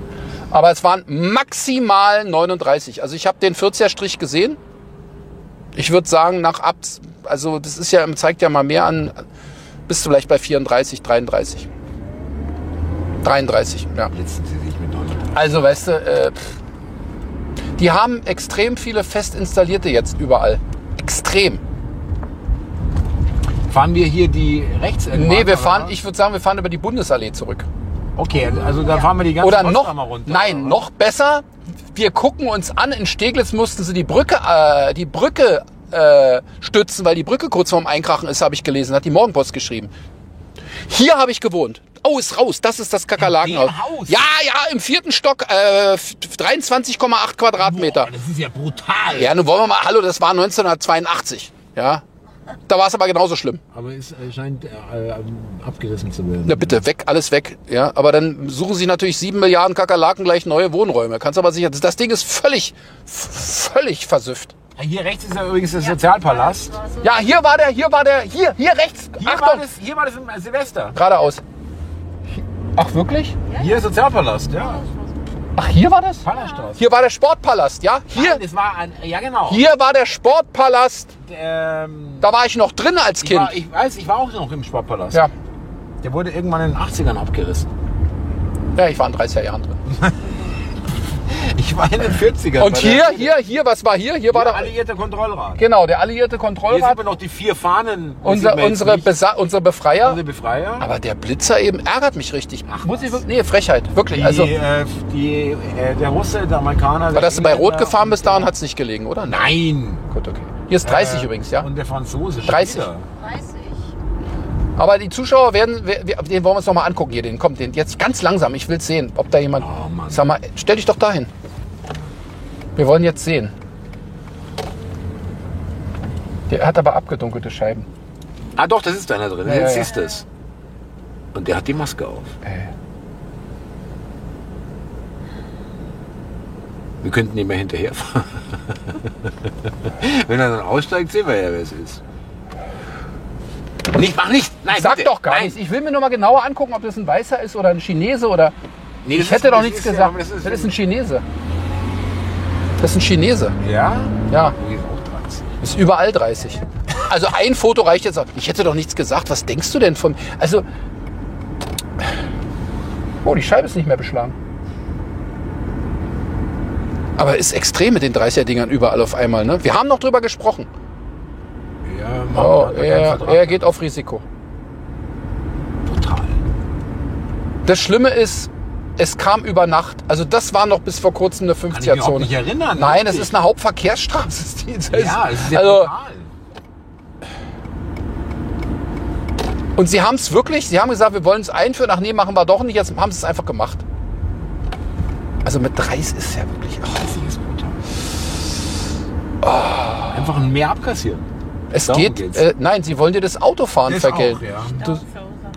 C: Aber es waren maximal 39. Also ich habe den 40er-Strich gesehen. Ich würde sagen, nach ab, also das ist ja, zeigt ja mal mehr an, bist du vielleicht bei 34, 33. 33, ja.
F: Blitzen sie sich mit 39.
C: Also, weißt du, äh, pff. die haben extrem viele fest installierte jetzt überall. Extrem.
F: Fahren wir hier die rechts irgendwann,
C: Nee, wir
F: oder?
C: fahren, ich würde sagen, wir fahren über die Bundesallee zurück.
F: Okay, also da fahren wir die ganze
C: Oder
F: Potsdamer
C: noch,
F: runter.
C: nein,
F: oder?
C: noch besser, wir gucken uns an, in Steglitz mussten sie die Brücke, äh, die Brücke äh, stützen, weil die Brücke kurz vorm Einkrachen ist, habe ich gelesen, hat die Morgenpost geschrieben. Hier habe ich gewohnt. Oh, ist raus, das ist das Kakerlakenhaus.
F: dem Haus?
C: Ja, ja, im vierten Stock, äh, 23,8 Quadratmeter.
F: Boah, das ist ja brutal.
C: Ja, nun wollen wir mal, hallo, das war 1982. Ja. Da war es aber genauso schlimm.
F: Aber es äh, scheint äh, ähm, abgerissen zu werden.
C: Na bitte, weg, alles weg. Ja, aber dann suchen sie natürlich sieben Milliarden Kakerlaken gleich neue Wohnräume. Kannst aber sicher, das Ding ist völlig, v- völlig versüfft.
F: Hier rechts ist ja übrigens der Sozialpalast.
D: Straße.
C: Ja, hier war der, hier war der, hier, hier rechts.
F: Hier war, äh,
C: Achtung,
F: das, hier war das im Silvester.
C: geradeaus. Ach wirklich?
F: Hier Sozialpalast, ja.
C: Ach, hier war das?
F: Pallerstraße.
C: Hier war der Sportpalast, ja? Hier,
F: Nein, das war ein, ja genau.
C: hier war der Sportpalast.
F: Ähm,
C: Da war ich noch drin als
F: ich, war,
C: Kind.
F: ich weiß, ich war auch noch im Sportpalast.
C: Ja,
F: Der wurde irgendwann in den 80ern abgerissen.
C: ja ich war in 30er Jahren drin.
F: Ich war in den 40ern.
C: Und
F: bei
C: hier,
F: der-
C: hier, hier, was war hier? Hier war
F: der
C: doch,
F: alliierte Kontrollrat.
C: genau, der alliierte
F: Hier sieht
C: Kontrollrat,
F: man noch die vier Fahnen. Das
C: unser,
F: sieht man jetzt
C: unsere,
F: nicht.
C: Besa unsere Befreier.
F: unsere Befreier.
C: Aber der Blitzer eben ärgert mich richtig.
F: Ach,
C: Muss ich
F: was.
C: wirklich, nee, Frechheit, wirklich.
F: die,
C: Also,
F: äh, die, äh, der Russe, der Amerikaner.
C: aber
F: der
C: dass du bei Rot
F: Engländer
C: gefahren
F: und-
C: bist, daran hat es nicht gelegen, oder?
F: Nein.
C: Gut, okay. Hier ist 30
F: Äh,
C: übrigens, ja?
F: Und der Franzose. schon
C: 30.
F: wieder.
D: Weiß ich.
C: Aber die Zuschauer werden, wer- wer- den wollen wir uns nochmal angucken hier. Den kommt den jetzt ganz langsam. Ich will sehen, ob da jemand.
F: Oh, Mann.
C: Sag mal, stell dich doch dahin. Wir wollen jetzt sehen. Der hat aber abgedunkelte Scheiben.
F: Ah doch, das ist einer drin.
C: Ja,
F: Jetzt
C: ja, ja.
F: siehst du es. Und der hat die Maske auf.
C: Ey.
F: Wir könnten ihm ja hinterherfahren. Wenn er dann aussteigt, sehen wir ja, wer es ist. Nicht, mach nicht! Nein,
C: Sag
F: Äh, bitte.
C: doch gar
F: Nein.
C: nichts. Ich will mir nochmal genauer angucken, ob das ein Weißer ist oder ein Chinese oder.
F: Nee,
C: Ich
F: das
C: hätte
F: ist-
C: doch
F: das
C: nichts
F: ist ja-
C: gesagt.
F: aber
C: das, ist,
F: das
C: ein Chinese. Das ist ein Chinese.
F: Ja?
C: Ja,
F: Hier ist auch 30.
C: ist überall 30. Also ein Foto reicht jetzt. auch. Ich hätte doch nichts gesagt. Was denkst du denn von. Also. Oh, die Scheibe ist nicht mehr beschlagen. Aber ist extrem mit den 30er-Dingern überall auf einmal. Ne? Wir haben noch drüber gesprochen.
F: Ja, Mann,
C: Oh,
F: hat er keinen
C: er,
F: Vertrag.
C: er geht auf Risiko.
F: Total.
C: Das Schlimme ist, es kam über Nacht. Also das war noch bis vor kurzem eine
F: Kann ich mich auch
C: 50er-Zone.
F: nicht erinnern.
C: Nein, es
F: richtig.
C: ist eine Hauptverkehrsstraße. die- das
F: Ja, es ist ja
C: also,
F: brutal.
C: und sie haben es wirklich, sie haben gesagt, wir wollen es einführen, ach nee, machen wir doch nicht, jetzt haben sie es einfach gemacht. Also mit 30 ist ja wirklich. ach,
F: Das ist brutal. Einfach ein Meer abkassieren.
C: es
F: Darum
C: geht.
F: geht's.
C: Äh, nein, sie wollen dir das Autofahren
F: Das
C: vergelten.
F: auch, ja.
C: Das-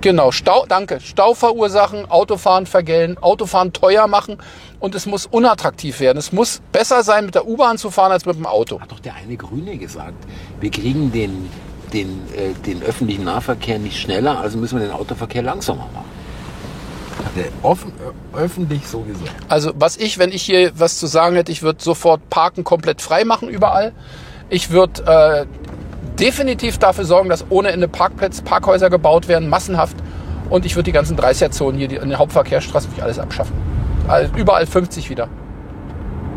C: Genau, Stau, danke. Stau verursachen, Autofahren vergällen, Autofahren teuer machen und es muss unattraktiv werden. Es muss besser sein, mit der U-Bahn zu fahren als mit dem Auto.
F: Hat doch der eine Grüne gesagt, wir kriegen den, den, äh, den öffentlichen Nahverkehr nicht schneller, also müssen wir den Autoverkehr langsamer machen. Hat er offen, ö- öffentlich so gesagt.
C: Also was ich, wenn ich hier was zu sagen hätte, ich würde sofort Parken komplett frei machen überall. Ich würde äh, definitiv dafür sorgen, dass ohne Ende Parkplätze, Parkhäuser gebaut werden, massenhaft. Und ich würde die ganzen 30er-Zonen hier die, in den Hauptverkehrsstraßen wirklich alles abschaffen. All, überall 50 wieder.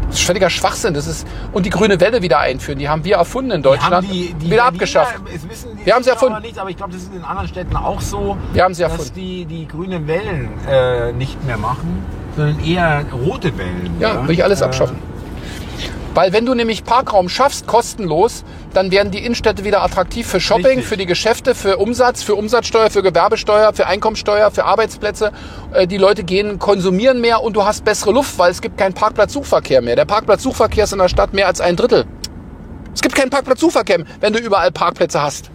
C: Das ist völliger Schwachsinn. Das ist, und die grüne Welle wieder einführen. Die haben wir erfunden in Deutschland. wieder abgeschafft.
F: Es wissen die
C: Wir haben sie
F: Zuschauer
C: erfunden.
F: Nicht, aber ich glaube, das ist in anderen Städten auch so,
C: Wir haben sie
F: dass
C: erfunden.
F: die die grünen Wellen äh, nicht mehr machen, sondern eher rote Wellen.
C: Ja, will ich alles
F: Äh,
C: abschaffen. Weil wenn du nämlich Parkraum schaffst, kostenlos, dann werden die Innenstädte wieder attraktiv für Shopping,
F: Richtig.
C: für die Geschäfte, für Umsatz, für Umsatzsteuer, für Gewerbesteuer, für Einkommensteuer, für Arbeitsplätze. Äh, Die Leute gehen, konsumieren mehr und du hast bessere Luft, weil es gibt keinen Parkplatzsuchverkehr mehr. Der Parkplatzsuchverkehr ist in der Stadt mehr als ein Drittel. Es gibt keinen Parkplatzsuchverkehr, mehr, wenn du überall Parkplätze hast.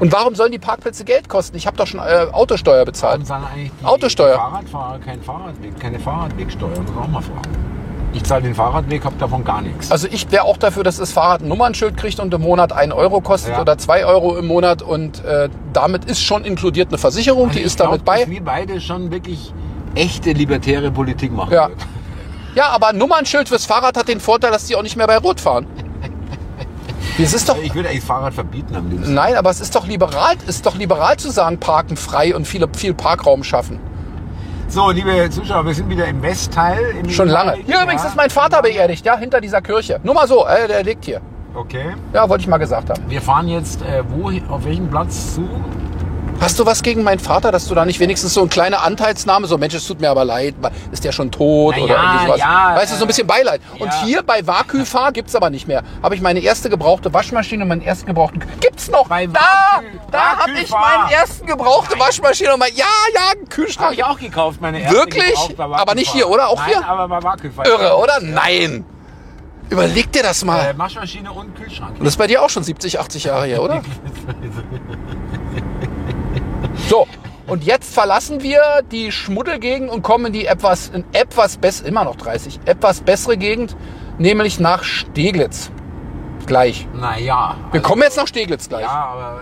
C: Und warum sollen die Parkplätze Geld kosten? Ich habe doch schon äh, Autosteuer bezahlt.
F: Warum zahlen eigentlich die
C: Autosteuer.
F: die Fahrradfahrer kein Fahrradweg, keine Fahrradwegsteuer? Muss man auch mal fragen. Ich zahle den Fahrradweg, habe davon gar nichts.
C: Also ich wäre auch dafür, dass das Fahrrad ein Nummernschild kriegt und im Monat 1 Euro kostet
F: Ja.
C: oder 2 Euro im Monat und äh, damit ist schon inkludiert eine Versicherung, die
F: ich
C: ist
F: glaub,
C: damit bei.
F: Dass wir beide schon wirklich echte libertäre Politik machen.
C: Ja.
F: würden.
C: Ja, aber ein Nummernschild fürs Fahrrad hat den Vorteil, dass die auch nicht mehr bei Rot fahren. Das ist doch
F: Also, Ich würde eigentlich Fahrrad verbieten am liebsten.
C: Nein, aber es ist doch liberal, ist doch liberal zu sagen, parken frei und viele, viel Parkraum schaffen.
F: So, liebe Zuschauer, wir sind wieder im Westteil. im
C: Schon lange.
F: ehemaligen-
C: Hier übrigens
F: Ja.
C: ist mein Vater beerdigt, ja, hinter dieser Kirche. Nur mal so, äh, der liegt hier.
F: Okay.
C: Ja, wollte ich mal gesagt haben.
F: Wir fahren jetzt äh, wo, auf welchen Platz zu?
C: Hast du was gegen meinen Vater, dass du da nicht wenigstens so ein kleiner Anteilsnahme, so Mensch, es tut mir aber leid, ist der schon tot
F: Na
C: oder
F: ja,
C: irgendwie sowas?
F: ja, äh,
C: weißt du, so ein bisschen Beileid. Und
F: ja.
C: hier bei Vakufahr gibt's aber nicht mehr. Habe ich meine erste gebrauchte Waschmaschine und meinen ersten gebrauchten. K- Gibt's noch?
F: Bei
C: da!
F: Vaku-
C: Da habe ich
F: Vakufahr.
C: meinen ersten gebrauchte Waschmaschine und mein. Ja, ja, einen Kühlschrank.
F: Habe ich auch gekauft, meine erste
C: Wirklich?
F: gekauft bei
C: Aber nicht
F: Wagenfahr.
C: hier, oder? Auch
F: Nein,
C: hier?
F: aber bei Wagenfahr.
C: Irre, oder? Ah. Nein! Überleg dir das
F: Äh,
C: mal.
F: Waschmaschine und Kühlschrank.
C: Und das ist bei dir auch schon 70, 80 Jahre her, oder? So, und jetzt verlassen wir die Schmuddelgegend und kommen in die etwas, in etwas bessere, immer noch 30, etwas bessere Gegend, nämlich nach Steglitz. Gleich.
F: Naja.
C: Wir kommen jetzt nach Steglitz gleich.
F: Ja, aber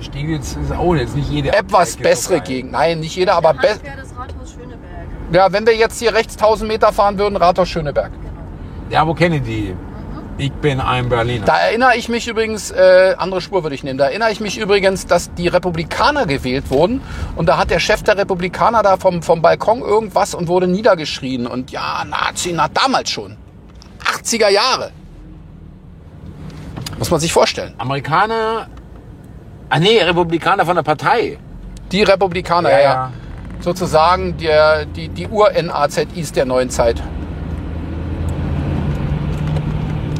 F: äh, Steglitz ist auch jetzt nicht jede
C: Etwas
F: Abzweige
C: bessere
F: vorbei.
C: Gegend. Nein, nicht jeder, aber
D: Hand
C: be
D: wäre das Rathaus
C: Ja, wenn wir jetzt hier rechts 1000 Meter fahren würden, Rathaus Schöneberg.
F: Ja, wo Kennedy? Ich bin ein Berliner.
C: Da erinnere ich mich übrigens, äh, andere Spur würde ich nehmen, da erinnere ich mich übrigens, dass die Republikaner gewählt wurden und da hat der Chef der Republikaner da vom, vom Balkon irgendwas und wurde niedergeschrien und ja, Nazi, na damals schon. 80er Jahre. Muss man sich vorstellen.
F: Amerikaner. Ah nee, Republikaner von der Partei.
C: Die Republikaner, ja, ja. Sozusagen der, die, die Ur-NAZIs der neuen Zeit.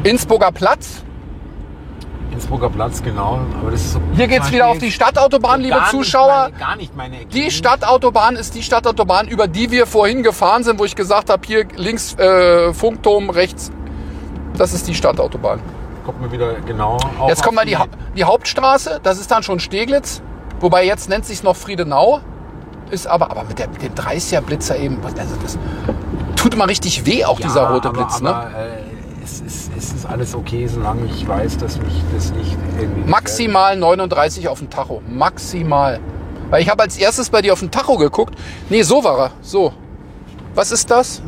C: Innsbrucker Platz.
F: Innsbrucker Platz, genau. Aber das ist so
C: Hier geht's wieder auf die Stadtautobahn, liebe
F: Gar
C: Zuschauer.
F: Nicht meine, gar nicht meine Ecke.
C: Die Stadtautobahn ist die Stadtautobahn, über die wir vorhin gefahren sind, wo ich gesagt habe, hier links äh, Funkturm, rechts. Das ist die Stadtautobahn.
F: Kommt mir wieder genau. auf-
C: Jetzt kommt mal
F: auf
C: die, Hau- die Hauptstraße, das ist dann schon Steglitz. Wobei jetzt nennt sich noch Friedenau. Ist aber, aber mit, der, mit dem 30er Blitzer eben, also das tut immer richtig weh, auch
F: Ja,
C: dieser rote
F: aber,
C: Blitz.
F: aber,
C: ne?
F: Äh, es, ist, es ist alles okay, solange ich weiß, dass mich das nicht irgendwie.
C: Maximal 39 auf dem Tacho. Maximal. Weil ich habe als erstes bei dir auf den Tacho geguckt. Nee, so war er. So. Was ist das?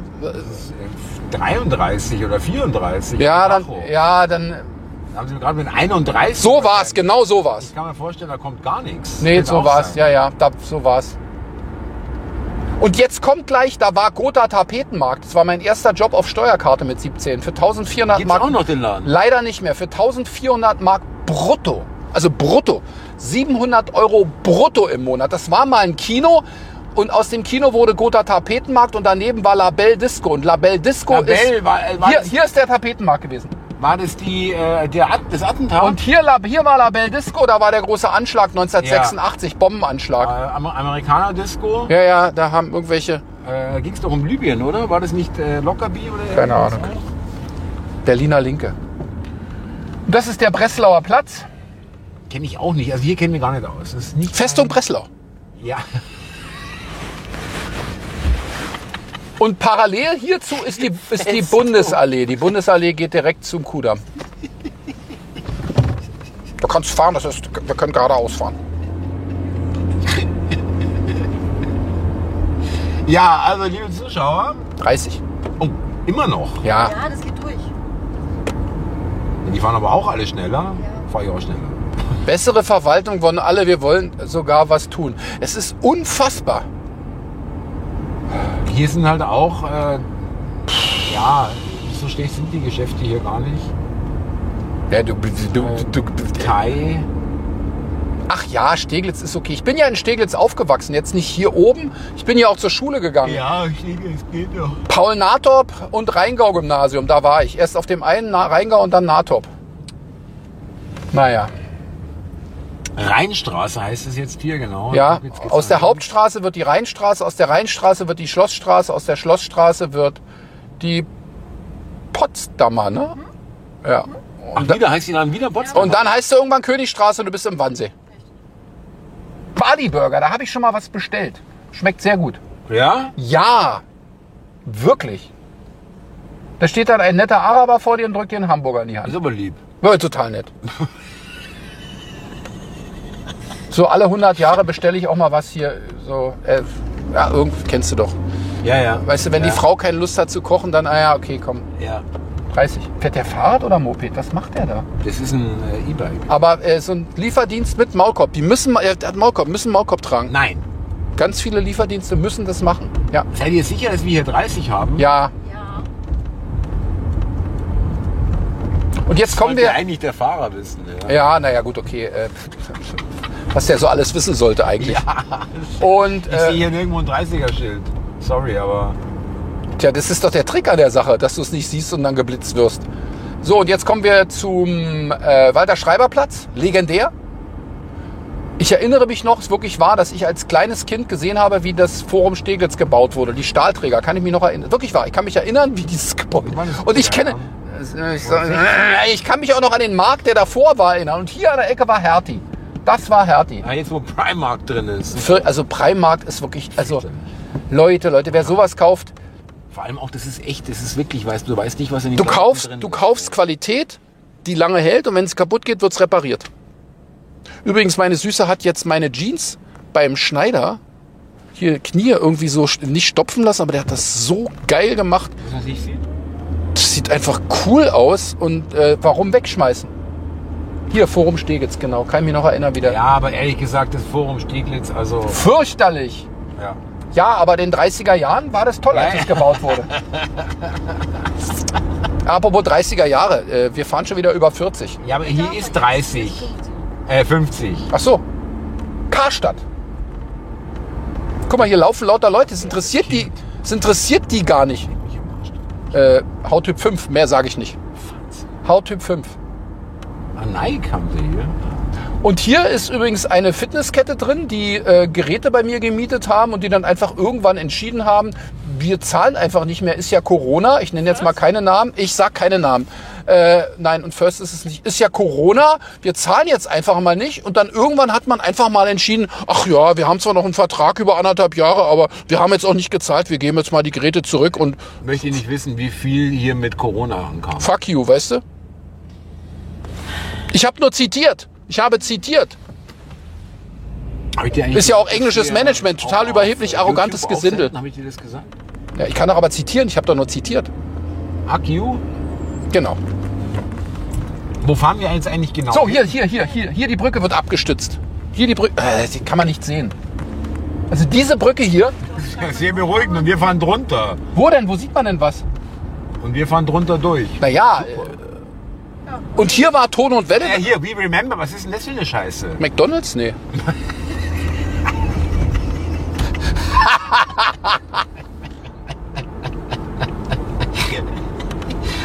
F: 33 äh, oder 34.
C: Ja, dann,
F: Tacho.
C: ja, dann.
F: Da Haben Sie mir gerade mit 31.
C: So war's, genau so war's.
F: Ich kann mir vorstellen, da kommt gar nichts.
C: Nee,
F: Kann
C: so
F: auch
C: war's,
F: sein.
C: ja, ja, da, so war's. Und jetzt kommt gleich, da war Gotha Tapetenmarkt. Das war mein erster Job auf Steuerkarte mit 17 für 1400
F: Gibt's
C: Mark.
F: auch noch den Laden?
C: Leider nicht mehr. Für 1400 Mark brutto. Also brutto. 700 Euro brutto im Monat. Das war mal ein Kino. Und aus dem Kino wurde Gotha Tapetenmarkt und daneben war Label Disco. Und Label Disco
F: Label
C: ist.
F: war- war
C: hier,
F: das-
C: hier ist der Tapetenmarkt gewesen.
F: War das die, äh, der, At- das Attentat?
C: Und hier, Lab- hier war Label Disco, da war der große Anschlag 1986,
F: äh,
C: Bombenanschlag.
F: Am- Amerikaner-Disco?
C: Ja, ja, da haben irgendwelche.
F: Äh, Ging es doch um Libyen, oder? War das nicht äh, Lockerbie? Oder
C: Keine
F: irgendwas
C: Ahnung.
F: auch?
C: Berliner Linke. Und das ist der Breslauer Platz.
F: Kenn ich auch nicht. Also hier kennen wir gar nicht aus. Das ist nicht
C: Festung Breslau.
F: Ja.
C: Und parallel hierzu ist die, ist die Bundesallee. Die Bundesallee geht direkt zum Kudamm. Du kannst fahren, das ist, wir können geradeaus fahren.
F: ja, also liebe Zuschauer,
C: 30.
F: oh, immer noch.
C: Ja.
D: Ja, das geht durch.
F: Die fahren aber auch alle schneller. Fahr ich auch schneller.
C: Bessere Verwaltung wollen alle, wir wollen sogar was tun. Es ist unfassbar.
F: Hier sind halt auch, äh, ja, so schlecht sind die Geschäfte hier gar nicht.
C: Ja, du, du, du, du,
F: Thai.
C: ach ja, Steglitz ist okay. Ich bin ja in Steglitz aufgewachsen, jetzt nicht hier oben. Ich bin ja auch zur Schule gegangen.
F: Ja, ich denke, es geht doch.
C: Paul Natorp und Rheingau-Gymnasium, da war ich. Erst auf dem einen Na Rheingau und dann Natorp. Naja,
F: Rheinstraße heißt es jetzt hier, genau.
C: ja.
F: Ich glaub, jetzt geht's
C: Aus der
F: nach links.
C: Hauptstraße wird die Rheinstraße, aus der Rheinstraße wird die Schlossstraße, aus der Schlossstraße wird die Potsdamer, ne? Ja.
F: Ach, wieder heißt die dann wieder Potsdam.
C: Und dann heißt du irgendwann Königstraße und du bist im Wannsee. Bali Burger, da habe ich schon mal was bestellt. Schmeckt sehr gut.
F: Ja?
C: Ja, wirklich. Da steht dann ein netter Araber vor dir und drückt dir einen Hamburger in die Hand.
F: Ist aber lieb.
C: Ja, total nett. So alle 100 Jahre bestelle ich auch mal was hier. So, äh, ja, irgendwie kennst du doch.
F: Ja, ja.
C: Weißt du, wenn
F: ja,
C: die Frau keine Lust hat zu kochen, dann, ah ja, okay, komm,
F: Ja.
C: 30. Fährt der Fahrrad oder Moped? Was macht der da?
F: Das ist ein äh, E-Bike.
C: Aber äh, so ein Lieferdienst mit Maulkorb, die müssen, Ma- äh, der hat Maulkorb, müssen Maulkorb tragen.
F: Nein.
C: Ganz viele Lieferdienste müssen das machen. Ja.
F: Seid ihr sicher, dass wir hier 30 haben?
C: Ja.
D: Ja.
C: Und jetzt kommen
F: Sollte
C: wir.
F: eigentlich der Fahrer wissen. Ja.
C: Ja, naja, gut, okay. Äh, was der so alles wissen sollte eigentlich. Und
F: Ich sehe
C: äh,
F: hier nirgendwo ein 30er-Schild. Sorry, aber.
C: Tja, das ist doch der Trick an der Sache, dass du es nicht siehst und dann geblitzt wirst. So, und jetzt kommen wir zum äh, Walter Schreiber Platz, legendär. Ich erinnere mich noch, es ist wirklich wahr, dass ich als kleines Kind gesehen habe, wie das Forum Steglitz gebaut wurde, die Stahlträger, kann ich mich noch erinnern. Wirklich wahr, ich kann mich erinnern, wie dieses Gebäude.
F: Wann ist
C: Und ich
F: das?
C: kenne, ich, sag- ich kann mich auch noch an den Markt, der davor war, erinnern. Und hier an der Ecke war Hertie. Das war Hertie.
F: Ja, jetzt, wo Primark drin ist.
C: Für, also Primarkt ist wirklich, also Leute, Leute, wer sowas kauft,
F: Vor allem auch, das ist echt, das ist wirklich, weißt du, du weißt nicht, was in den
C: Du
F: Klamotten
C: kaufst,
F: drin
C: du
F: ist.
C: kaufst Qualität, die lange hält und wenn es kaputt geht, wird's repariert. Übrigens, meine Süße hat jetzt meine Jeans beim Schneider hier Knie irgendwie so st- nicht stopfen lassen, aber der hat das so geil gemacht.
F: Was ich sehe?
C: Das sieht einfach cool aus und äh, warum wegschmeißen? Hier, Forum Stegitz, genau. Kann ich mich noch erinnern wieder.
F: Ja, aber ehrlich gesagt, das Forum Steglitz, also
C: Fürchterlich.
F: ja.
C: Ja, aber in den 30er Jahren war das toll, als es gebaut wurde. Apropos 30er Jahre, äh, wir fahren schon wieder über 40.
F: Ja, aber hier ist 30, äh 50.
C: Ach so, Karstadt. Guck mal, hier laufen lauter Leute. Es interessiert die, es interessiert die gar nicht. Äh, Hauttyp 5, mehr sage ich nicht. Hauttyp 5.
F: Ah, Nike haben sie hier.
C: Und hier ist übrigens eine Fitnesskette drin, die äh, Geräte bei mir gemietet haben und die dann einfach irgendwann entschieden haben, wir zahlen einfach nicht mehr, ist ja Corona. Ich nenne jetzt mal keine Namen, ich sag keine Namen. Äh, nein, und First ist es nicht. Ist ja Corona, wir zahlen jetzt einfach mal nicht. Und dann irgendwann hat man einfach mal entschieden, ach ja, wir haben zwar noch einen Vertrag über anderthalb Jahre, aber wir haben jetzt auch nicht gezahlt, wir geben jetzt mal die Geräte zurück und
F: Möchte ich nicht wissen, wie viel hier mit Corona ankam.
C: fuck you, weißt du? Ich habe nur zitiert. Ich habe zitiert.
F: Hab ich dir eigentlich-
C: Ist ja auch englisches
F: Hier
C: Management, total
F: auf,
C: überheblich,
F: äh,
C: arrogantes
F: YouTube
C: Gesindel.
F: aufsenden, Hab ich dir das gesagt?
C: Ja, ich kann doch aber zitieren, ich habe doch nur zitiert.
F: Fuck you.
C: Genau.
F: Wo fahren wir jetzt eigentlich genau?
C: So, hier, hier, hier, hier, hier die Brücke wird abgestützt. Hier die Brücke, äh, die kann man nicht sehen. Also diese Brücke hier,
F: Sehr beruhigend und wir fahren drunter.
C: wo denn, wo sieht man denn was?
F: Und wir fahren drunter durch.
C: Naja, äh, und hier war Ton und Welle.
F: Ja, hier, we remember, was ist denn das für eine Scheiße?
C: McDonalds? Nee.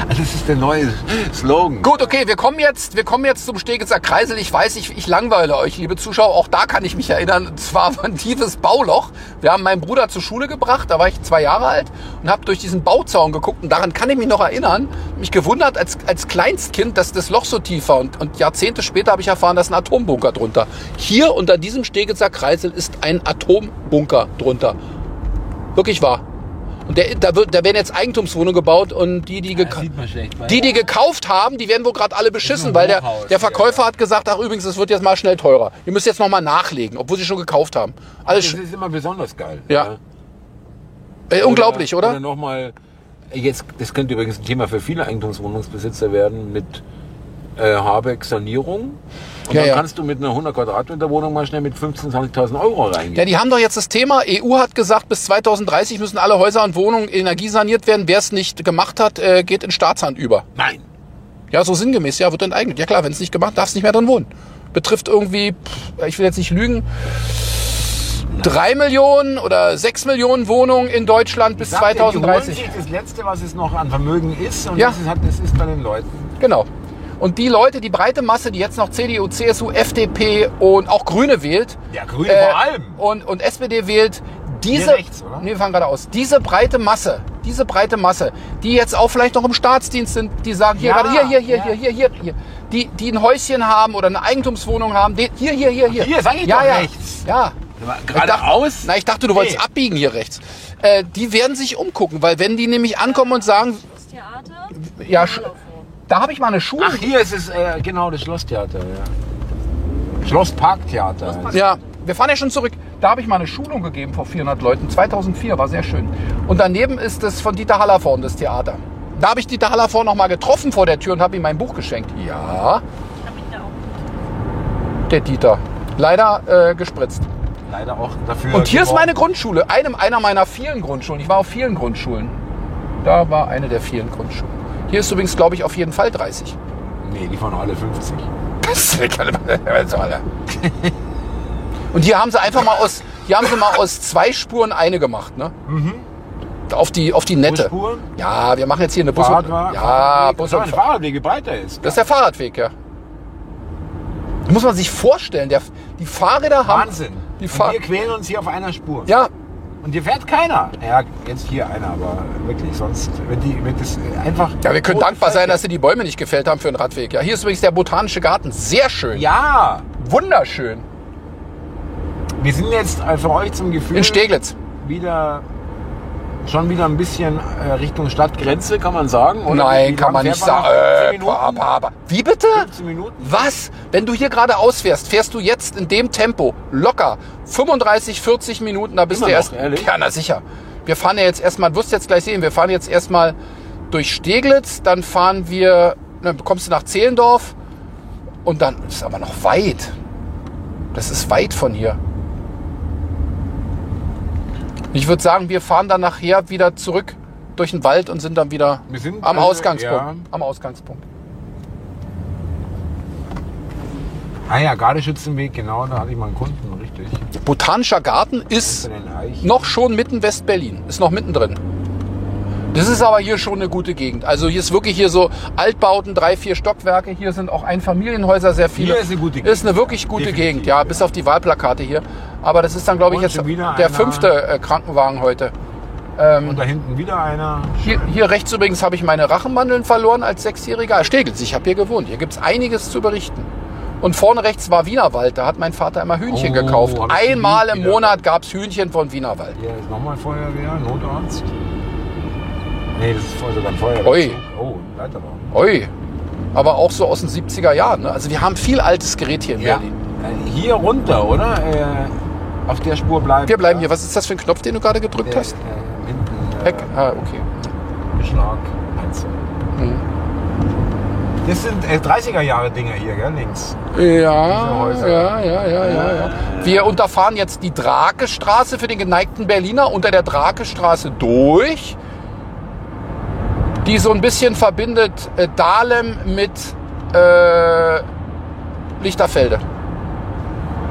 F: Das ist der neue Slogan.
C: Gut, okay, wir kommen jetzt, wir kommen jetzt zum Stegitzer Kreisel. Ich weiß, ich, ich langweile euch, liebe Zuschauer. Auch da kann ich mich erinnern. Es war ein tiefes Bauloch. Wir haben meinen Bruder zur Schule gebracht, da war ich zwei Jahre alt und habe durch diesen Bauzaun geguckt. Und daran kann ich mich noch erinnern. Mich gewundert als, als Kleinstkind, dass das Loch so tief war. Und, und Jahrzehnte später habe ich erfahren, dass ein Atombunker drunter. Hier unter diesem Stegitzer Kreisel ist ein Atombunker drunter. Wirklich wahr. Und der, da, wird, da werden jetzt Eigentumswohnungen gebaut und die, die gekauft.
F: man schlecht.
C: Die, die gekauft haben, die werden wohl gerade alle
F: Ist
C: beschissen,
F: ein
C: weil der,
F: Hochhaus,
C: der Verkäufer hat gesagt, ach übrigens, es wird jetzt mal schnell teurer. Ihr müsst jetzt nochmal nachlegen, obwohl sie schon gekauft haben. Alles
F: das
C: sch-
F: ist immer besonders geil.
C: Ja. äh, unglaublich, oder?
F: Oder nochmal, jetzt, das könnte übrigens ein Thema für viele Eigentumswohnungsbesitzer werden mit äh, Habeck Sanierung. Und
C: Ja,
F: dann
C: ja.
F: kannst du mit einer 100 Quadratmeter Wohnung mal schnell mit 15.000, 20.000 Euro reingehen.
C: Ja, die haben doch jetzt das Thema, EU hat gesagt, bis 2030 müssen alle Häuser und Wohnungen energiesaniert werden. Wer es nicht gemacht hat, äh, geht in Staatshand über.
F: Nein.
C: Ja, so sinngemäß, ja, wird enteignet. Ja klar, wenn es nicht gemacht, darfst nicht mehr drin wohnen. Betrifft irgendwie, pff, ich will jetzt nicht lügen, drei Millionen oder sechs Millionen Wohnungen in Deutschland bis
F: Sag dir, die holen
C: 2030.
F: sich Das letzte, was es noch an Vermögen ist, und
C: Ja.
F: das, ist, halt- das ist bei den Leuten.
C: Genau. Und die Leute, die breite Masse, die jetzt noch CDU, CSU, FDP und auch Grüne wählt. äh,
F: Ja, Grüne vor allem.
C: Und, und SPD wählt. Diese,
F: Wir rechts, oder?
C: Nee, wir fangen gerade aus. Diese breite Masse, diese breite Masse, die jetzt auch vielleicht noch im Staatsdienst sind, die sagen, hier,
F: Ja,
C: gerade hier, hier, hier,
F: ja.
C: hier, hier, hier, hier. Die, die ein Häuschen haben oder eine Eigentumswohnung haben. Die, hier, hier, hier, hier.
F: Hier, sag ich
C: ja,
F: doch
C: ja.
F: rechts.
C: Ja.
F: Aber
C: Ich dachte-
F: geradeaus?
C: Na, ich dachte, du wolltest
F: Nee.
C: abbiegen hier rechts. Äh, die werden sich umgucken, weil wenn die nämlich ankommen und sagen,
D: Das Theater.
C: ja, sch- da habe ich mal eine Schule.
F: Ach, hier ist es, äh, genau, das Schlosstheater, ja. Schlossparktheater.
C: Ja, wir fahren ja schon zurück. Da habe ich mal eine Schulung gegeben vor 400 Leuten. 2004 war sehr schön. Und daneben ist das von Dieter Hallervorn, das Theater. Da habe ich Dieter Hallervorn noch mal getroffen vor der Tür und habe ihm mein Buch geschenkt. Ja,
D: Hab ich da auch.
C: der Dieter. Leider äh, gespritzt.
F: Leider auch dafür.
C: Und hier
D: genau.
C: ist
F: geworden.
C: meine Grundschule. Einem, einer meiner vielen Grundschulen. Ich war auf vielen Grundschulen. Da war eine der vielen Grundschulen. Hier ist übrigens, glaube ich, auf jeden Fall 30.
F: Nee, die fahren doch alle 50.
C: Das ist keine- also alle. Und hier haben sie einfach mal aus, hier haben sie mal aus zwei Spuren eine gemacht, ne?
F: Mhm.
C: Auf die, auf die nette.
F: Busspuren?
C: Ja, wir machen jetzt hier eine Bus.
F: Fahrrad
C: ja,
F: Fahrradweg,
C: Bus
F: Fahrrad-
C: und
F: Fahrradwege breiter ist.
C: Das ist der Fahrradweg, ja. Das muss man sich vorstellen, der, die Fahrräder haben.
F: Wahnsinn.
C: Die
F: Und
C: Fahr
F: wir quälen uns hier auf einer Spur.
C: ja,
F: Und hier fährt keiner. Ja, jetzt hier einer, aber wirklich, sonst wird, die, wird das einfach.
C: ja, wir können dankbar sein, dass sie die Bäume nicht gefällt haben für einen Radweg. Ja, hier ist übrigens der Botanische Garten. Sehr schön.
F: Ja,
C: Wunderschön.
F: wir sind jetzt äh, für euch zum Gefühl
C: In Steglitz.
F: wieder schon wieder ein bisschen äh, Richtung Stadtgrenze, kann man sagen. Oder Wie-
C: Nein,
F: wie
C: kann
F: lang
C: man
F: fährt
C: nicht
F: noch?
C: sagen.
F: 10
C: Äh,
F: Minuten?
C: aber, aber. Wie bitte?
F: 15 Minuten?
C: Was? Wenn du hier gerade ausfährst, fährst du jetzt in dem Tempo locker 35, 40 Minuten, da bist
F: Immer
C: du
F: noch,
C: erst.
F: ehrlich?
C: Ja, na sicher. Wir fahren ja jetzt erstmal, wirst jetzt gleich sehen, wir fahren jetzt erstmal durch Steglitz, dann fahren wir, dann kommst du nach Zehlendorf und dann das ist aber noch weit. Das ist weit von hier. Ich würde sagen, wir fahren dann nachher wieder zurück durch den Wald und sind dann wieder
F: Wir sind
C: am
F: also,
C: Ausgangspunkt.
F: ja.
C: Am Ausgangspunkt.
F: Ah ja, Gardeschützenweg, genau, da hatte ich mal einen Kunden, richtig.
C: Botanischer Garten
F: Zu
C: ist
F: den Eichen.
C: noch schon mitten West-Berlin. Ist noch mittendrin. Das ist aber hier schon eine gute Gegend. Also hier ist wirklich hier so Altbauten, drei, vier Stockwerke. Hier sind auch Einfamilienhäuser sehr viele.
F: Hier ist eine gute
C: Gegend. Ist eine wirklich gute
F: Definitiv,
C: Gegend, ja, bis auf die Wahlplakate hier. Aber das ist dann, glaube ich,
F: Und
C: jetzt
F: schon wieder
C: der
F: einer.
C: fünfte äh, Krankenwagen heute.
F: Und da hinten wieder einer.
C: Hier, hier rechts übrigens habe ich meine Rachenmandeln verloren als Sechsjähriger. Steglitz, ich habe hier gewohnt. Hier gibt es einiges zu berichten. Und vorne rechts war Wienerwald. Da hat mein Vater immer Hühnchen
F: Oh,
C: gekauft.
F: hab ich geliebt,
C: Einmal im
F: Wienerwald.
C: Monat gab es Hühnchen von Wienerwald.
F: Hier ist nochmal Feuerwehr, Notarzt. Nee, das ist voll sogar ein Feuerwehr.
C: Ui.
F: Oh, Leiterbaum.
C: Ui, aber auch so aus den 70er Jahren. Ne? Also wir haben viel altes Gerät hier in
F: Ja.
C: Berlin.
F: Äh, Hier runter, oder? Äh, auf der Spur bleiben.
C: Wir bleiben hier.
F: ja?
C: Was ist das für ein Knopf, den du gerade gedrückt
F: Äh,
C: hast?
F: äh, hinten. Äh,
C: Heck. Ah, okay.
F: Schlag. Einzel.
C: Mhm.
F: Das sind äh, 30er Jahre Dinger hier, gell? Links. Diese
C: Ja,
F: Häuser.
C: ja, ja, ja, ja, ja. Wir unterfahren jetzt die Drakestraße für den geneigten Berliner unter der Drakestraße durch, die so ein bisschen verbindet äh, Dahlem mit äh, Lichterfelde.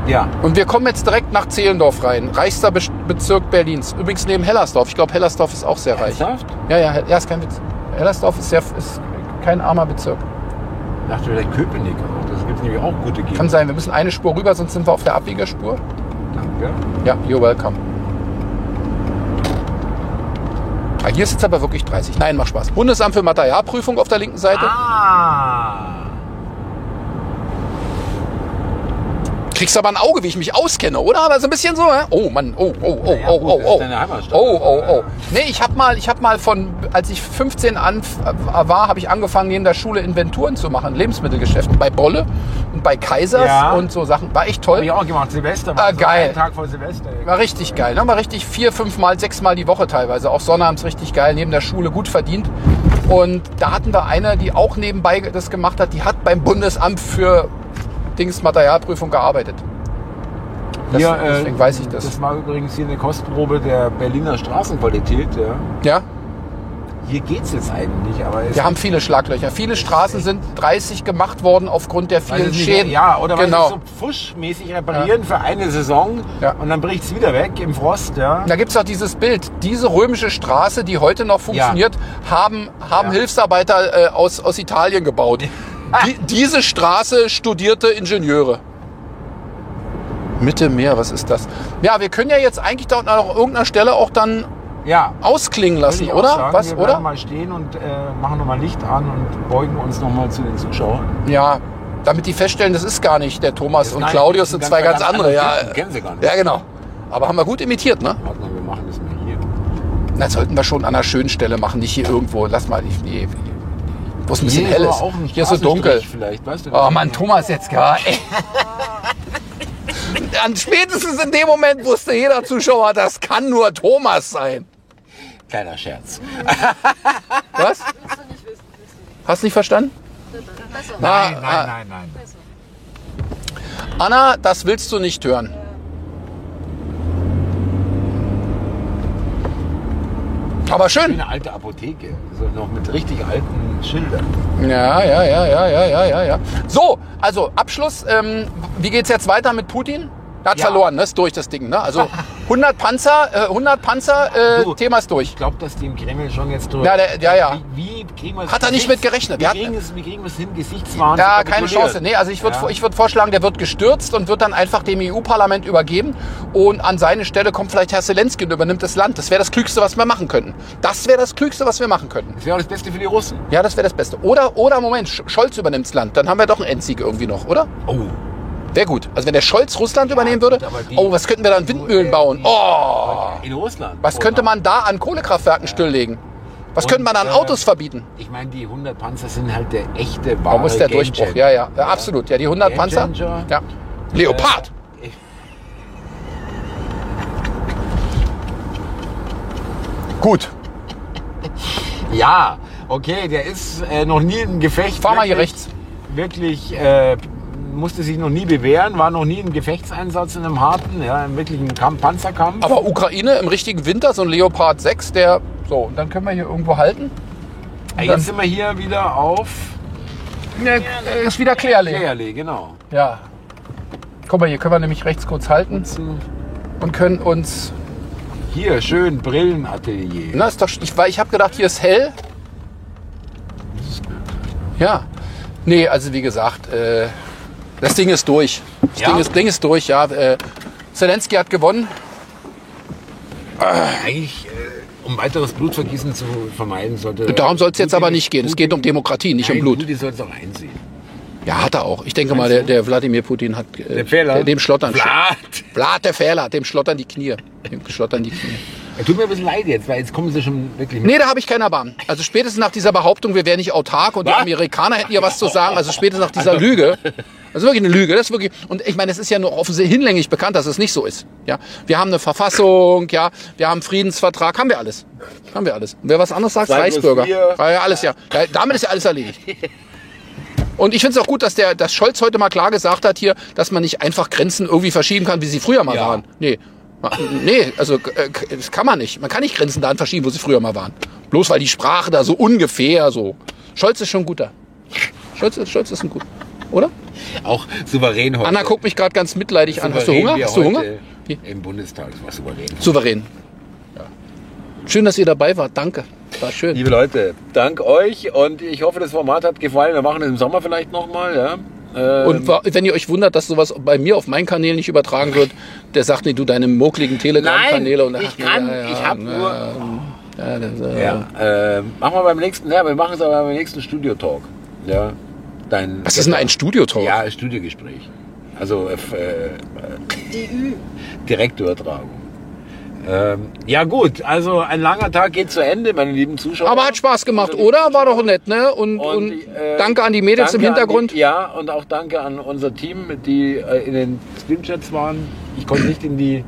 F: Ja.
C: Und wir kommen jetzt direkt nach Zehlendorf rein, reichster Be Bezirk Berlins. Übrigens neben Hellersdorf. Ich glaube, Hellersdorf ist auch sehr reich.
F: Ernsthaft?
C: Ja, ja, ja, ist kein Witz. Hellersdorf ist, sehr, ist kein armer Bezirk.
F: Ich dachte vielleicht Köpenick auch. Das gibt nämlich auch gute Gegend.
C: Kann sein, wir müssen eine Spur rüber, sonst sind wir auf der Abbiegerspur.
F: Danke.
C: Ja, you're welcome. Ah, hier sitzt aber wirklich 30. Nein, macht Spaß. Bundesamt für Materialprüfung auf der linken Seite.
F: Ah!
C: Kriegst aber ein Auge, wie ich mich auskenne, oder? Aber so ein bisschen so, hä? Oh Mann, oh, oh, oh,
F: ja,
C: oh, oh,
F: gut, das ist
C: oh.
F: deine Heimatstadt.
C: Oh, oh, oh. Nee, ich hab mal, ich hab mal von, als ich 15 an, äh, war, habe ich angefangen, neben der Schule Inventuren zu machen, Lebensmittelgeschäften bei Bolle und bei Kaisers
F: Ja.
C: und so Sachen. War echt
F: Habe
C: toll.
F: ich auch gemacht. Silvester
C: Ah,
F: so
C: geil.
F: Ein Tag vor Silvester.
C: War richtig geil, ne? War richtig vier, fünf Mal, sechs Mal die Woche teilweise. Auch sonnabends richtig geil, neben der Schule gut verdient. Und da hatten wir eine, die auch nebenbei das gemacht hat, die hat beim Bundesamt für Dings Materialprüfung gearbeitet. Das,
F: Hier, äh,
C: deswegen weiß ich das.
F: Das war übrigens hier eine Kostprobe der Berliner Straßenqualität. Ja.
C: Ja,
F: Hier geht's jetzt eigentlich, aber es
C: wir haben viele Schlaglöcher. Viele Straßen sind 30 gemacht worden aufgrund der
F: Weil
C: vielen
F: es nicht-
C: Schäden.
F: Ja, oder weil
C: genau.
F: sie es so pfuschmäßig reparieren für eine Saison
C: Ja.
F: und dann bricht es wieder weg im Frost. Ja.
C: Da gibt's doch dieses Bild. Diese römische Straße, die heute noch funktioniert, haben, haben
F: Ja.
C: Hilfsarbeiter äh, aus, aus Italien gebaut. Die, diese Straße studierte Ingenieure. Mitte Meer, was ist das? Ja, wir können ja jetzt eigentlich da an irgendeiner Stelle auch dann
F: ja.
C: ausklingen lassen,
F: Würde ich auch
C: oder?
F: Sagen,
C: was,
F: wir bleiben
C: oder?
F: mal stehen und äh, machen nochmal Licht an und beugen uns nochmal zu den Zuschauern.
C: Ja, damit die feststellen, das ist gar nicht der Thomas und
F: nein,
C: Claudius,
F: das
C: sind zwei ganz, andere. Ja,
F: Typen, kennen sie gar nicht.
C: ja, genau. Aber haben wir gut imitiert, ne?
F: Warte mal, wir machen das mal hier.
C: Das sollten wir schon an einer schönen Stelle machen, nicht hier irgendwo. Lass mal, ich, nee, wo es ein bisschen
F: Hier ist
C: hell
F: aber
C: ist.
F: auch ein
C: Hier ist so dunkel.
F: Straßenstrich Vielleicht, weißt du,
C: Oh Mann, Thomas jetzt gar. ey. An spätestens in dem Moment wusste jeder Zuschauer, das kann nur Thomas sein.
F: Kleiner Scherz.
C: Was? Hast nicht verstanden?
F: Nein,
C: Ah,
F: nein, nein, nein.
C: Anna, das willst du nicht hören. Aber schön.
F: Eine alte Apotheke, so noch mit richtig alten Schildern.
C: Ja, ja, ja, ja, ja, ja, ja, ja. So, also Abschluss. Ähm, wie geht's jetzt weiter mit Putin? Er hat
F: Ja.
C: verloren, ne? Ist durch das Ding, ne? Also 100 Panzer, äh, 100 Panzer, äh,
F: Du.
C: Thema ist durch.
F: Ich glaube, dass die im Kreml schon jetzt drüber.
C: Ja, der, ja, ja.
F: Wie, wie kriegen wir es-
C: Hat er nicht mit gerechnet.
F: Wir
C: Wir
F: kriegen, es, wir kriegen es hin, Gesichtswahn. zu
C: Ja, keine
F: kapitulieren.
C: Chance. Nee, also ich würde
F: Ja.
C: ich würd vorschlagen, der wird gestürzt und wird dann einfach dem EU-Parlament übergeben und an seine Stelle kommt vielleicht Herr Zelensky und übernimmt das Land. Das wäre das Klügste, was wir machen könnten. Das wäre das Klügste, was wir machen könnten.
F: Das wäre auch das Beste für die Russen.
C: Ja, das wäre das Beste. Oder, oder Moment, Sch- Scholz übernimmt das Land. Dann haben wir doch einen Endsieg irgendwie noch, oder?
F: Oh.
C: Wäre gut. Also wenn der Scholz Russland übernehmen würde,
F: gut, aber die-
C: oh, was könnten wir dann Windmühlen bauen? Oh,
F: in Russland.
C: was könnte man da an Kohlekraftwerken stilllegen? Was könnte man an
F: äh,
C: Autos verbieten?
F: Ich meine, die 100 Panzer sind halt der echte wahre
C: Da muss der
F: Game
C: Durchbruch.
F: Changer.
C: Ja, ja, ja, absolut. Ja, die 100
F: Game
C: Panzer.
F: Changer.
C: Ja. Leopard.
F: Äh,
C: Gut.
F: Ja, okay, der ist äh, noch nie im Gefecht.
C: Fahr mal hier
F: wirklich-
C: rechts.
F: Wirklich äh, musste sich noch nie bewähren, war noch nie im Gefechtseinsatz in einem harten, ja, im wirklichen Kampf, Panzerkampf.
C: Aber Ukraine im richtigen Winter, so ein Leopard 6, der. So, und dann können wir hier irgendwo halten.
F: Äh, jetzt sind wir hier wieder auf
C: Ne, äh, ist wieder klärlich.
F: Leerlee, genau.
C: Ja. Guck mal, hier können wir nämlich rechts kurz halten und können uns.
F: Hier, schön, Brillenatelier.
C: Na, ist doch. sch- Ich, war- ich habe gedacht, hier ist hell. Ja. Nee, also wie gesagt, äh, das Ding ist durch. Das
F: Ja?
C: Ding, ist, Ding ist durch, ja. Äh, Zelensky hat gewonnen.
F: Eigentlich, äh, um weiteres Blutvergießen zu vermeiden, sollte.
C: Darum soll es jetzt
F: Putin-
C: aber nicht gehen. Es geht um Demokratie, nicht um
F: Nein,
C: Blut.
F: Putin soll es auch einsehen.
C: Ja, hat er auch. Ich denke mal, der, der Wladimir Putin hat äh,
F: Der Fehler.
C: dem Schlottern.
F: Blatt.
C: Blatt, der Fehler, dem Schlottern die Knie. Dem Schlottern die Knie.
F: Er Tut mir ein bisschen leid jetzt, weil jetzt kommen sie schon wirklich mit.
C: Nee, da habe ich keine Erbarmen. Also spätestens nach dieser Behauptung, wir wären nicht autark und die
F: Was?
C: Amerikaner hätten ja was zu sagen. Also spätestens nach dieser Lüge. Das ist wirklich eine Lüge. Das ist wirklich, und ich meine, es ist ja nur offensichtlich hinlänglich bekannt, dass es nicht so ist. Ja, wir haben eine Verfassung, ja, wir haben einen Friedensvertrag, haben wir alles. Haben wir alles. Und wer was anderes sagt, ist
F: Seid bloß
C: Reichsbürger.
F: wir.
C: Ja, ja, alles, ja. ja. Damit ist ja alles erledigt. Und ich finde es auch gut, dass der, dass Scholz heute mal klar gesagt hat hier, dass man nicht einfach Grenzen irgendwie verschieben kann, wie sie früher mal
F: Ja.
C: waren. Nee. Ma- Nee, also äh, k- das kann man nicht. Man kann nicht Grenzen dahin verschieben, wo sie früher mal waren. Bloß weil die Sprache da so ungefähr so. Scholz ist schon ein guter. Scholz, ist- Scholz ist ein guter. Oder?
F: Auch souverän heute.
C: Anna guckt mich gerade ganz mitleidig an. Hast du
F: Souverän
C: Hunger?
F: wir
C: Hast du Hunger?
F: heute
C: Wie?
F: Im Bundestag, das war souverän.
C: Souverän. Ja. Schön, dass ihr dabei wart. Danke. War schön.
F: Liebe Leute, dank euch und ich hoffe, das Format hat gefallen. Wir machen es im Sommer vielleicht nochmal. Ja? Ähm,
C: Und wa- wenn ihr euch wundert, dass sowas bei mir auf meinen Kanälen nicht übertragen wird, der sagt nicht, du deine mokligen Telegram-Kanäle und
F: Nein, ich
C: ach,
F: kann,
C: ja, ja,
F: ich hab
C: ja,
F: nur-
C: Ja, das, äh,
F: ja, ähm, machen wir beim nächsten, ja, wir machen es aber beim nächsten Studio-Talk. Ja? Dein,
C: Was ist denn ein Studio-Talk?
F: Ja, Studiogespräch. Also äh, äh, Direktübertragung. Ähm, ja gut, also ein langer Tag geht zu Ende, meine lieben Zuschauer.
C: Aber hat Spaß gemacht, oder? War doch nett, ne? Und, und,
F: äh,
C: danke an die Mädels
F: danke
C: im
F: an
C: Hintergrund.
F: Die, ja, und auch danke an unser Team, die äh, in den Streamchats waren. Ich konnte nicht in die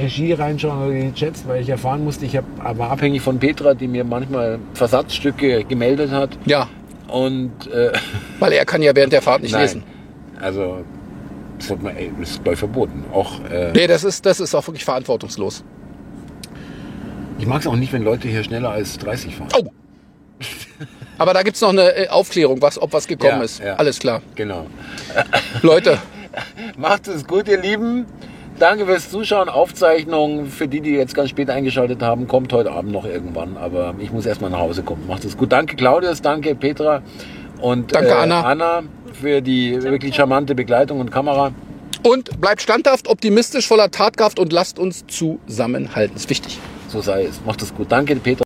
F: Regie reinschauen oder in die Chats, weil ich erfahren musste, ich hab, war abhängig von Petra, die mir manchmal Versatzstücke gemeldet hat.
C: ja,
F: Und äh,
C: weil er kann ja während der Fahrt nicht
F: nein,
C: lesen.
F: also das wird man, ey, das ist gleich verboten. Auch äh,
C: Nee, das ist, das ist auch wirklich verantwortungslos.
F: ich mag es auch nicht, wenn Leute hier schneller als 30 fahren.
C: Oh! Aber da gibt's noch eine äh, Aufklärung, was, ob was gekommen
F: Ja,
C: ist.
F: ja.
C: Alles klar.
F: Genau.
C: Leute,
F: Macht es gut, ihr Lieben. Danke fürs Zuschauen. Aufzeichnung für die, die jetzt ganz spät eingeschaltet haben, kommt heute Abend noch irgendwann. Aber ich muss erstmal nach Hause kommen. Macht es gut. Danke, Claudius. Danke, Petra. Und äh,
C: Danke, Anna.
F: Anna für die wirklich charmante Begleitung und Kamera.
C: und bleibt standhaft, optimistisch, voller Tatkraft und lasst uns zusammenhalten. Ist wichtig.
F: So sei es. Macht es gut. Danke, Petra.